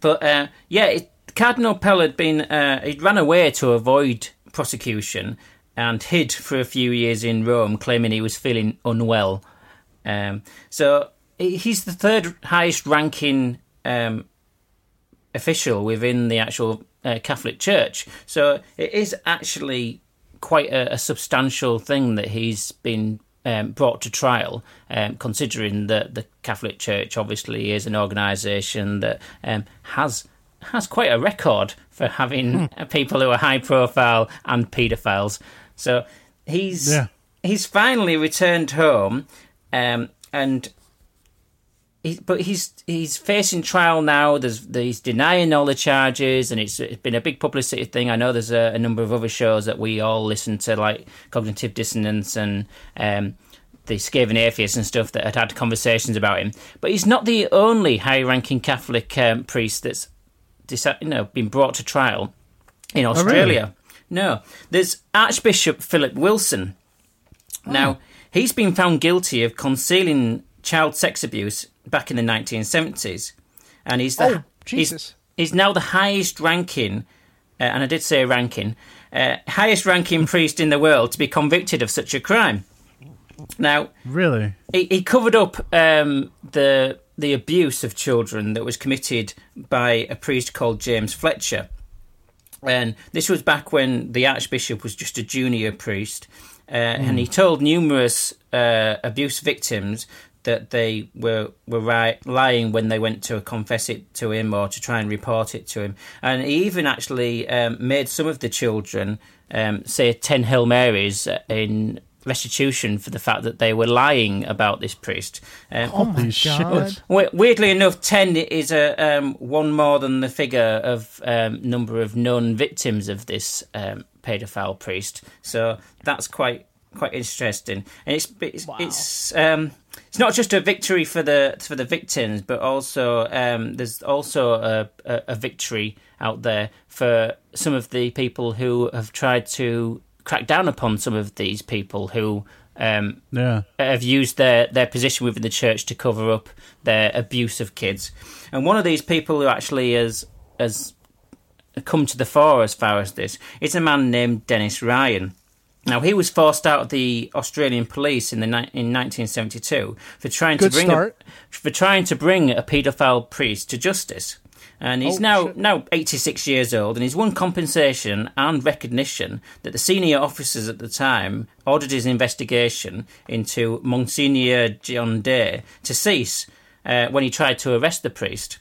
I: but uh, yeah, it, Cardinal Pell had been uh, he ran away to avoid prosecution and hid for a few years in Rome, claiming he was feeling unwell. Um, so he- he's the third highest ranking um, official within the actual uh, Catholic Church. So it is actually quite a, a substantial thing that he's been um, brought to trial, um, considering that the Catholic Church obviously is an organisation that um, has has quite a record for having people who are high profile and paedophiles. So he's
E: Yeah.
I: he's finally returned home, um, and he, but he's he's facing trial now. There's he's denying all the charges, and it's, it's been a big publicity thing. I know there's a, a number of other shows that we all listen to, like Cognitive Dissonance and um, the Scaven Atheist and stuff that had had conversations about him. But he's not the only high-ranking Catholic um, priest that's deci- you know been brought to trial in
K: Oh, really?
I: Australia. No, there's Archbishop Philip Wilson.
D: Oh.
I: Now, he's been found guilty of concealing child sex abuse back in the 1970s, and he's the
D: Oh, Jesus.
I: He's, he's now the highest ranking, uh, and I did say ranking, uh, highest ranking priest in the world to be convicted of such a crime. Now,
E: Really?
I: he, he covered up um, the the abuse of children that was committed by a priest called James Fletcher, and Um, this was back when the Archbishop was just a junior priest, uh, and he told numerous uh, abuse victims that they were were ri- lying when they went to confess it to him or to try and report it to him, and he even actually um, made some of the children um, say ten Hail Marys in restitution for the fact that they were lying about this priest. Um,
E: Oh my Holy God. shit.
I: we- Weirdly enough, ten is a um, one more than the figure of um, number of known victims of this um, paedophile priest. So that's quite quite interesting, and it's it's it's, um, it's not just a victory for the for the victims, but also um, there's also a, a, a victory out there for some of the people who have tried to crack down upon some of these people who um,
E: Yeah.
I: have used their, their position within the church to cover up their abuse of kids. And one of these people who actually has, has come to the fore as far as this is a man named Dennis Ryan. Now, he was forced out of the Australian police in, the ni- in 1972 for trying, to
D: Good
I: bring a,
D: start.
I: for trying to bring a paedophile priest to justice. And he's
D: Oh,
I: now, now 86 years old, and he's won compensation and recognition that the senior officers at the time ordered his investigation into Monsignor John Day to cease uh, when he tried to arrest the priest.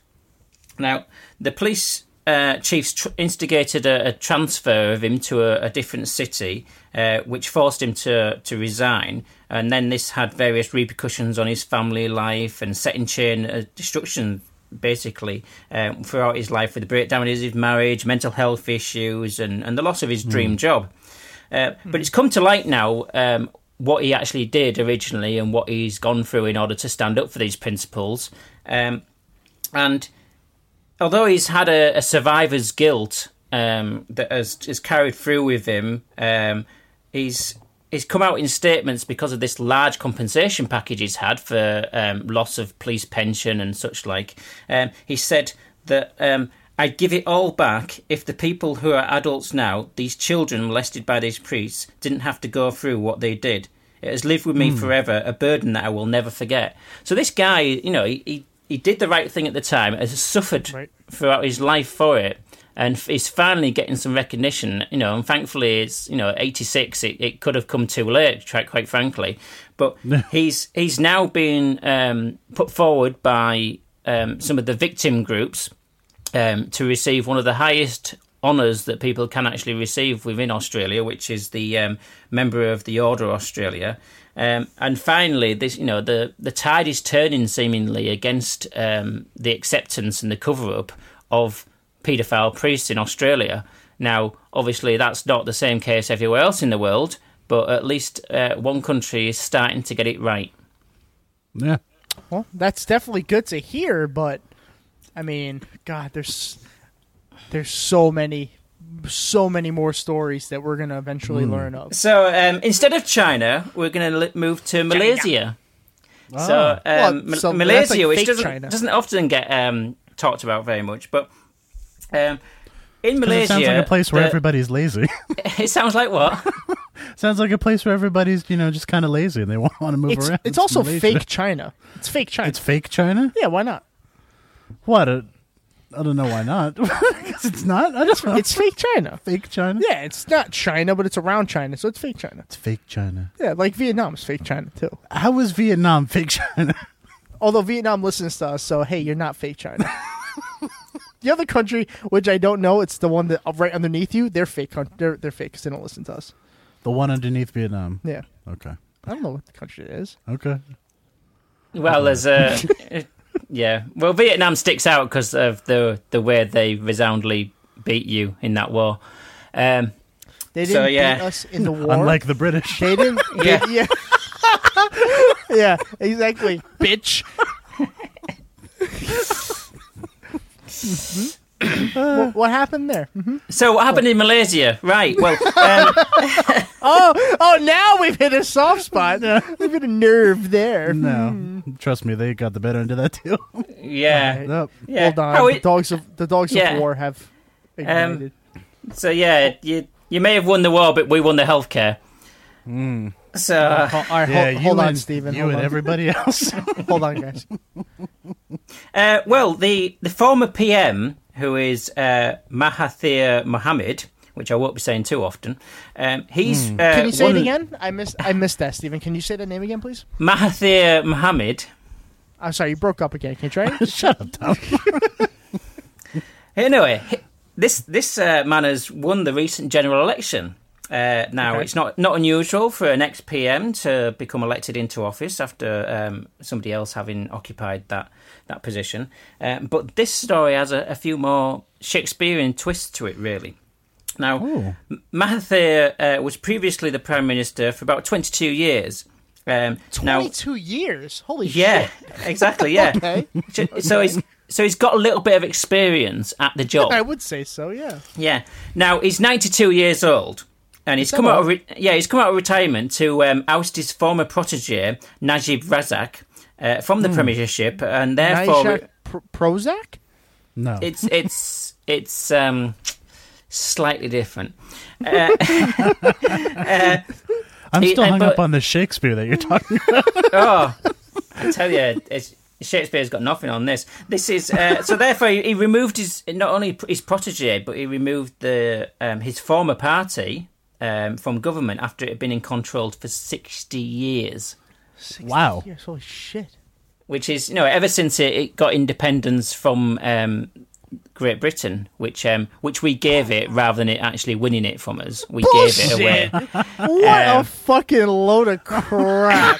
I: Now, the police uh, chiefs tr- instigated a, a transfer of him to a, a different city, uh, which forced him to, to resign. And then this had various repercussions on his family life and set in chain uh, destruction, basically, um, throughout his life with the breakdown of his marriage, mental health issues, and, and the loss of his dream job. Uh, but it's come to light now um, what he actually did originally and what he's gone through in order to stand up for these principles. Um, and although he's had a, a survivor's guilt um, that has, has carried through with him, um, he's he's come out in statements because of this large compensation package he's had for um, loss of police pension and such like. Um, he said that. Um, I'd give it all back if the people who are adults now, these children molested by these priests, didn't have to go through what they did. It has lived with me
K: Hmm.
I: forever, a burden that I will never forget. So this guy, you know, he, he, he did the right thing at the time, has suffered throughout his life for it, and f- is finally getting some recognition, you know, and thankfully it's, you know, 86, it, it could have come too late, tri- quite frankly. But he's, he's now been um, put forward by um, some of the victim groups um, to receive one of the highest honours that people can actually receive within Australia, which is the um, member of the Order Australia. Um, and finally, this you know the the tide is turning seemingly against um, the acceptance and the cover up of paedophile priests in Australia. Now, obviously, that's not the same case everywhere else in the world, but at least uh, one country is starting to get it right.
E: Yeah.
D: Well, that's definitely good to hear, but I mean, God, there's there's so many, so many more stories that we're gonna eventually learn of.
I: So um, instead of China, we're going to move to Malaysia.
D: Ah.
I: So,
D: Well,
I: um, Ma-
D: so that's
I: Malaysia,
D: like
I: which
D: fake
I: doesn't,
D: China.
I: doesn't often get um, talked about very much, but um,
E: 'Cause
I: in Malaysia,
E: It sounds like a place where
I: the-
E: everybody's lazy.
I: it sounds like what?
E: sounds like a place where everybody's, you know, just kind of lazy and they want to move
D: It's
E: around.
D: it's also
E: Malaysia.
D: fake China. It's fake China.
E: It's fake China?
D: Yeah, why not?
E: What? I I don't know why not. Because it's not. I
D: It's, it's fake China.
E: Fake China.
D: Yeah, it's not China, but it's around China, so it's fake China.
E: It's fake China.
D: Yeah, like Vietnam's fake China too.
E: How is Vietnam fake China?
D: Although Vietnam listens to us, so hey, you're not fake China. the other country, which I don't know, it's the one that right underneath you. They're fake. coun- They're they're fake because they don't listen to us.
E: The one underneath Vietnam.
D: Yeah.
E: Okay.
D: I don't know what the country it is.
E: Okay.
I: Well, there's a yeah. Well, Vietnam sticks out because of the the way they resoundly beat you in that war. Um,
D: They
I: so,
D: didn't
I: yeah.
D: beat us in the war.
E: Unlike the British.
D: They didn't.
I: Yeah.
D: yeah. yeah. yeah. Exactly. Bitch. Mm-hmm. what, what happened there? Mhm.
I: So what happened in Malaysia? Right. Well, um,
D: Oh, oh! Now we've hit a soft spot. We've hit a nerve
E: Mm.
D: there.
E: No.
D: Hmm.
E: Trust me, they got the better end of that deal.
I: yeah.
E: Yep.
I: Yeah.
D: Hold on.
I: How
D: the
I: it-
D: dogs of the dogs
I: Yeah. Um,
D: of war have ignited.
I: So yeah, you you may have won the war, but we won the healthcare.
E: Hmm.
I: So uh,
D: Ho- all right,
E: yeah,
D: hold,
E: you
D: hold on,
E: and-
D: Stephen.
E: you
D: hold
E: and
D: on.
E: everybody else.
D: hold on, guys.
I: Uh, well, the, the former PM, who is uh, Mahathir Mohamad, which I won't be saying too often, um, he's. Uh,
D: Hmm. Can you say
I: one-
D: it again? I missed. I missed that, Stephen. Can you say that name again, please?
I: Mahathir Mohamad.
D: I'm sorry, you broke up again. Can you try? it?
E: Shut up, Tom.
I: Anyway, he- this this uh, man has won the recent general election. Uh, now, it's not, not unusual for an ex PM to become elected into office after um, somebody else having occupied that, that position. Um, but this story has a, a few more Shakespearean twists to it, really. Now, M- Mahathir uh, was previously the Prime Minister for about 22 years. Um, now,
D: Twenty-two years. Holy
I: yeah,
D: shit!
I: exactly, yeah.
D: Okay.
I: So, so he's so he's got a little bit of experience at the job.
D: I would say so. Yeah.
I: Yeah. Now he's 92 years old, And he's
D: Is that
I: come out of
D: all?
I: re- yeah, he's come out of retirement to um, oust his former protege Najib Razak uh, from the
D: Hmm.
I: Premiership, and therefore
D: Nishak Pro- Prozac?
E: No.
I: it's it's it's um, slightly different. Uh, uh,
E: I'm
I: he-
E: still
I: uh,
E: hung
I: but-
E: up on the Shakespeare that you're talking about.
I: oh, I tell you, it's, Shakespeare's got nothing on this. This is uh, so. Therefore, he, he removed his not only his protege, but he removed the um, his former party um, from government after it had been in control for sixty years.
E: Wow.
D: Yes, holy shit.
I: which is you know ever since it, it got independence from um, Great Britain, which um, which we gave it rather than it actually winning it from us, we gave it away.
D: Bullshit. What a fucking load of crap.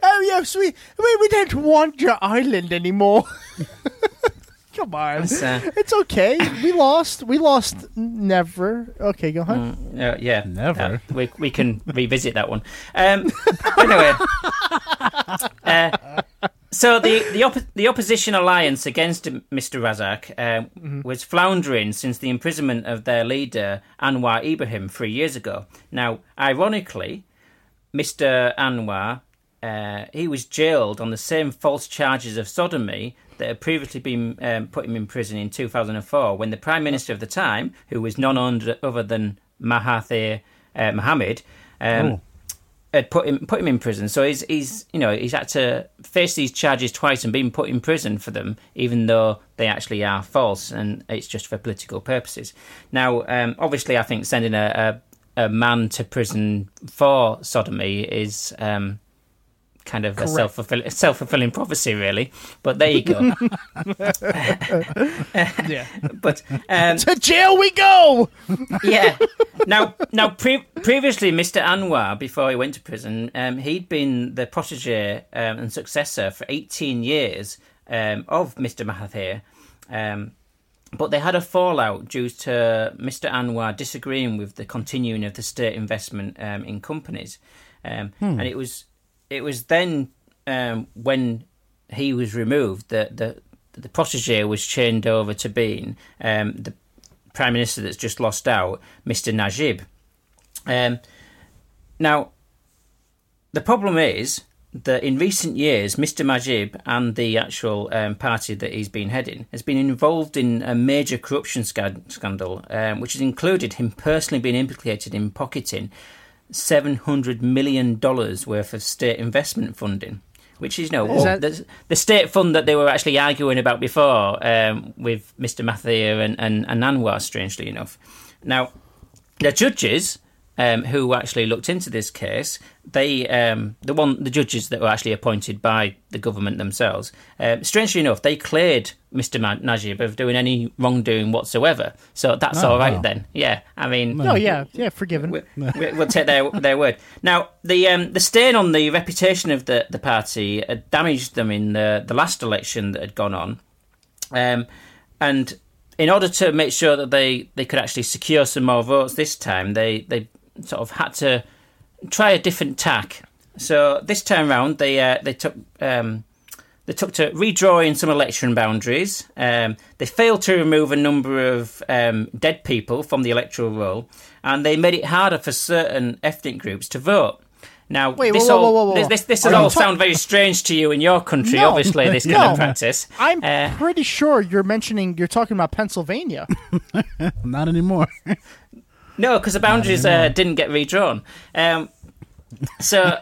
D: oh, yes, we, we, we don't want your island anymore. Come on.
I: It's, uh,
D: It's okay. We lost. We lost never. Okay, go ahead.
I: uh, yeah,
E: Never.
I: Uh, we we can revisit that one. Um, anyway, uh, so the the, oppo- the opposition alliance against Mr. Razak uh, was floundering since the imprisonment of their leader Anwar Ibrahim three years ago. Now, ironically, Mr. Anwar, uh, he was jailed on the same false charges of sodomy that had previously been um, put him in prison in 2004 when the Prime Minister of the time, who was none under- other than Mahathir uh, Mohammed, um, had put him put him in prison. So he's he's you know he's had to face these charges twice and been put in prison for them, even though they actually are false and it's just for political purposes. Now, um, obviously, I think sending a, a a man to prison for sodomy is um, kind of a self fulfilling self fulfilling prophecy, really. But there you go.
D: Yeah.
I: but um,
D: to jail we go.
I: yeah. Now, now, pre- previously, Mr. Anwar, before he went to prison, um, he'd been the protege um, and successor for 18 years um, of Mr. Mahathir. Um, but they had a fallout due to Mr. Anwar disagreeing with the continuing of the state investment um, in companies, um, and it was it was then um, when he was removed that the the protege was chained over to being um, the prime minister that's just lost out, Mr. Najib. Um, now, the problem is that in recent years, Mr. Majib and the actual um, party that he's been heading has been involved in a major corruption sca- scandal, um, which has included him personally being implicated in pocketing $700 million worth of state investment funding. Which is, you know,
D: Is
I: well,
D: that-
I: the, the state fund that they were actually arguing about before um, with Mr. Mathia and, and, and Anwar, strangely enough. Now, the judges um, who actually looked into this case, they um, the one the judges that were actually appointed by the government themselves, um, strangely enough, they cleared Mr. Ma- Najib of doing any wrongdoing whatsoever. So that's all right
E: wow.
I: then. Yeah, I mean,
D: Oh yeah, yeah, forgiven.
I: we- we- we'll take their their word. Now, the um, the stain on the reputation of the the party had damaged them in the the last election that had gone on, um, and in order to make sure that they they could actually secure some more votes this time, they they sort of had to try a different tack. So this time round, they uh, they took. Um, they took to redrawing some election boundaries. Um, they failed to remove a number of um, dead people from the electoral roll, and they made it harder for certain ethnic groups to vote. Now,
D: Wait,
I: this
D: whoa,
I: all
D: whoa, whoa, whoa, whoa.
I: this this, this
D: Are
I: will
D: you
I: all
D: ta-
I: sound very strange to you in your country.
D: No.
I: obviously, this kind
D: No.
I: of practice.
D: I'm
I: Uh,
D: pretty sure you're mentioning you're talking about Pennsylvania.
E: Not anymore.
I: no, because the boundaries uh, didn't get redrawn. Um, so,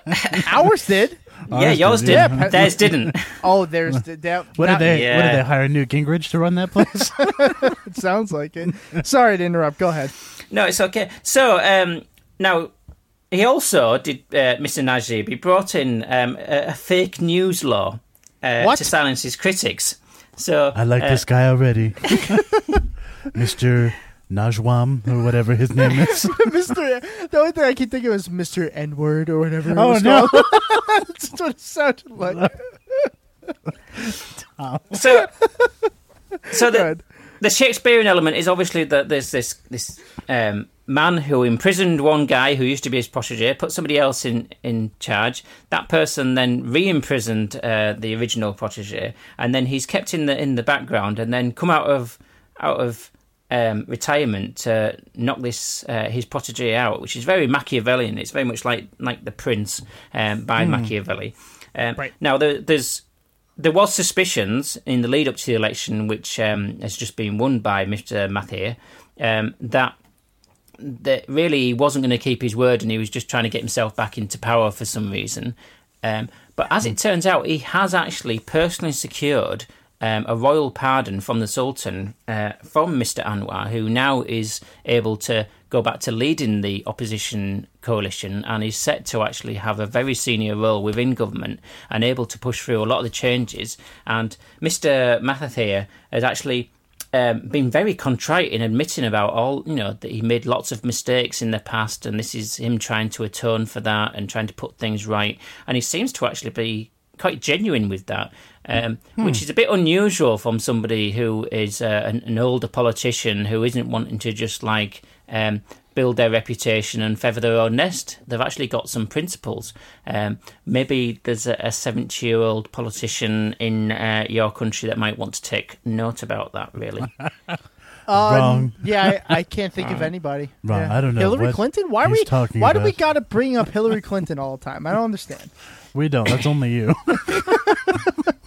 D: Ours did.
I: yeah,
E: did,
I: yours did.
E: yeah.
I: Theirs didn't.
D: Oh, there's the, that.
E: What
D: that,
E: did they? What
I: Yeah.
E: did they hire Newt Gingrich to run that place?
D: It sounds like it. Sorry to interrupt. Go ahead.
I: No, it's okay. So um, now he also did, uh, Mr. Najib. He brought in um, a, a fake news law uh,
D: What?
I: to silence his critics. So
E: I like
I: uh,
E: this guy already, Mister Najwam or whatever his name is.
D: Mister, the only thing I can think of is Mister N word or whatever. it
E: Oh,
D: was
E: no.
D: called. That's what it sounded like.
I: So, so
D: Go
I: the,
D: ahead.
I: the Shakespearean element is obviously that there's this this um, man who imprisoned one guy who used to be his protege, put somebody else in in charge. That person then re-imprisoned uh, the original protege, and then he's kept in the in the background, and then come out of out of um, retirement to knock this uh, his protege out, which is very Machiavellian. It's very much like like the Prince um, by
K: Hmm.
I: Machiavelli. Um, Now there, there's there was suspicions in the lead up to the election, which um, has just been won by Mr. Mathieu, um, that that really he wasn't going to keep his word and he was just trying to get himself back into power for some reason. Um, but as it turns out, he has actually personally secured um, a royal pardon from the Sultan uh, from Mr. Anwar, who now is able to go back to leading the opposition coalition and is set to actually have a very senior role within government and able to push through a lot of the changes. And Mr. Mathathir has actually um, been very contrite in admitting about all you know that he made lots of mistakes in the past, and this is him trying to atone for that and trying to put things right. And he seems to actually be quite genuine with that, um,
L: Hmm.
I: which is a bit unusual from somebody who is uh, an, an older politician who isn't wanting to just like um, build their reputation and feather their own nest. They've actually got some principles. Um, maybe there's a 70 year old politician in uh, your country that might want to take note about that, really.
E: Wrong.
D: Yeah, I, I can't think of
I: Wrong.
D: anybody.
I: Wrong.
D: Yeah.
I: I don't know
D: Hillary
E: what
D: Clinton? Why are
E: he's
D: we?
E: talking
D: Why do
E: about.
D: we got to bring up Hillary Clinton all the time? I don't understand.
E: We don't. That's only you.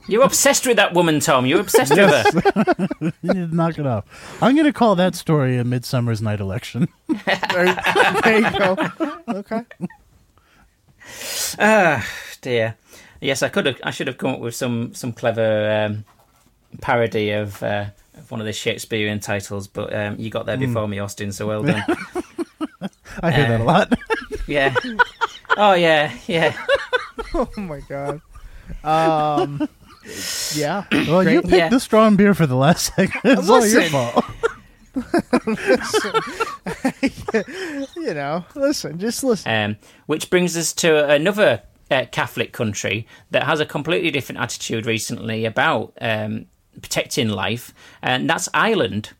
I: You're obsessed with that woman, Tom. You're obsessed
E: Yes.
I: with her. Oh,
E: you need to knock it off. I'm going to call that story a Midsummer's Night election.
D: There, there you go. Okay.
I: Ah, dear. Yes, I could have. I should have come up with some some clever um, parody of, uh, of one of the Shakespearean titles, but um, you got there before me, Austin. So well done.
E: I hear that a lot.
I: yeah. Oh yeah, yeah.
D: Oh my god. Um. Yeah.
E: Well, you
D: Great.
E: picked the strong beer for the last segment. It's all your
D: Listen.
E: fault.
D: you know, listen, just listen.
I: Um, which brings us to another uh, Catholic country that has a completely different attitude recently about um, protecting life, and that's Ireland.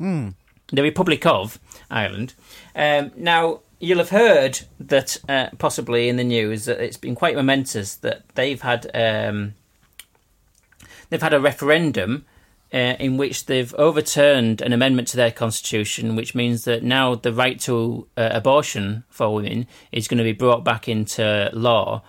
I: the Republic of Ireland. Um, now, you'll have heard that uh, possibly in the news that it's been quite momentous that they've had um, they've had a referendum uh, in which they've overturned an amendment to their constitution, which means that now the right to uh, abortion for women is going to be brought back into law.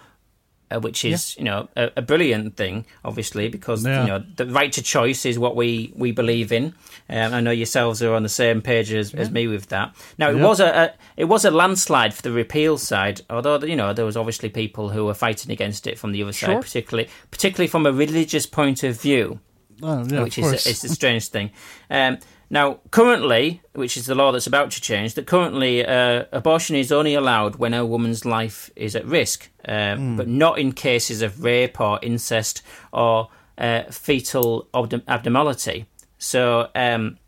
I: Uh, which is, you know, a, a brilliant thing, obviously, because
E: Yeah.
I: you know the right to choice is what we we believe in. Um, I know yourselves are on the same page as, as me with that. Now it
K: Yeah.
I: was a, a it was a landslide for the repeal side, although you know there was obviously people who were fighting against it from the other
E: Sure.
I: side, particularly particularly from a religious point of view
E: Oh, yeah,
I: which
E: of
I: is
E: course.
I: it's the strangest thing. Um, now, currently, which is the law that's about to change, that currently uh, abortion is only allowed when a woman's life is at risk, um,
E: Hmm.
I: but not in cases of rape or incest or uh, fetal abdom- abnormality. So. Um,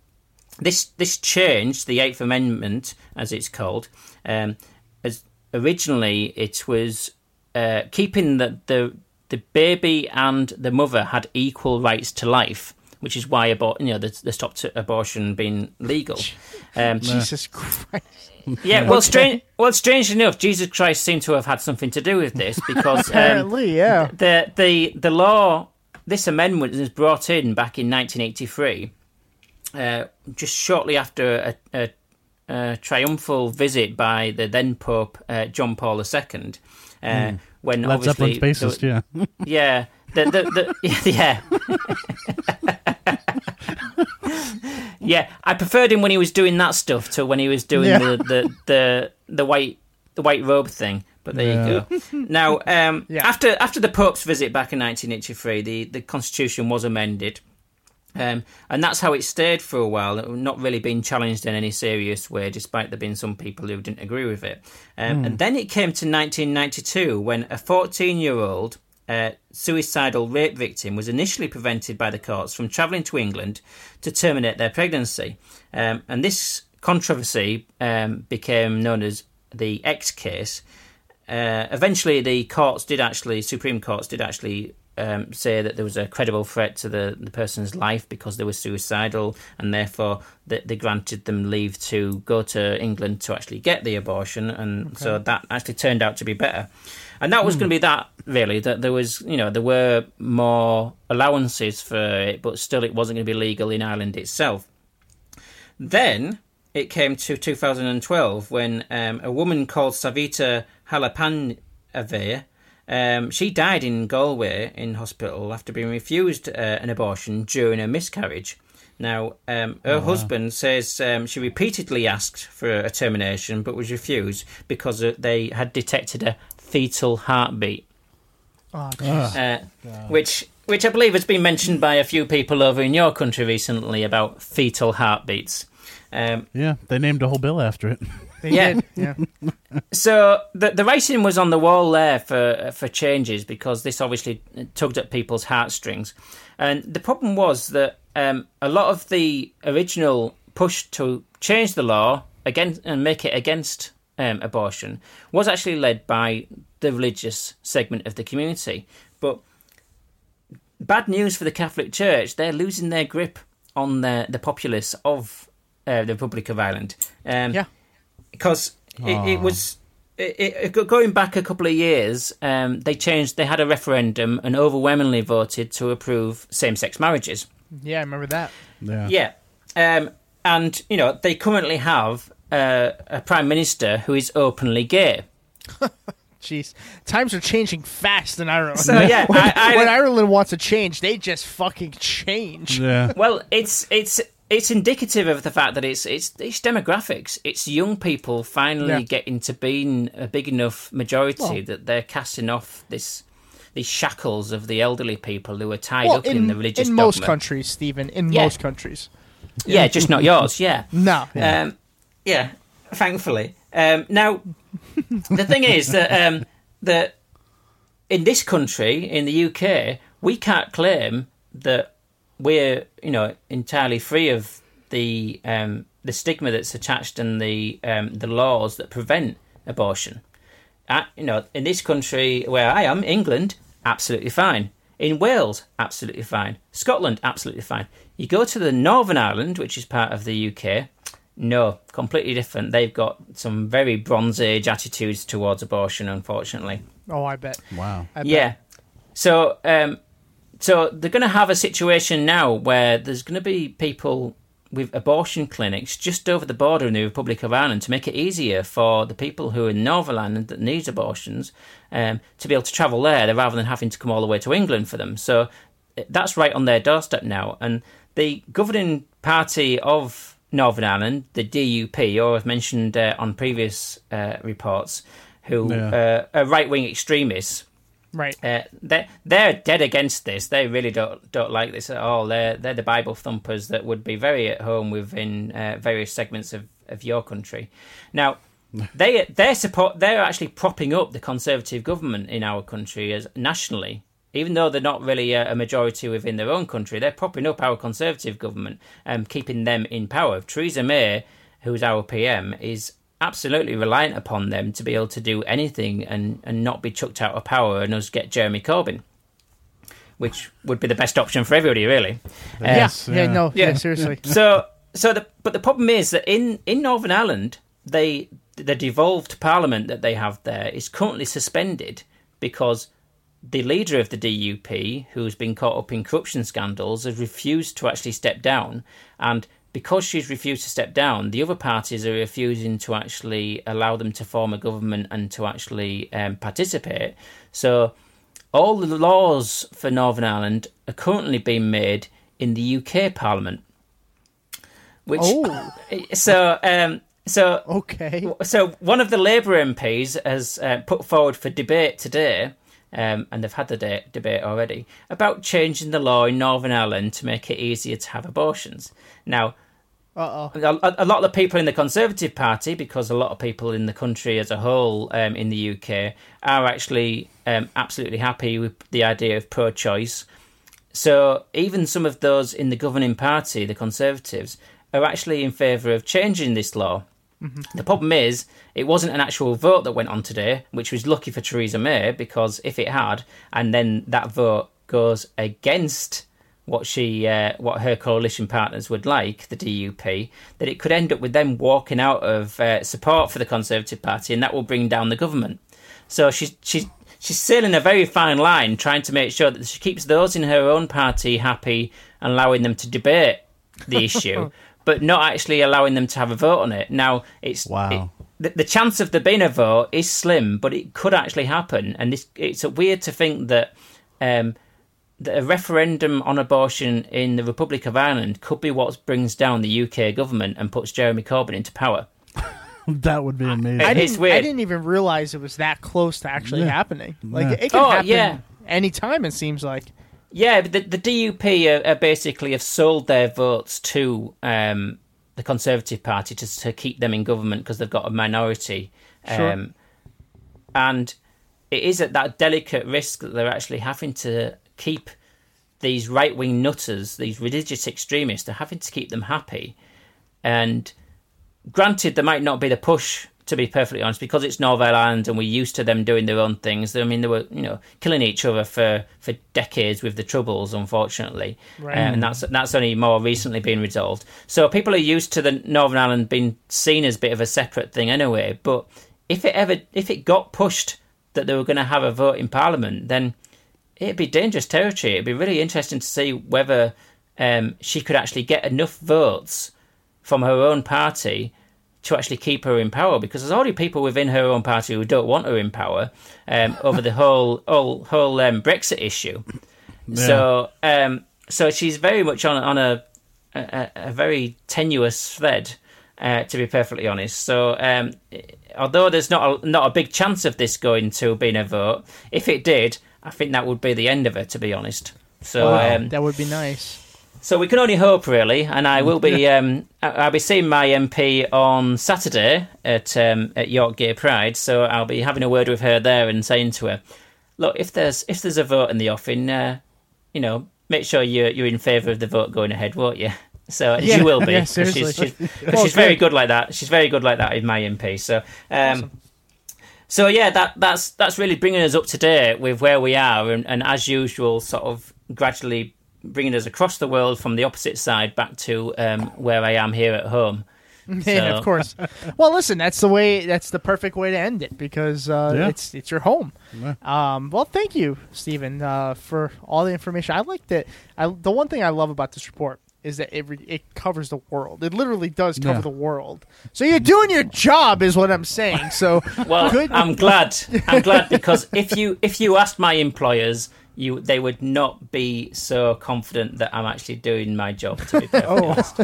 I: this this change, the Eighth Amendment, as it's called, um, as originally it was uh, keeping that the the baby and the mother had equal rights to life, which is why abor- you know they, they stopped abortion being legal. Um,
D: Jesus Christ.
I: yeah, well, strange. Well, strangely enough, Jesus Christ seemed to have had something to do with this because um,
D: Apparently, yeah.
I: the the the law, this amendment was brought in back in 1983, uh, just shortly after a, a, a triumphal visit by the then Pope uh, John Paul II, uh,
E: Mm.
I: when
E: Led
I: obviously
E: Zeppelin's bassist,
I: there- yeah, the, the, the, yeah. Yeah, I preferred him when he was doing that stuff to when he was doing
K: Yeah.
I: the, the, the the white the white robe thing. But there you go. Now, um, after after the Pope's visit back in 1983, the, the constitution was amended, um, and that's how it stayed for a while, not really being challenged in any serious way, despite there being some people who didn't agree with it. Um,
K: Hmm.
I: And then it came to 1992 when a 14 year old uh, suicidal rape victim was initially prevented by the courts from travelling to England to terminate their pregnancy. Um, and this controversy um, became known as the X case. Uh, eventually, the courts did actually, Supreme Courts did actually um, say that there was a credible threat to the, the person's life because they were suicidal, and therefore th- they granted them leave to go to England to actually get the abortion, and so
K: Okay.
I: that actually turned out to be better. And that was
K: Hmm.
I: going to be that really that there was you know there were more allowances for it, but still it wasn't going to be legal in Ireland itself. Then it came to 2012 when um, a woman called Savita Halapanave, um, she died in Galway in hospital after being refused uh, an abortion during a miscarriage. Now, um, her husband says um, she repeatedly asked for a termination but was refused because uh, they had detected a fetal heartbeat.
D: Oh,
I: Uh, which which I believe has been mentioned by a few people over in your country recently about fetal heartbeats. Um,
E: Yeah, they named a whole bill after it.
I: yeah. so the the writing was on the wall there for for changes because this obviously tugged at people's heartstrings, and the problem was that um, a lot of the original push to change the law against and make it against um, abortion was actually led by the religious segment of the community, but bad news for the Catholic Church. They're losing their grip on the the populace of uh, the Republic of Ireland. Um,
D: Yeah.
I: because it,
E: Aw.
I: it was. It, it, go- going back a couple of years, um, they changed. They had a referendum and overwhelmingly voted to approve same-sex marriages.
D: Yeah, I remember that.
E: Yeah.
I: Yeah, um, and you know they currently have uh, a prime minister who is openly gay.
D: Jeez, times are changing fast in Ireland.
I: So, yeah,
D: when,
I: I- I-
D: when Ireland wants a change, they just fucking change.
E: Yeah.
I: Well, it's it's it's indicative of the fact that it's it's it's demographics. It's young people finally
D: Yeah.
I: getting to being a big enough majority
D: Well-
I: that they're casting off this these shackles of the elderly people who are tied
D: Well,
I: up in, the religious
D: in most
I: dogma.
D: countries, Stephen. In
I: Yeah.
D: most countries,
I: Yeah, just not yours. Yeah.
D: no.
E: Uh,
D: Yeah.
I: Um, yeah, thankfully. Um, now, the thing is that um, that in this country, in the UK, we can't claim that we're you know entirely free of the um, the stigma that's attached and the um, the laws that prevent abortion. Uh you know, in this country where I am, England, absolutely fine. In Wales, absolutely fine. Scotland, absolutely fine. You go to the Northern Ireland, which is part of the UK, no, completely different. They've got some very Bronze Age attitudes towards abortion, unfortunately.
D: oh, I bet.
E: Wow.
D: I bet.
I: Yeah. So, um, so they're going to have a situation now where there's going to be people with abortion clinics just over the border in the Republic of Ireland to make it easier for the people who are in Northern Ireland that need abortions um, to be able to travel there rather than having to come all the way to England for them. So eh, that's right on their doorstep now. And the governing party of Northern Ireland, the DUP, or I've mentioned uh, on previous uh, reports, who
E: Yeah.
I: uh, are right wing extremists.
D: Right.
I: Uh, they're, they're dead against this. They really don't don't like this at all. They're they're the Bible thumpers that would be very at home within uh, various segments of, of your country. Now, they they're support they're actually propping up the Conservative government in our country as nationally, even though they're not really a, a majority within their own country. They're propping up our Conservative government and keeping them in power. Theresa May, who's our PM, is absolutely reliant upon them to be able to do anything and, and not be chucked out of power and us get Jeremy Corbyn, which would be the best option for everybody, really. Uh,
D: yeah.
E: Yes,
D: yeah.
E: yeah.
D: No. Yeah. seriously.
I: so, so the but the problem is that in in Northern Ireland, they the devolved parliament that they have there is currently suspended because the leader of the DUP, who's been caught up in corruption scandals, has refused to actually step down. And because she's refused to step down, the other parties are refusing to actually allow them to form a government and to actually um, participate. So all the laws for Northern Ireland are currently being made in the UK Parliament. Which
D: Oh.
I: so um, so
D: Okay.
I: so one of the Labour MPs has uh, put forward for debate today, um, and they've had the de- debate already about changing the law in Northern Ireland to make it easier to have abortions. Now,
D: Uh oh.
I: a, a lot of the people in the Conservative Party, because a lot of people in the country as a whole um, in the UK are actually um, absolutely happy with the idea of pro choice. So even some of those in the governing party, the Conservatives, are actually in favour of changing this law. The problem is, it wasn't an actual vote that went on today, which was lucky for Theresa May because if it had, and then that vote goes against what she, uh, what her coalition partners would like, the DUP, that it could end up with them walking out of uh, support for the Conservative Party, and that will bring down the government. So she's she's she's sailing a very fine line, trying to make sure that she keeps those in her own party happy and allowing them to debate the issue, but not actually allowing them to have a vote on it. Now, it's
E: Wow.
I: it- the, the chance of there being a vote is slim, but it could actually happen, and this, it's weird to think that. Um, that a referendum on abortion in the Republic of Ireland could be what brings down the UK government and puts Jeremy Corbyn into power.
E: that would be amazing.
D: I
I: It is
D: didn't,
I: weird.
D: I didn't even realize it was that close to actually
E: Yeah.
D: happening. Like
E: Yeah.
D: it can
I: Oh,
D: happen
I: yeah.
D: anytime. It seems like
I: Yeah, but the, the DUP are, are basically have sold their votes to um, the Conservative Party to, to keep them in government because they've got a minority.
D: Sure.
I: Um, and it is at that delicate risk that they're actually having to keep these right wing nutters, these religious extremists, they're having to keep them happy. And granted, there might not be the push, to be perfectly honest, because it's Northern Ireland and we're used to them doing their own things. I mean, they were, you know, killing each other for, for decades with the Troubles, unfortunately.
D: Right.
I: Um, and that's that's only more recently been resolved. So people are used to the Northern Ireland being seen as a bit of a separate thing anyway. But if it ever if it got pushed that they were going to have a vote in Parliament, then it'd be dangerous territory. It'd be really interesting to see whether um, she could actually get enough votes from her own party to actually keep her in power because there's already people within her own party who don't want her in power um, over the whole whole, whole um, Brexit issue. So um, so she's very much on on a a, a- a very tenuous thread. Uh, to be perfectly honest, so um, although there's not a, not a big chance of this going to being a vote, if it did, I think that would be the end of it. To be honest, so um,
D: that would be nice.
I: so we can only hope, really. And I will be. Um, I- I'll be seeing my MP on Saturday at um, at York Gay Pride. So I'll be having a word with her there and saying to her, "Look, if there's if there's a vote in the offing, uh, you know, make sure you're you're in favour of the vote going ahead, won't you?" So and
D: Yeah,
I: she will be.
D: yeah,
I: 'cause she's-
D: seriously.
I: she's, 'cause
D: Oh,
I: she's very
D: good.
I: good like that. She's very good like that in my MP. So. Um, so yeah, that that's that's really bringing us up to date with where we are, and, and as usual, sort of gradually bringing us across the world from the opposite side back to um, where I am here at home.
D: yeah,
I: So-
D: of course. well, listen, that's the way. That's the perfect way to end it because uh,
E: Yeah.
D: it's it's your home. Um, well, thank you, Stephen, uh, for all the information. I like that. I, the one thing I love about this report is that it, re- it covers the world. It literally does cover
E: Yeah.
D: the world. So you're doing your job, is what I'm saying. So
I: Well,
D: good.
I: I'm glad. I'm glad because if you if you asked my employers, you they would not be so confident that I'm actually doing my job. To be perfectly honest.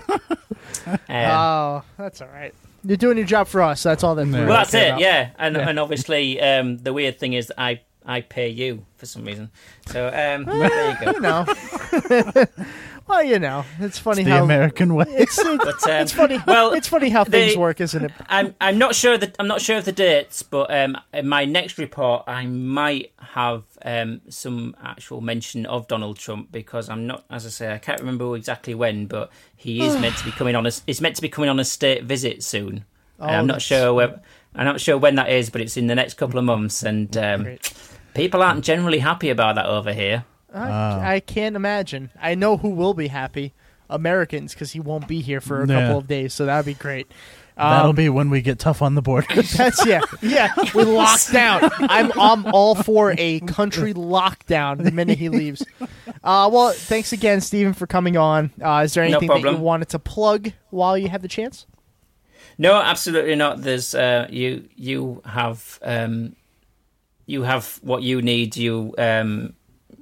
I: Um,
D: oh, that's all right. You're doing your job for us. That's all that.
I: well, that's it. Yeah, and and obviously um, the weird thing is that I I pay you for some reason. So um, there you go.
D: You know. well, you know, it's funny
E: the
D: how
E: American way.
D: it's it-
I: But, um,
D: it's funny.
I: Well,
D: it's funny how things
I: they-
D: work, isn't it?
I: I'm I'm not sure that I'm not sure of the dates, but um, in my next report, I might have um, some actual mention of Donald Trump because I'm not, as I say, I can't remember exactly when, but he is meant to be coming on a it's meant to be coming on a state visit soon. And
D: Oh,
I: I'm not
D: that's-
I: sure where I'm not sure when that is, but it's in the next couple of months, and um,
D: Great.
I: people aren't generally happy about that over here.
D: I,
E: Ah.
D: I can't imagine. I know who will be happy, Americans, because he won't be here for a
E: Yeah.
D: couple of days, so that'd be great. Um,
E: That'll be when we get tough on the borders.
D: That's yeah, yeah. We locked down. I'm I'm all for a country lockdown the minute he leaves. Uh, well, thanks again, Stephen, for coming on. Uh, is there
I: No
D: anything that you
I: problem.
D: wanted to plug while you have the chance?
I: No, absolutely not. There's uh, you you have um, you have what you need. You um,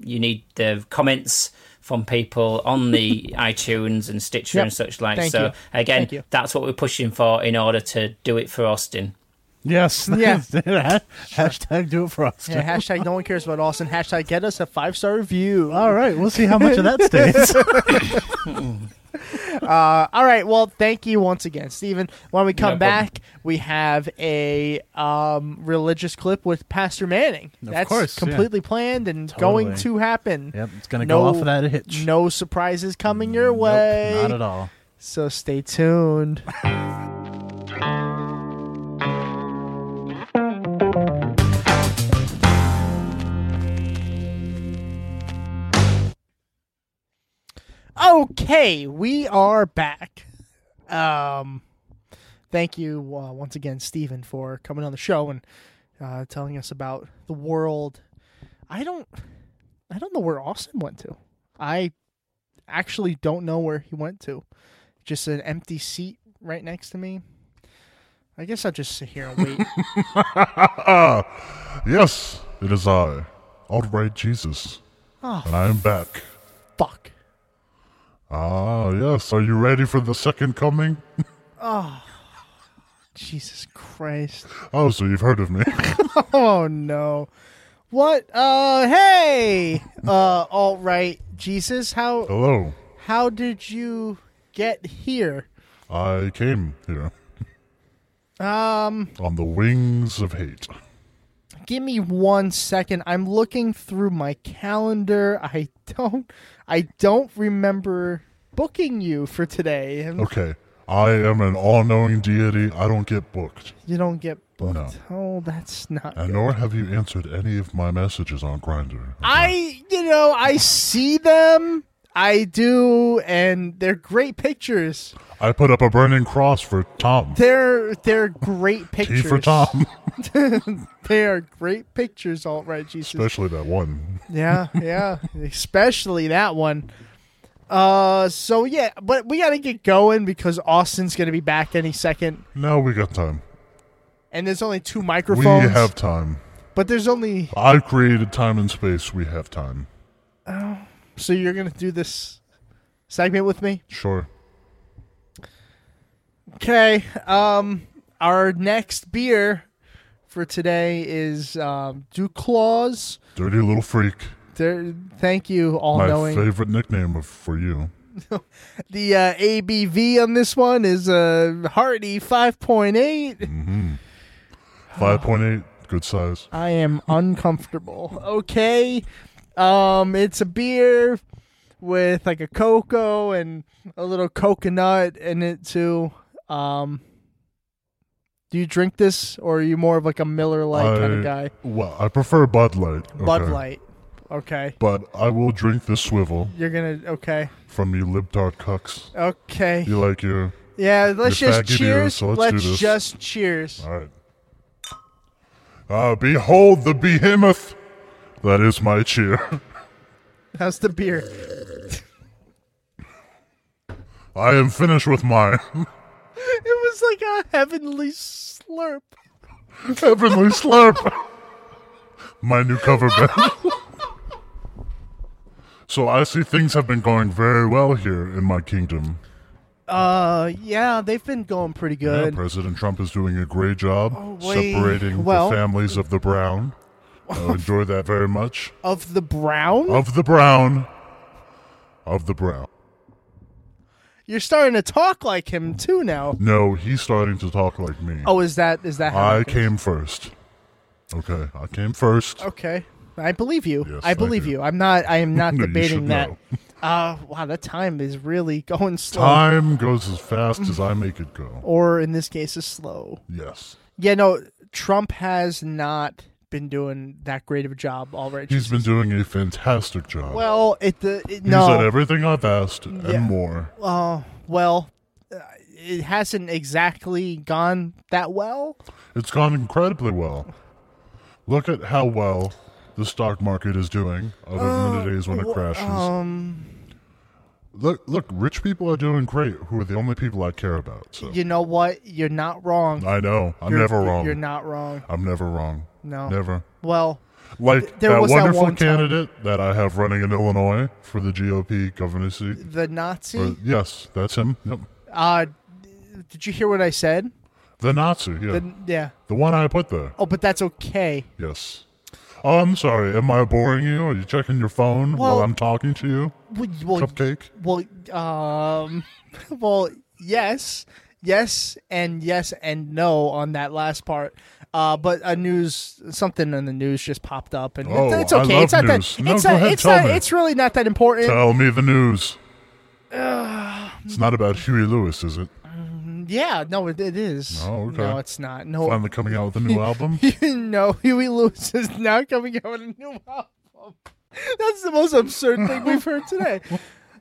I: you need the comments from people on the iTunes and Stitcher
D: Yep.
I: and such like.
D: Thank
I: so
D: you.
I: again,
D: Thank you.
I: that's what we're pushing for in order to do it for Austin.
E: yes.
D: Yeah.
E: Hashtag do it for us.
D: Yeah, hashtag no one cares about Austin. Hashtag get us a five star review.
E: All right. We'll see how much of that stays.
D: All right. Well, thank you once again, Stephen. When we come
I: No problem.
D: back, we have a um, religious clip with Pastor Manning. That's
E: course, yeah.
D: completely planned and
E: Totally.
D: going to happen.
E: yep. It's going to go off without a hitch.
D: No surprises coming your
E: Nope,
D: way.
E: not at all.
D: So stay tuned. okay, we are back. Um, thank you uh, once again, Stephen, for coming on the show and uh, telling us about the world. I don't, I don't know where Austin went to. I actually don't know where he went to just an empty seat right next to me. I guess I'll just sit here and wait.
K: Ah, yes, it is I, outright Jesus.
D: Oh,
K: and I am back.
D: Fuck.
K: Ah, yes. Are you ready for the second coming?
D: oh, Jesus Christ.
K: Oh, so you've heard of me.
D: oh no. What? Uh, hey. Uh, all right, Jesus. How?
K: Hello.
D: How did you get here?
K: I came here
D: Um,
K: on the wings of hate.
D: give me one second. I'm looking through my calendar. I don't. I don't remember booking you for today.
K: Okay. I am an all knowing deity. I don't get booked.
D: You don't get booked.
K: No.
D: Oh, that's not.
K: And
D: good.
K: nor have you answered any of my messages on Grinder.
D: I, you know, I see them. I do, and they're great pictures.
K: I put up a burning cross for Tom.
D: They're they're great
K: T
D: pictures.
K: for Tom.
D: they are great pictures, all right, Jesus.
K: Especially that one.
D: yeah, yeah, especially that one. Uh, so yeah, but we gotta get going because Austin's gonna be back any second,
K: Now we got time.
D: and there's only two microphones.
K: We have time.
D: but there's only
K: I created time and space. We have time.
D: oh, so you're gonna do this segment with me.
K: Sure.
D: Okay. Um, our next beer for today is um, Duclaws.
K: Dirty little freak.
D: There, thank you, all
K: my
D: knowing.
K: favorite nickname of, for you.
D: The uh, ABV on this one is uh, hearty 5.8.
K: hmm 5.8, good size.
D: I am uncomfortable. Okay. Um, it's a beer with like a cocoa and a little coconut in it too. Um, do you drink this or are you more of like a Miller Lite kind
K: I-
D: of guy?
K: Well, I prefer Bud Light.
D: Bud
K: okay?
D: Light. Okay.
K: But I will drink this swivel
D: You're gonna okay.
K: from you libtard cucks.
D: Okay.
K: You like your...
D: Yeah, let's
K: your
D: just
K: faggot ears,
D: cheers.
K: so
D: let's
K: let's do this.
D: just cheers.
K: All right. Ah, behold the behemoth! That is my cheer.
D: How's the beer?
K: I am finished with mine.
D: it was like a heavenly slurp.
K: Heavenly slurp! my new cover band. so I see things have been going very well here in my kingdom.
D: Uh, yeah, they've been going pretty
K: Yeah,
D: good.
K: President Trump is doing a great job
D: Oh, wait.
K: separating
D: Well-
K: the families of the brown. I enjoy that very much.
D: Of the brown,
K: Of the brown. Of the brown.
D: you're starting to talk like him too now.
K: No, he's starting to talk like me.
D: Oh, is that is that? How
K: I
D: it goes?
K: came first. Okay, I came first.
D: Okay, I believe you. I
K: thank
D: believe
K: you.
D: you. I'm not. I am not
K: You should
D: debating that.
K: know.
D: Uh, wow, that time is really going slow.
K: Time goes as fast as I make it go.
D: or in this case, is slow.
K: Yes.
D: Yeah, no, Trump has not been doing that great of a job already.
K: He's been doing a fantastic job.
D: Well, it the it,
K: he's
D: no.
K: done everything I've asked
D: Yeah.
K: and more.
D: Uh, well, uh, it hasn't exactly gone that well.
K: It's gone incredibly well. Look at how well the stock market is doing other than the days when it crashes.
D: Uh, Um,
K: look, look, rich people are doing great who are the only people I care about. So
D: you know what? You're not wrong.
K: I know. I'm
D: You're-
K: never wrong.
D: You're not wrong.
K: I'm never wrong.
D: No.
K: Never.
D: Well,
K: Like
D: there
K: that
D: was that
K: wonderful
D: one time-
K: candidate that I have running in Illinois for the GOP governor seat.
D: the Nazi.
K: Or- yes, that's him. Yep.
D: Uh, did you hear what I said?
K: The Nazi, yeah.
D: The, yeah.
K: the one I put there.
D: Oh, but that's okay.
K: Yes. Oh, I'm sorry. Am I boring you? Are you checking your phone
D: Well-
K: while I'm talking to you?
D: Well, y- well,
K: Cupcake?
D: well, um, well, yes, yes, and yes, and no on that last part. Uh, but a news something in the news just popped up, and
K: Oh,
D: it's, it's
K: I
D: okay.
K: love
D: it's not
K: news.
D: that.
K: No,
D: it's
K: go
D: not,
K: ahead,
D: it's
K: tell
D: not,
K: me.
D: It's really not that important.
K: Tell me the news.
D: Ugh,
K: It's not about Huey Lewis, is it?
D: yeah, no, it, it is.
K: Oh, okay.
D: No, it's not. No,
K: Finally coming out with a new album?
D: no, Huey Lewis is not coming out with a new album. That's the most absurd thing we've heard today.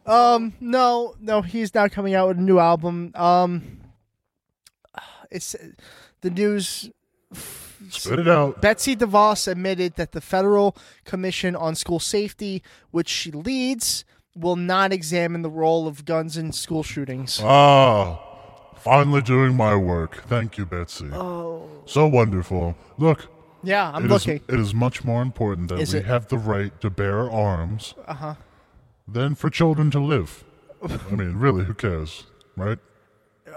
D: Um, no, no, he's not coming out with a new album. Um, it's the news.
K: Spit it out.
D: Betsy DeVos admitted that the Federal Commission on School Safety, which she leads, will not examine the role of guns in school shootings.
K: Ah, finally doing my work. Thank you, Betsy. Oh. So wonderful. Look.
D: Yeah, I'm
K: it is-
D: looking.
K: it is much more important that
D: Is
K: we
D: it?
K: have the right to bear arms
D: Uh huh.
K: than for children to live. I mean, really, who cares, right?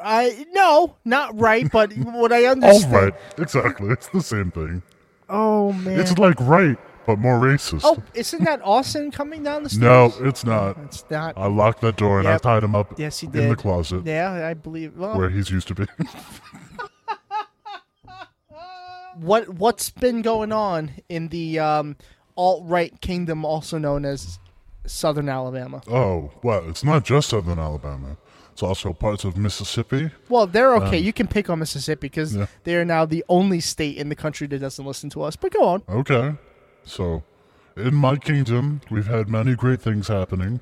D: I no, not right, but what I
K: All
D: understand.
K: right, exactly. It's the same thing.
D: Oh man.
K: It's like right, but more racist.
D: Oh, isn't that Austin coming down the
K: no,
D: stairs?
K: it's not.
D: It's not.
K: I locked that door and
D: Yep.
K: I tied him up
D: Yes, he
K: in
D: did.
K: the closet
D: Yeah, I believe. Well,
K: where he's used to be.
D: what what's been going on in the um, alt right kingdom, also known as Southern Alabama?
K: oh, well, it's not just Southern Alabama. It's also parts of Mississippi.
D: Well, they're okay.
K: Um,
D: you can pick on Mississippi because
K: yeah.
D: they are now the only state in the country that doesn't listen to us. But go on.
K: Okay. So, in my kingdom, we've had many great things happening.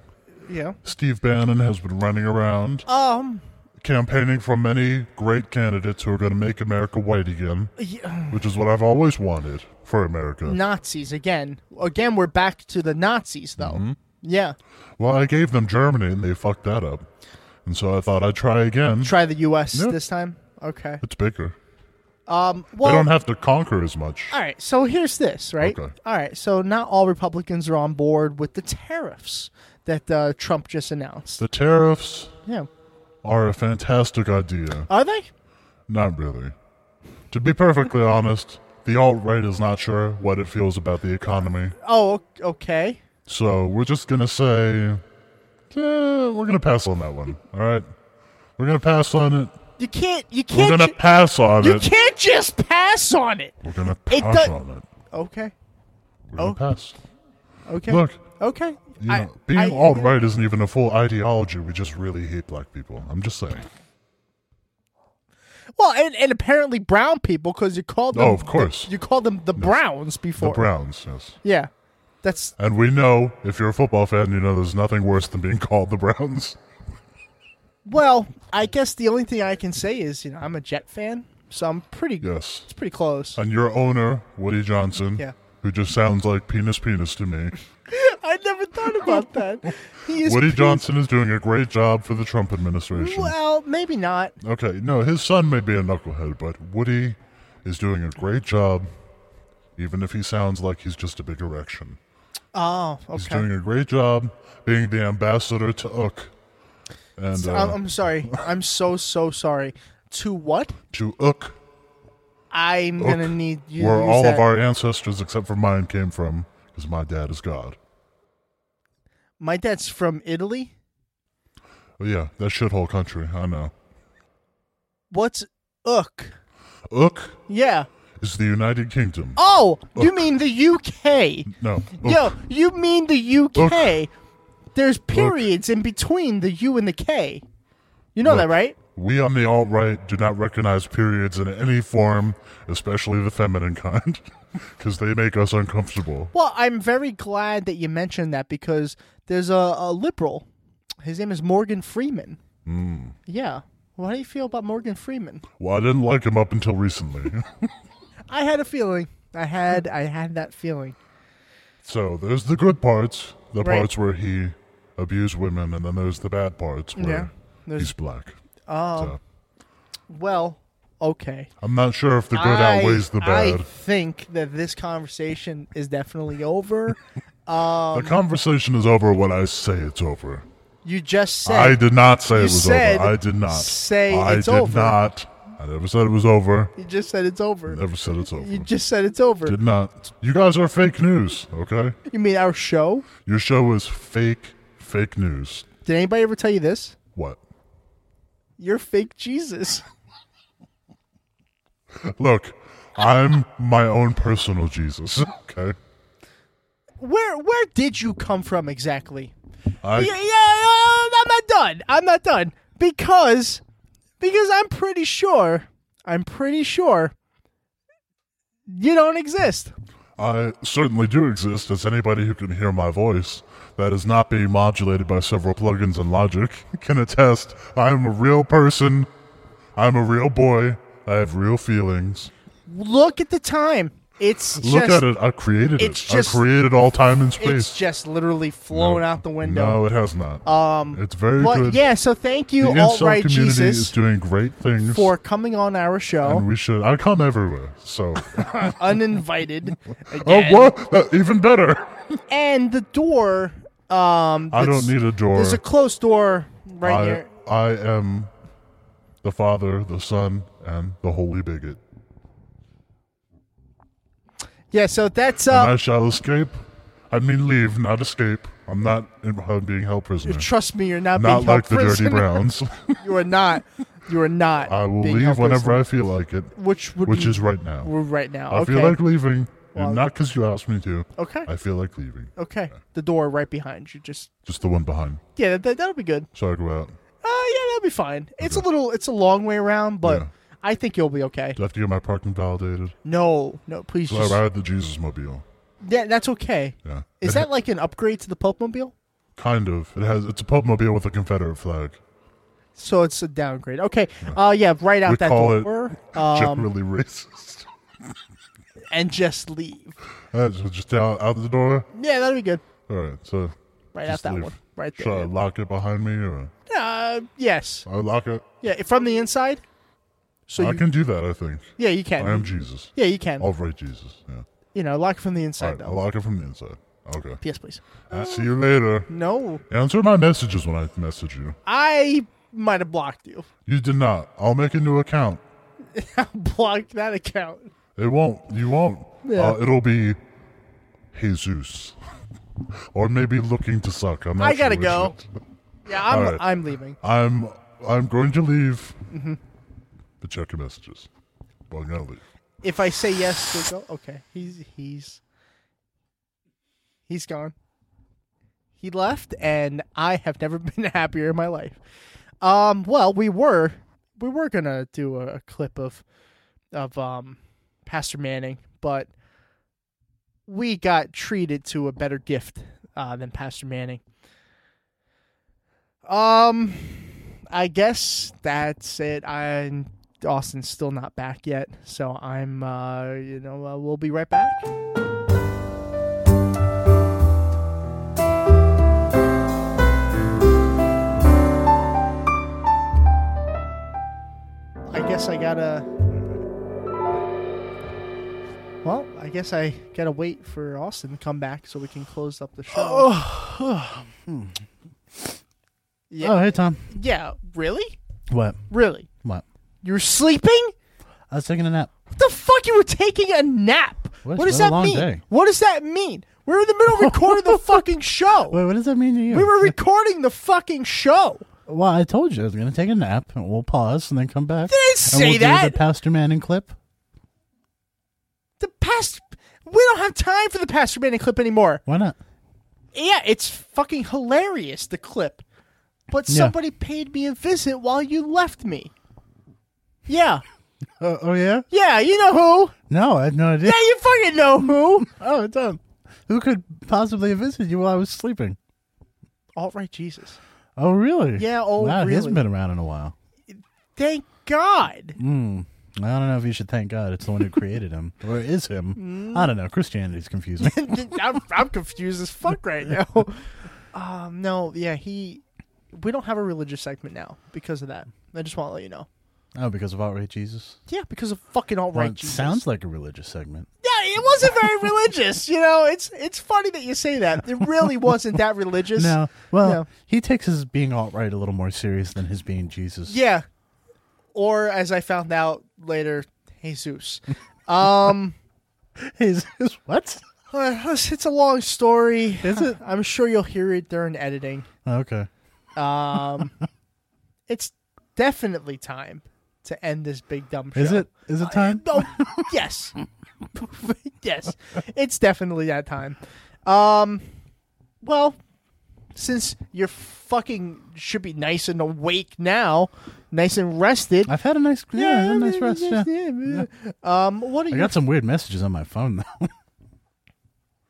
D: Yeah.
K: Steve Bannon has been running around
D: Um.
K: campaigning for many great candidates who are going to make America white again,
D: Yeah.
K: which is what I've always wanted for America.
D: Nazis again. Again, we're back to the Nazis, though.
K: Mm-hmm.
D: Yeah.
K: Well, I gave them Germany and they fucked that up. And so I thought I'd try again.
D: Try the U.S. this time. Okay.
K: Hmm? It's bigger.
D: Um. Well,
K: they don't have to conquer as much.
D: All right, so here's this, right? All right, so not all Republicans are on board with the tariffs that uh, Trump just announced.
K: The tariffs
D: Yeah.
K: are a fantastic idea.
D: Are they?
K: Not really. To be perfectly honest, the alt right is not sure what it feels about the economy.
D: Oh, o- okay.
K: So we're just going to say, eh, we're going to pass on that one. All right? We're going to pass on it.
D: You can't. You can't.
K: We're going to
D: ju-
K: pass on
D: you
K: it.
D: can't just pass on it.
K: We're going to
D: It
K: pass
D: does-
K: on it.
D: Okay. Oh.
K: We're going to pass.
D: Okay.
K: Look.
D: Okay.
K: You
D: I-
K: know, being
D: I-
K: alt right isn't even a full ideology. We just really hate black people. I'm just saying.
D: Well, and, and apparently brown people because you called them.
K: Oh, of course.
D: you called them the Browns before.
K: The Browns, yes.
D: Yeah. That's
K: And we know if you're a football fan, you know there's nothing worse than being called the Browns.
D: well. I guess the only thing I can say is you know I'm a Jet fan, so I'm pretty.
K: Yes.
D: It's pretty close.
K: And your owner, Woody Johnson,
D: Yeah.
K: who just sounds like penis penis to me.
D: I never thought about that. He is
K: Woody
D: pretty-
K: Johnson is doing a great job for the Trump administration.
D: Well, maybe not.
K: Okay, no, his son may be a knucklehead, but Woody is doing a great job, even if he sounds like he's just a big erection.
D: Oh,
K: He's
D: okay.
K: doing a great job being the ambassador to Ook. And
D: So-
K: uh,
D: I'm, I'm sorry. I'm so so sorry. To what?
K: to Ook,
D: I'm
K: Ook,
D: gonna need you. to
K: where
D: use
K: all
D: that.
K: of our ancestors except for mine came from, because my dad is God.
D: My dad's from Italy.
K: Oh, yeah, that shithole country, I know.
D: What's Ook?
K: Ook
D: Yeah.
K: is the United Kingdom.
D: Oh, you mean the UK?
K: No. Ook.
D: Yo, you mean the UK? There's periods in between the U and the K. You know that,
K: Look.
D: right?
K: We on the alt right do not recognize periods in any form, especially the feminine kind, because they make us uncomfortable.
D: Well, I'm very glad that you mentioned that because there's a, a liberal. His name is Morgan Freeman.
K: Mm.
D: Yeah. Well, how do you feel about Morgan Freeman?
K: Well, I didn't like him up until recently.
D: I had a feeling. I had I had that feeling.
K: so there's the good parts, the
D: Right.
K: parts where he abused women, and then there's the bad parts where
D: Yeah, there's-
K: he's black.
D: Oh. Well, okay.
K: I'm not sure if the good
D: I-
K: outweighs the
D: I
K: bad.
D: think that this conversation is definitely over. um,
K: the conversation is over when I say it's over.
D: you just said
K: I did not say it
D: you
K: was
D: said-
K: over. I did not.
D: Say
K: I
D: it's
K: did
D: over.
K: not. I never said it was over.
D: You just said it's over.
K: Never said it's over.
D: You just said it's over.
K: Did not. You guys are fake news, okay?
D: You mean our show?
K: Your show is fake, fake news.
D: Did anybody ever tell you this?
K: What?
D: You're fake Jesus.
K: Look, I'm my own personal Jesus, okay?
D: Where where did you come from exactly?
K: I-
D: yeah, yeah, yeah, I'm not done. I'm not done because because I'm pretty sure I'm pretty sure you don't exist.
K: I certainly do exist as anybody who can hear my voice that is not being modulated by several plugins and logic can attest. I'm a real person. I'm a real boy. I have real feelings.
D: Look at the time. It's
K: Look
D: just,
K: at it. I created it.
D: it's just-
K: I created all time and
D: It's
K: space.
D: just literally flown out the window.
K: No, it has not.
D: Um,
K: It's very
D: but
K: good.
D: yeah, so thank you,
K: the
D: Alt
K: incel
D: Right
K: community
D: Jesus,
K: is doing great things.
D: for coming on our
K: and
D: show
K: we should. I come everywhere. So.
D: uninvited.
K: oh,
D: again.
K: what? That- even better.
D: And the door. Um,
K: I
D: that's-
K: don't need a door.
D: There's a closed door right
K: I,
D: here.
K: I am the Father, the Son, and the Holy Bigot.
D: Yeah, so that's
K: and I
D: uh,
K: shall escape. I mean, leave, not escape. I'm not in, I'm being held prisoner.
D: trust me, you're not,
K: not
D: being held
K: like the
D: prisoner.
K: Dirty Browns.
D: you are not. You are not.
K: I will
D: being
K: leave
D: held
K: whenever
D: prisoner.
K: I feel like it.
D: Which would be-
K: is right now.
D: We're right now.
K: I
D: okay.
K: feel like leaving,
D: Well,
K: and not because you asked me to.
D: Okay.
K: I feel like leaving.
D: okay. The door right behind you. Just
K: Just the one behind.
D: yeah, that, that, that'll be good.
K: So I go out.
D: Uh, yeah, that'll be fine. It's a little. It's a long way around, but I think you'll be okay.
K: Do I have to get my parking validated?
D: No, no, please
K: So
D: just.
K: I ride the Jesus mobile.
D: Yeah, that's okay.
K: Yeah.
D: Is
K: It-
D: that like an upgrade to the Pope Mobile?
K: Kind of. It has. It's a pub mobile with a Confederate flag.
D: So it's a downgrade. Okay. Uh, yeah, right out
K: we
D: that
K: call
D: door.
K: it
D: Um,
K: generally racist.
D: and just leave.
K: Uh, so just out, out the door.
D: Yeah, that'll be good.
K: All right. So
D: Right
K: just
D: out that
K: leave.
D: one. Right
K: Should I
D: there.
K: lock it behind me or
D: Uh, yes.
K: I lock it?
D: Yeah, from the inside. So
K: I
D: you,
K: can do that. I think.
D: Yeah, you can.
K: I am Jesus.
D: Yeah, you can.
K: All right, Jesus. Yeah.
D: you know, lock from the
K: All
D: inside
K: right. I
D: though.
K: lock it from the inside. Okay.
D: Yes, please.
K: Uh, see you later.
D: No,
K: Answer my messages when I message you.
D: I might have blocked you.
K: You did not. I'll make a new account.
D: blocked that account.
K: It won't. You won't.
D: Yeah.
K: Uh, it'll be Jesus, or maybe looking to suck. I'm not
D: I
K: sure
D: gotta
K: which
D: go.
K: one.
D: Yeah, I'm.
K: All right.
D: I'm leaving.
K: I'm I'm going to leave,
D: hmm
K: but check your messages. Well, I'm gonna leave.
D: If I say yes, you'll go. Okay, he's he's he's gone. He left, and I have never been happier in my life. Um, well, we were we were gonna do a, a clip of of um Pastor Manning, but we got treated to a better gift uh, than Pastor Manning. Um, I guess that's it. I Austin's still not back yet, so I'm uh, you know, uh, we'll be right back. I guess I gotta. Well, I guess I gotta wait for Austin to come back so we can close up the show. Yeah.
E: Oh, hey, Tom.
D: Yeah, really?
E: What?
D: Really?
E: What?
D: You were sleeping?
E: I was taking a nap.
D: What the fuck? You were taking a nap.
E: Well, it's
D: what does
E: been a
D: that
E: long
D: mean?
E: day.
D: What does that mean? We're in the middle of recording the fucking show. Wait,
E: what does that mean to you?
D: We were recording the fucking show.
E: Well, I told you I was going to take a nap, and we'll pause and then come back.
D: Didn't
E: and
D: say
E: we'll Do
D: that.
E: the Pastor Manning clip.
D: The past. We don't have time for the Pastor Manning clip anymore.
E: Why not?
D: Yeah, it's fucking hilarious, the clip. But
E: Yeah.
D: somebody paid me a visit while you left me. Yeah.
E: Uh, oh yeah.
D: Yeah, you know who.
E: No, I had no idea.
D: Yeah, you fucking know who.
E: oh, Tom. Who could possibly have visited you while I was sleeping?
D: All right, Jesus.
E: Oh, really?
D: Yeah, oh,
E: wow, He
D: really.
E: hasn't been around in a while.
D: Thank God.
E: Mm. I don't know if you should thank God. It's the one who created him, or is him.
D: Mm.
E: I don't know. Christianity's confusing.
D: I'm, I'm confused as fuck right now. Um, no, yeah, he. We don't have a religious segment now because of that. I just want to let you know.
E: oh, because of outright Jesus.
D: Yeah, because of fucking all
E: Well,
D: right.
E: it sounds like a religious segment.
D: yeah, it wasn't very religious. You know, it's it's funny that you say that. It really wasn't that religious.
E: no, well,
D: No.
E: he takes his being outright a little more serious than his being Jesus.
D: Yeah. Or as I found out later, Jesus. Um,
E: his what?
D: Uh, It's it's a long story.
E: Is it?
D: I'm sure you'll hear it during editing.
E: Okay.
D: Um, it's definitely time to end this big dumb show.
E: Is it? Is it time?
D: No. Oh, yes. yes. It's definitely that time. Um, well, since you're fucking should be nice and awake now, nice and rested.
E: I've had a nice, yeah, I had a nice rest. Yeah.
D: Um, what are
E: I
D: you?
E: got some weird messages on my phone though.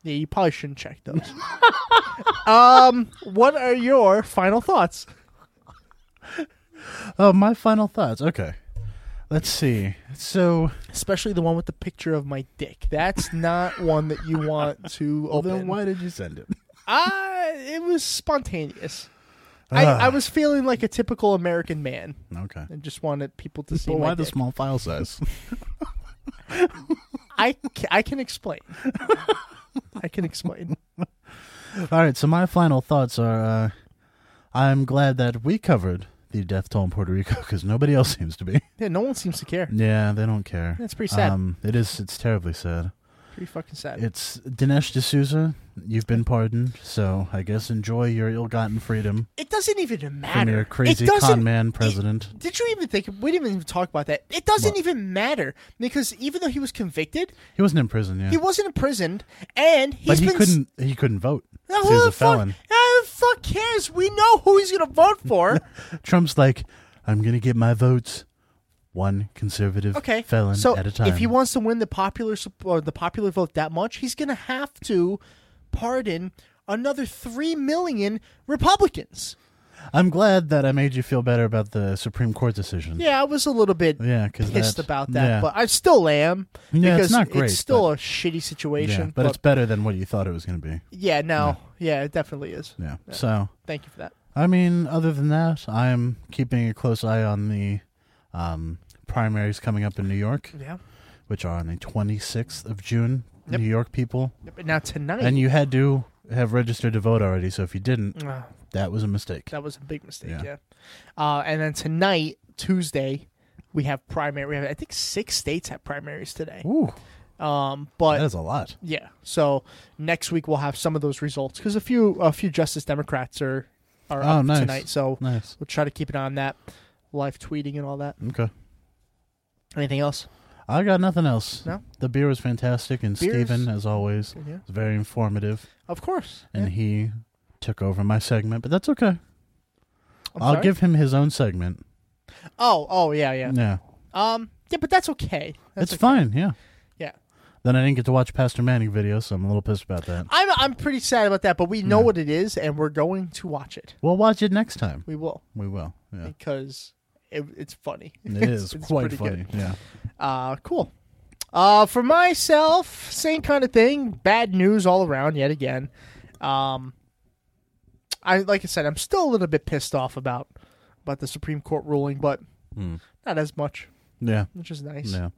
D: Yeah, you probably shouldn't check those. um, what are your final thoughts?
E: oh, my final thoughts. Okay. Let's see. So,
D: especially the one with the picture of my dick. That's not one that you want to open.
E: Then why did you send it?
D: I it was spontaneous. I,
E: Ah.
D: I was feeling like a typical American man.
E: Okay.
D: And just wanted people to see.
E: But
D: my
E: why the
D: dick.
E: small file size?
D: I ca- I can explain. I can explain.
E: All right, so my final thoughts are uh, I'm glad that we covered the death toll in Puerto Rico because nobody else seems to be.
D: Yeah, no one seems to care.
E: Yeah, they don't care.
D: That's pretty sad.
E: Um, it is. It's terribly sad.
D: Pretty fucking sad.
E: It's Dinesh D'Souza. You've been pardoned, so I guess enjoy your ill-gotten freedom
D: It doesn't even matter.
E: from your crazy
D: it doesn't.
E: con man president.
D: Did you even think? We didn't even talk about that. It doesn't even matter because even though he was convicted,
E: he wasn't in prison, yeah.
D: he wasn't imprisoned, and he's
E: but he
D: been s-
E: couldn't. He couldn't vote.
D: Now, who
E: 'cause he was
D: the
E: a felon.
D: fuck? Who the fuck cares? We know who he's gonna vote for.
E: Trump's like, I'm gonna get my votes, one conservative
D: okay,
E: felon
D: so
E: at a time.
D: If he wants to win the popular sup- or the popular vote that much, he's gonna have to pardon another three million Republicans.
E: I'm glad that I made you feel better about the Supreme Court decision.
D: Yeah, I was a little bit
E: Yeah, 'cause
D: pissed
E: that-
D: about that,
E: yeah.
D: but I still am
E: Yeah,
D: because
E: it's not great,
D: still a shitty situation.
E: Yeah, but, it's better than what you thought it was going to be.
D: yeah, no, yeah. it definitely is.
E: Yeah, so-
D: thank you for that.
E: I mean, other than that, I'm keeping a close eye on the um, primaries coming up in New York.
D: Yeah.
E: Which are on the 26th of June. New York people.
D: But now tonight,
E: And you had to have registered to vote already, so if you didn't,
D: Ah.
E: that was a mistake.
D: That was a big mistake.
E: Yeah.
D: Yeah. Uh, and then tonight, Tuesday, we have primary. We have I think six states have primaries today.
E: Ooh.
D: Um, but
E: That is a lot.
D: Yeah. So next week we'll have some of those results because a few a few Justice Democrats are are
E: Oh,
D: up
E: nice.
D: tonight. So
E: Nice.
D: we'll try to keep an eye on that, live tweeting and all that.
E: Okay.
D: Anything else?
E: I got nothing else.
D: No?
E: The beer was fantastic, and
D: Beer is-
E: Steven, as always,
D: Yeah.
E: was very informative.
D: Of course.
E: And he took over my segment, but that's okay.
D: I'm
E: will
D: sorry?
E: give him his own segment.
D: Oh, oh yeah, yeah.
E: Yeah.
D: Um, yeah, but that's okay. That's
E: it's
D: okay.
E: fine, yeah.
D: Yeah.
E: Then I didn't get to watch Pastor Manning video, so I'm a little pissed about that.
D: I'm I'm pretty sad about that, but we know what it is, and we're going to watch it.
E: We'll watch it next time.
D: We will.
E: We will. Yeah.
D: because it, it's funny.
E: It is
D: pretty
E: quite funny. Yeah.
D: Uh, cool. Uh, for myself, same kind of thing. Bad news all around yet again. Um, I like I said, I'm still a little bit pissed off about about the Supreme Court ruling, but
E: Hmm.
D: not as much,
E: Yeah.
D: which is nice.
E: Yeah.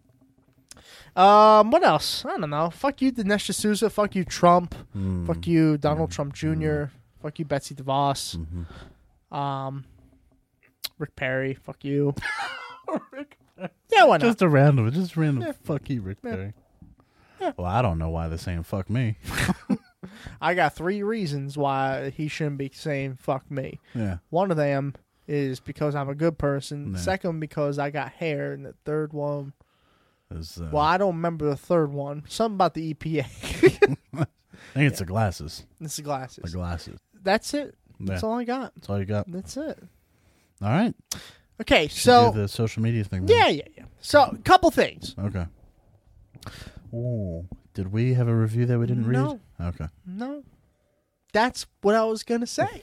D: Um, what else? I don't know. Fuck you, Dinesh D'Souza. Fuck you, Trump.
E: Hmm.
D: Fuck you, Donald Trump Jr. Fuck you, Betsy DeVos.
E: Mm-hmm.
D: Um, Rick Perry. Fuck you. Yeah, why not?
E: Just a random, just a random.
D: Yeah.
E: Fuck you, Rick
D: Yeah.
E: Perry. Well, I don't know why they're saying fuck me.
D: I got three reasons why he shouldn't be saying fuck me.
E: Yeah.
D: One of them is because I'm a good person.
E: Yeah.
D: Second, because I got hair. And the third one,
E: 'Cause, uh,
D: well, I don't remember the third one. Something about the E EPA.
E: I think it's the glasses.
D: it's the glasses.
E: The glasses.
D: That's it. That's
E: Yeah.
D: all I got.
E: That's all you got.
D: That's it.
E: All right.
D: Okay,
E: Should
D: Mm-hmm. so
E: do the social media thing. then.
D: yeah, yeah, yeah. So, a couple things.
E: Okay. Ooh. Did we have a review that we didn't
D: No.
E: read? Okay.
D: No, that's what I was gonna say.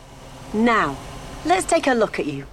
L: Now, let's take a look at you.